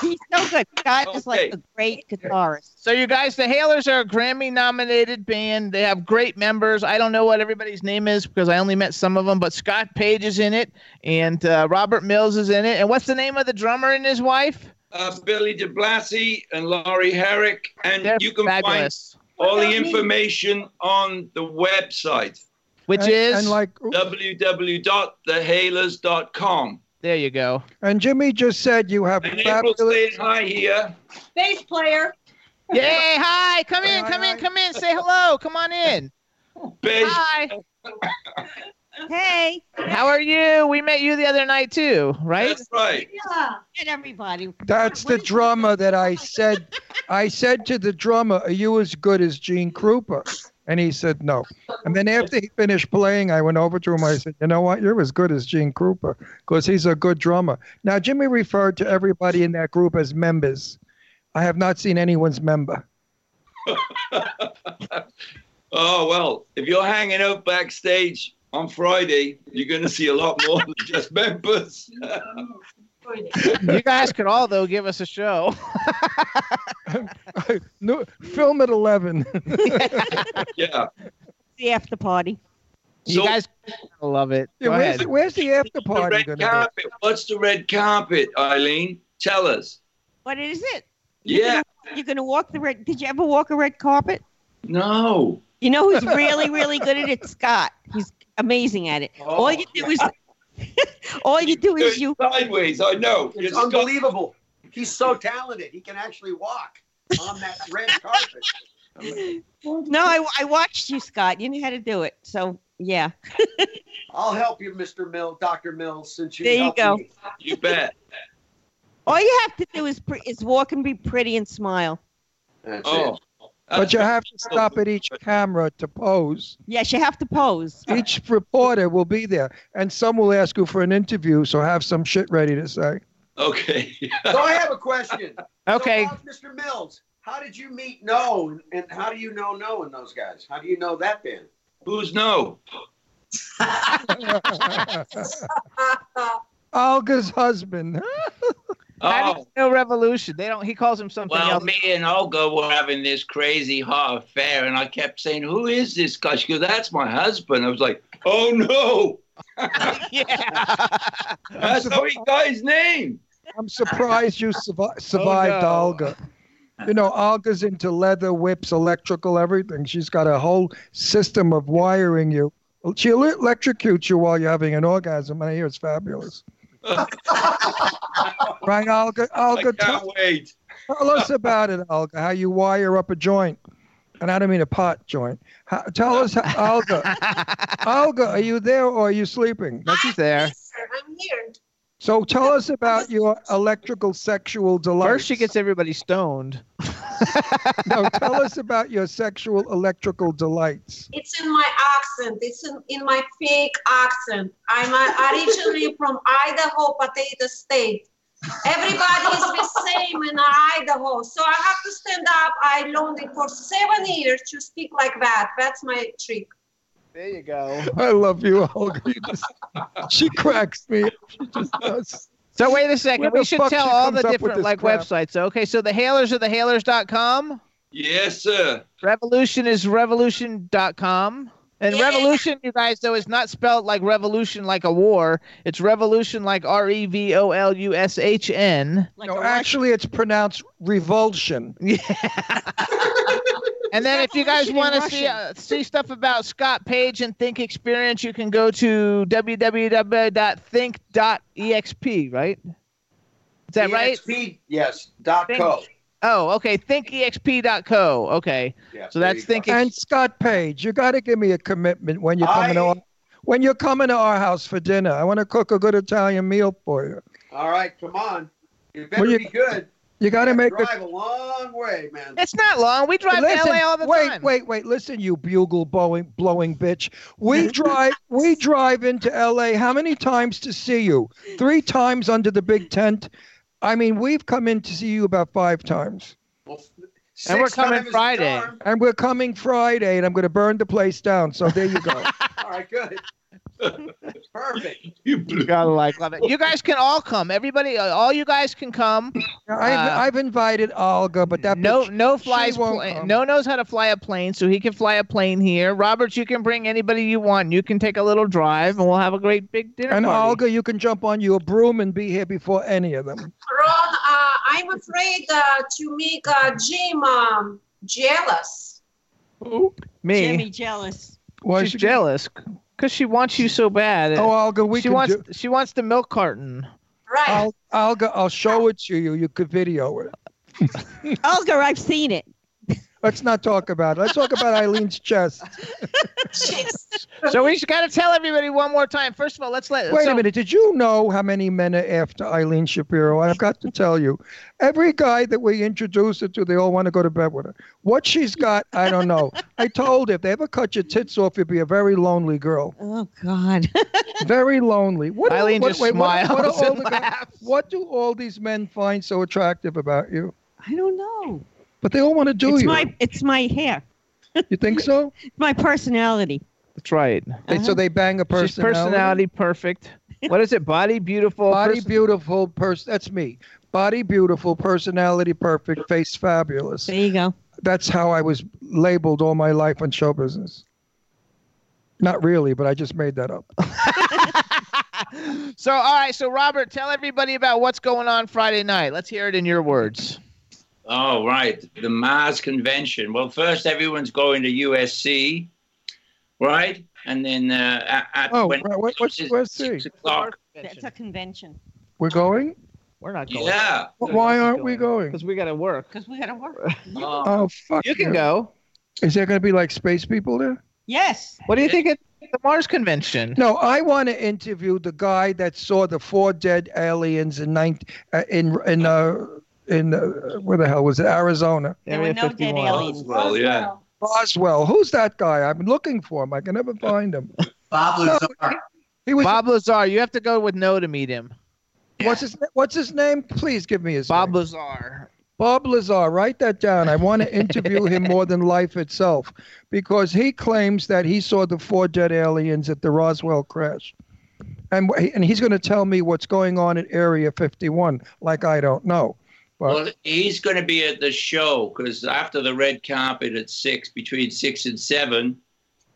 S9: He's so good. Scott is like a great guitarist.
S4: So you guys, the Hailers are a Grammy-nominated band. They have great members. I don't know what everybody's name is because I only met some of them, but Scott Page is in it, and uh, Robert Mills is in it. And what's the name of the drummer and his wife?
S15: Uh, Billy de Blasi and Laurie Herrick, and you can
S4: fabulous.
S15: find all the information on the website,
S4: Which
S6: And-
S4: is
S6: and like
S15: www.thehalers.com.
S4: There you go.
S6: And Jimmy just said you have
S15: And April's
S6: fabulous.
S15: saying hi here.
S11: Bass player.
S4: Yay! Hi, come in, come in, come in. Say hello. Come on in.
S15: Bass.
S4: Hi.
S9: Hey.
S4: How are you? We met you the other night too, right?
S15: right.
S9: Yeah. And everybody.
S6: That's the drummer
S9: Oh
S6: that I said. I said to the drummer, "Are you as good as Gene Krupa?" And he said no. And then after he finished playing, I went over to him. I said, "You know what? You're as good as Gene Krupa because he's a good drummer." Now Jimmy referred to everybody in that group as members. I have not seen anyone's member.
S15: Oh, well, if you're hanging out backstage on Friday, you're going to see a lot more
S4: (laughs)
S15: than just members.
S4: You guys could all though give us a show.
S6: (laughs) No, film at eleven.
S15: (laughs) yeah.
S9: The after party.
S4: You guys I love it.
S6: Yeah,
S4: Go
S6: where's,
S4: ahead.
S6: the, where's the after
S15: The
S6: party
S15: red
S6: going to
S15: carpet. What's the red carpet, Eileen? Tell us.
S9: What is it?
S15: Yeah.
S9: You're gonna walk the red. Did you ever walk a red carpet?
S15: No.
S9: You know who's really, really good at it? (laughs) Scott. He's amazing at it. all you do is, (laughs) all you do is you.
S15: Sideways, I know.
S14: It's unbelievable. He's so talented. He can actually walk on that
S15: (laughs)
S14: red carpet.
S9: No, I, I watched you, Scott. You knew how to do it. So yeah.
S14: I'll help you, Mr. Mill, Dr. Mills, since you
S9: There you
S14: helped
S9: go.
S14: me.
S15: You bet.
S9: All you have to do is pre- is walk and be pretty and smile.
S15: oh.
S6: But you have to stop at each camera to pose.
S9: Yes, you have to pose.
S6: Each reporter will be there, and some will ask you for an interview. So have some shit ready to say.
S15: Okay. (laughs)
S14: (laughs) So I have a question.
S4: Okay.
S14: So, Bob, Mr. Mills, how did you meet No and how do you know No and those guys? How do you know that band?
S15: Who's No?
S6: (laughs) Olga's
S15: (laughs)
S6: husband.
S4: How
S15: Oh.
S4: do you know revolution? They don't. He calls him something
S15: Well,
S4: else.
S15: me and Olga were having this crazy hot affair, and I kept saying, "Who is this guy?" She goes, "That's my husband." I was like, "Oh no!" yeah, that's how he got his name. Oh,
S6: I'm surprised you survi- survived Olga. You know, Olga's into leather whips, electrical, everything. She's got a whole system of wiring you. She ele- electrocutes you while you're having an orgasm. I hear it's fabulous. right, Olga? Olga, tell,
S15: Wait.
S6: tell (laughs) us about it, Olga, how you wire up a joint. And I don't mean a pot joint. How, tell (laughs) us, how, Olga. Olga, are you there or are you sleeping?
S4: No, she's there.
S11: I'm here.
S6: So tell us about your electrical sexual delight.
S4: First, she gets everybody stoned.
S6: no, tell us about your sexual electrical delights.
S11: It's in my accent. It's in, in my fake accent. I'm uh, originally (laughs) from Idaho Potato State. Everybody is the same in Idaho. So I have to stand up. I learned it for seven years to speak like that. That's my trick.
S4: There you go.
S6: I love you, Olga. You just, she cracks me. She just does.
S4: So wait a second.
S6: Where
S4: We
S6: the
S4: should
S6: fuck
S4: tell
S6: she
S4: all
S6: comes
S4: the
S6: up with
S4: different
S6: this
S4: like
S6: crap?
S4: websites. Okay, so the Hailers are thehalers.com.
S15: Yes, sir.
S4: Revolution is revolution.com. And revolution, you guys, though, is not spelled like revolution like a war. It's revolution like R E V O L U S H N.
S6: no, actually, it's pronounced revulsion.
S4: Yeah. (laughs) And then if you guys want to see uh, see stuff about Scott Page and Think Experience, you can go to www.think.exp, E right? Is
S14: E
S4: that right?
S14: EXP, yes, dot co.
S4: Oh, okay. ThinkExp.co. Okay.
S14: Yeah,
S4: so that's Think
S6: And Scott Page, you got to give me a commitment when you're coming to our, when you're coming to our house for dinner. I want to cook a good Italian meal for you.
S14: All right, come on. You better
S6: Well, you-
S14: be good.
S6: You got to make a
S14: drive a long way, man.
S4: It's not long. We drive
S6: Listen,
S4: to LA all the
S6: wait,
S4: time.
S6: Wait, wait, Listen, you bugle blowing, blowing bitch.
S4: (laughs)
S6: We drive, we drive into LA. How many times to see you? Three times under the big tent. I mean, we've come in to see you about five times.
S14: Well, f-
S4: And we're
S14: six
S4: coming
S14: times the
S4: Friday.
S14: charm.
S6: And we're coming Friday, and I'm going to burn the place down. So there you go.
S14: All right, good. Perfect.
S4: (laughs) You gotta like love it. (laughs) You guys can all come. Everybody, uh, all you guys can come.
S6: I've,
S4: Uh,
S6: I've invited Olga, but that
S4: no,
S6: bitch,
S4: no
S6: she
S4: flies.
S6: won't
S4: pla-
S6: come.
S4: no knows how to fly a plane, so he can fly a plane here. Robert, you can bring anybody you want. You can take a little drive, and we'll have a great big dinner
S6: And
S4: party.
S6: Olga, you can jump on your broom and be here before any of them.
S11: Ron, uh, I'm afraid uh, to make uh, Jim um, jealous.
S4: Me,
S9: Jimmy jealous.
S6: Why
S4: she's jealous because she wants you so bad.
S6: Oh, Olga, we
S4: she
S6: can
S4: wants
S6: do-
S4: she wants the milk carton.
S11: Right.
S6: I'll, Olga, I'll show it to you. You could video it.
S9: Olga, I've seen it.
S6: Let's not talk about it. Let's talk about Eileen's chest.
S4: So we just gotta tell everybody one more time. First of all, let's let.
S6: Wait
S4: so-
S6: a minute. Did you know how many men are after Eileen Shapiro? I've got to tell you, every guy that we introduce her to, they all want to go to bed with her. What she's got, I don't
S9: (laughs)
S6: know. I told her if they ever cut your tits off, you'd be a very lonely girl.
S9: Oh God. (laughs)
S6: Very lonely. What do-
S4: Eileen
S6: what,
S4: just
S6: wait, what- what do
S4: smiles
S6: all
S4: and
S6: the guy- what do all these men find so attractive about you?
S9: I don't know.
S6: But they all want to do
S9: it's
S6: you.
S9: my it's my hair.
S6: You think so?
S9: (laughs) my personality. Uh,
S4: That's right.
S6: They- So they bang a
S4: She's personality perfect. What is it? Body beautiful.
S6: Body
S4: person-
S6: beautiful person. That's me. Body beautiful, personality perfect, face fabulous. There
S9: you go.
S6: That's how I was labeled all my life in show business. Not really, but I just made that up.
S4: So all right. So Robert, tell everybody about what's going on Friday night. Let's hear it in your words.
S16: Oh, right. The Mars convention. Well, first, everyone's going to USC, right? And then uh, at, at
S6: Oh,
S16: when
S6: right, what- what's
S16: it's
S6: USC?
S16: Six o'clock.
S9: That's a convention.
S6: We're going?
S4: We're not going.
S16: Yeah.
S6: W- Why aren't we going?
S4: Because we got to work. Um,
S9: Because we gotta work.
S6: Oh, fuck.
S4: You can
S6: yeah.
S4: go.
S6: Is there going to be like space people there?
S9: Yes.
S4: What do you think of the Mars convention?
S6: No, I want to interview the guy that saw the four dead aliens in nine, uh, in in uh, in uh, where the hell was it? Arizona.
S9: There were no dead aliens.
S16: Well, yeah.
S6: Boswell. Who's that guy? I've been looking for him. I can never find him.
S14: Bob Lazar.
S6: He was
S4: Bob Lazar. You have to go with no to meet him.
S6: what's his what's his name? Please give me his
S4: Bob
S6: name.
S4: Lazar.
S6: Bob Lazar, write that down. I
S4: (laughs)
S6: want to interview him more than life itself because he claims that he saw the four dead aliens at the Roswell crash. And, wh- and he's going to tell me what's going on at Area 51, like I don't
S4: (laughs)
S6: know. But
S16: Well, he's going to be at the show because after the red carpet at six, between six and seven,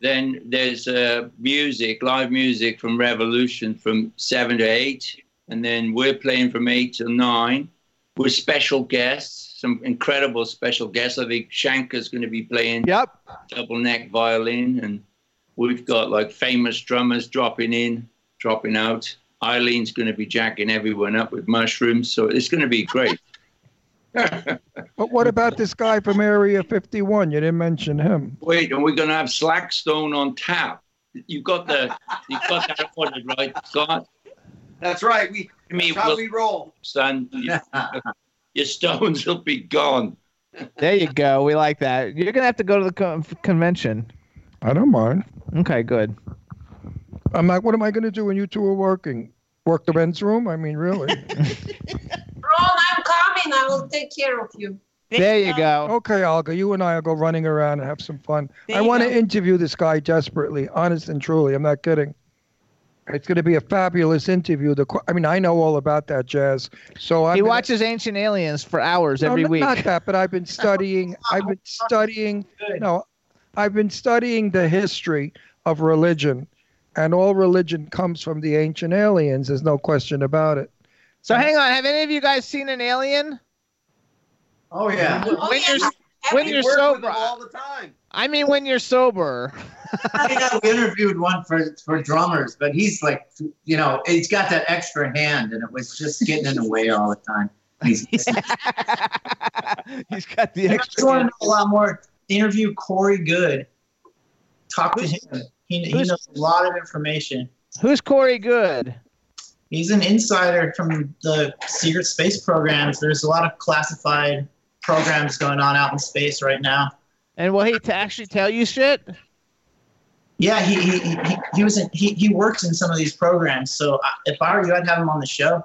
S16: then there's uh, music, live music from Revolution from seven to eight, and then we're playing from eight to nine with special guests, some incredible special guests. I think Shankar's going to be playing
S4: Yep.
S16: double neck violin, and we've got like famous drummers dropping in, dropping out. Eileen's going to be jacking everyone up with mushrooms, so it's going to be great.
S6: but what about this guy from Area 51? You didn't mention him.
S16: Wait, and we're going to have Slackstone on tap. You got the, you got
S14: (laughs)
S16: that ordered right, Scott?
S14: That's right. We,
S16: I mean,
S14: that's how
S16: we'll-
S14: we roll.
S16: Son, you- your stones will be gone.
S4: There you go. We like that. You're gonna have to go to the con- convention.
S6: I don't mind.
S4: Okay, good.
S6: I'm like, what am I going to do when you two are working? Work the men's room? I mean,
S4: (laughs)
S6: really?
S11: Ron, I'm coming. I will take care of you.
S4: There you go.
S6: Okay, Olga, you and I will go running around and have some fun.
S11: There
S6: I
S11: you
S6: want to
S11: go.
S6: interview this guy desperately, honest and truly. I'm not kidding. It's going to be a fabulous interview. The qu- I mean, I know all about that jazz, so I
S4: he watches Ancient Aliens for hours every week.
S6: Not that, but
S4: (laughs)
S6: I've been studying. I've been studying. No, I've been studying the history of religion, and all religion comes from the ancient aliens. There's no question about it.
S4: So hang on. Have any of you guys seen an alien?
S14: Oh yeah.
S4: When you're when
S14: We
S4: you're
S14: work with
S4: sober.
S14: them all the time.
S4: I mean, when you're sober.
S12: Yeah, we interviewed one for for drummers, but he's like, you know, he's got that extra hand, and it was just getting in the way all the time. He's,
S4: he's got the
S12: extra. I want to know a lot more. Interview Corey Good. Talk to him. He, he
S4: who's-
S12: knows a lot of information.
S4: Who's Corey Good?
S12: He's an insider from the secret space programs. There's a lot of classified programs going on out in space right now.
S4: And will he to actually tell you shit?
S12: Yeah, he he, he, he- he was in, he he works in some of these programs. So I, if I were you, I'd have him on the show.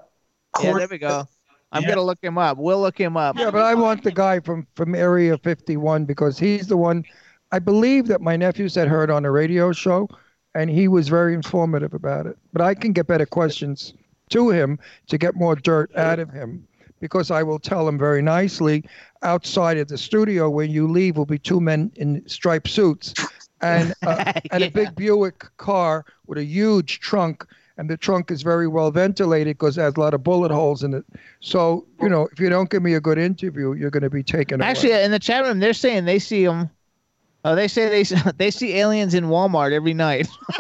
S4: Yeah, there we go. I'm gonna look him up. We'll look him up.
S6: Yeah, but I want the guy from from Area 51 because he's the one. I believe that my nephews had heard on a radio show, and he was very informative about it. But I can get better questions to him to get more dirt out of him because I will tell him very nicely outside of the studio when you leave will be two men in striped suits
S4: (laughs)
S6: and uh, and a big Buick car with a huge trunk and the trunk is very well ventilated because it has a lot of bullet holes in it. So, you know, if you don't give me a good interview, you're going to be taken away.
S4: Actually, in the chat room, they're saying they see him. Oh, they say they s- (laughs) they see aliens in Walmart every night. (laughs)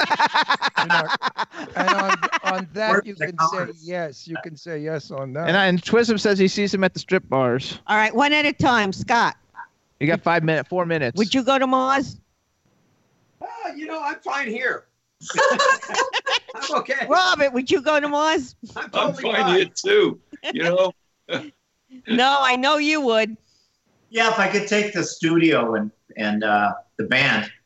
S6: and on,
S4: (laughs)
S6: on that, you can say yes. You can say yes on that.
S4: And I, and Twism says he sees him at the strip bars.
S9: All right, one at a time. Scott,
S4: You got five minutes, four minutes.
S9: would you go to Mars?
S14: Oh, you know, I'm fine here.
S9: I'm okay. Robert, would you go to Mars?
S15: I'm fine here too. You know,
S12: (laughs)
S9: no, I know you would.
S12: Yeah, if I could take the studio and and uh, the band. (laughs)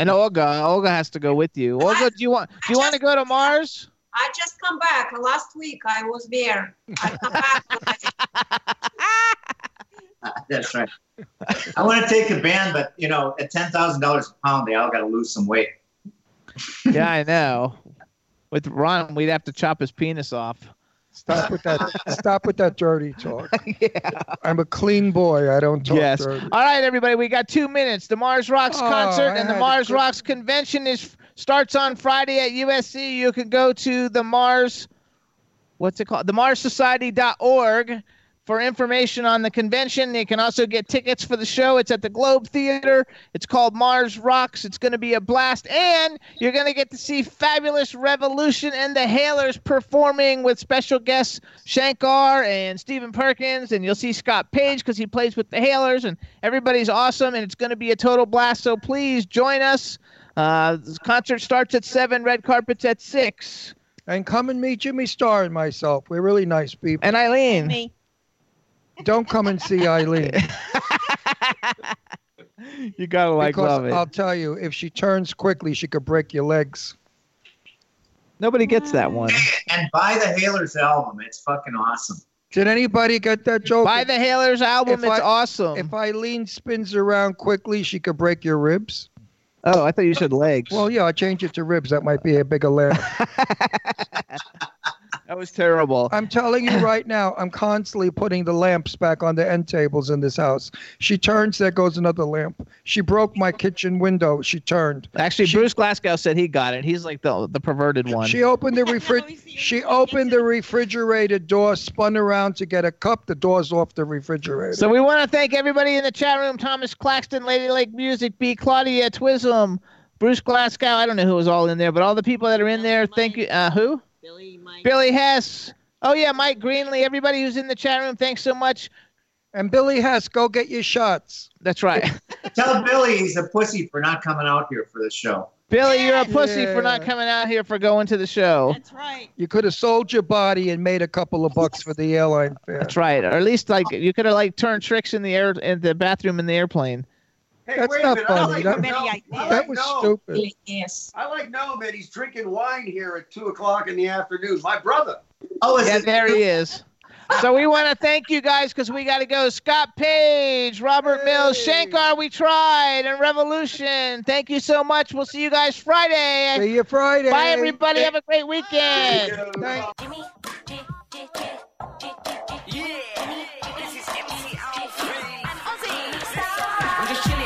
S4: And Olga, Olga has to go with you. Olga, do you want do you want to go to Mars?
S11: I just come back. Last week I was there. I come back.
S12: That's right. I want to take the band, but you know, at ten thousand dollars a pound, they all got to lose some weight.
S4: yeah, I know. With Ron, we'd have to chop his penis off.
S6: Stop with that. stop with that dirty
S4: (laughs)
S6: talk. I'm a clean boy. I don't talk
S4: Yes.
S6: dirty.
S4: All right, everybody, we got two minutes. The Mars Rocks
S6: Oh,
S4: concert
S6: I
S4: and
S6: had
S4: the
S6: a
S4: Mars
S6: good-
S4: Rocks convention is starts on Friday at USC. You can go to the Mars, what's it called? The MarsSociety.org for information on the convention. You can also get tickets for the show. It's at the Globe Theater. It's called Mars Rocks. It's going to be a blast, and you're going to get to see Fabulous Revolution and the Hailers performing with special guests Shankar and Stephen Perkins, and you'll see Scott Page because he plays with the Hailers, and everybody's awesome, and it's going to be a total blast. So please join us. Uh, the concert starts at seven. Red carpet's at six.
S6: And come and meet Jimmy Star and myself. We're really nice people.
S4: And Eileen.
S9: Me.
S6: Don't come and see Eileen.
S4: you gotta like
S6: because
S4: love it.
S6: I'll tell you, if she turns quickly, she could break your legs.
S4: Nobody gets that one.
S12: And buy the Hailers album; it's fucking awesome.
S6: Did anybody get that joke?
S4: Buy the Hailers album. it's awesome.
S6: If Eileen spins around quickly, she could break your ribs.
S4: Oh, I thought you said legs.
S6: Well, yeah, I change it to ribs. That might be a bigger laugh.
S4: that was terrible.
S6: I'm telling you right now, I'm constantly putting the lamps back on the end tables in this house. She turns, there goes another lamp. She broke my kitchen window. She turned.
S4: Actually, Bruce Glasgow said he got it. He's like the the perverted one.
S6: She opened the refri- She opened the refrigerator door, spun around to get a cup. The door's off the refrigerator.
S4: So we want to thank everybody in the chat room: Thomas Claxton, Lady Lake Music, B. Claudia Twism, Bruce Glasgow. I don't know who was all in there, but all the people that are in there. Thank you. Uh, who? Billy. Mike. Billy Hess. Oh yeah, Mike Greenley. Everybody who's in the chat room, thanks so much.
S6: And Billy Hess, go get your shots. (laughs)
S4: That's right.
S12: Tell Billy he's a pussy for not coming out here for the show.
S4: Billy, you're a pussy for not coming out here for going to the show. That's
S9: right.
S6: You could have sold your body and made a couple of bucks for the airline fare.
S4: That's right. Or at least like you could have like turned tricks in the air in the bathroom in the airplane.
S14: Hey,
S6: That's
S14: wait
S6: not
S14: a minute.
S6: funny.
S14: I like
S6: That-
S14: no,
S6: that
S14: I like
S6: was
S14: no.
S6: stupid.
S11: Yes.
S14: I like no that he's drinking wine here at two o'clock in the afternoon. My brother.
S12: Oh,
S4: yeah, there he is. So we want to thank you guys because we got to go. Scott Page, Robert Mills, Shankar, we tried, and Revolution. Thank you so much. We'll see you guys Friday.
S6: See you Friday.
S4: Bye, everybody. Have a great weekend.
S2: Jimmy, J- J- J- J- J- J- yeah, this is MC Alfred. I'm just chilling.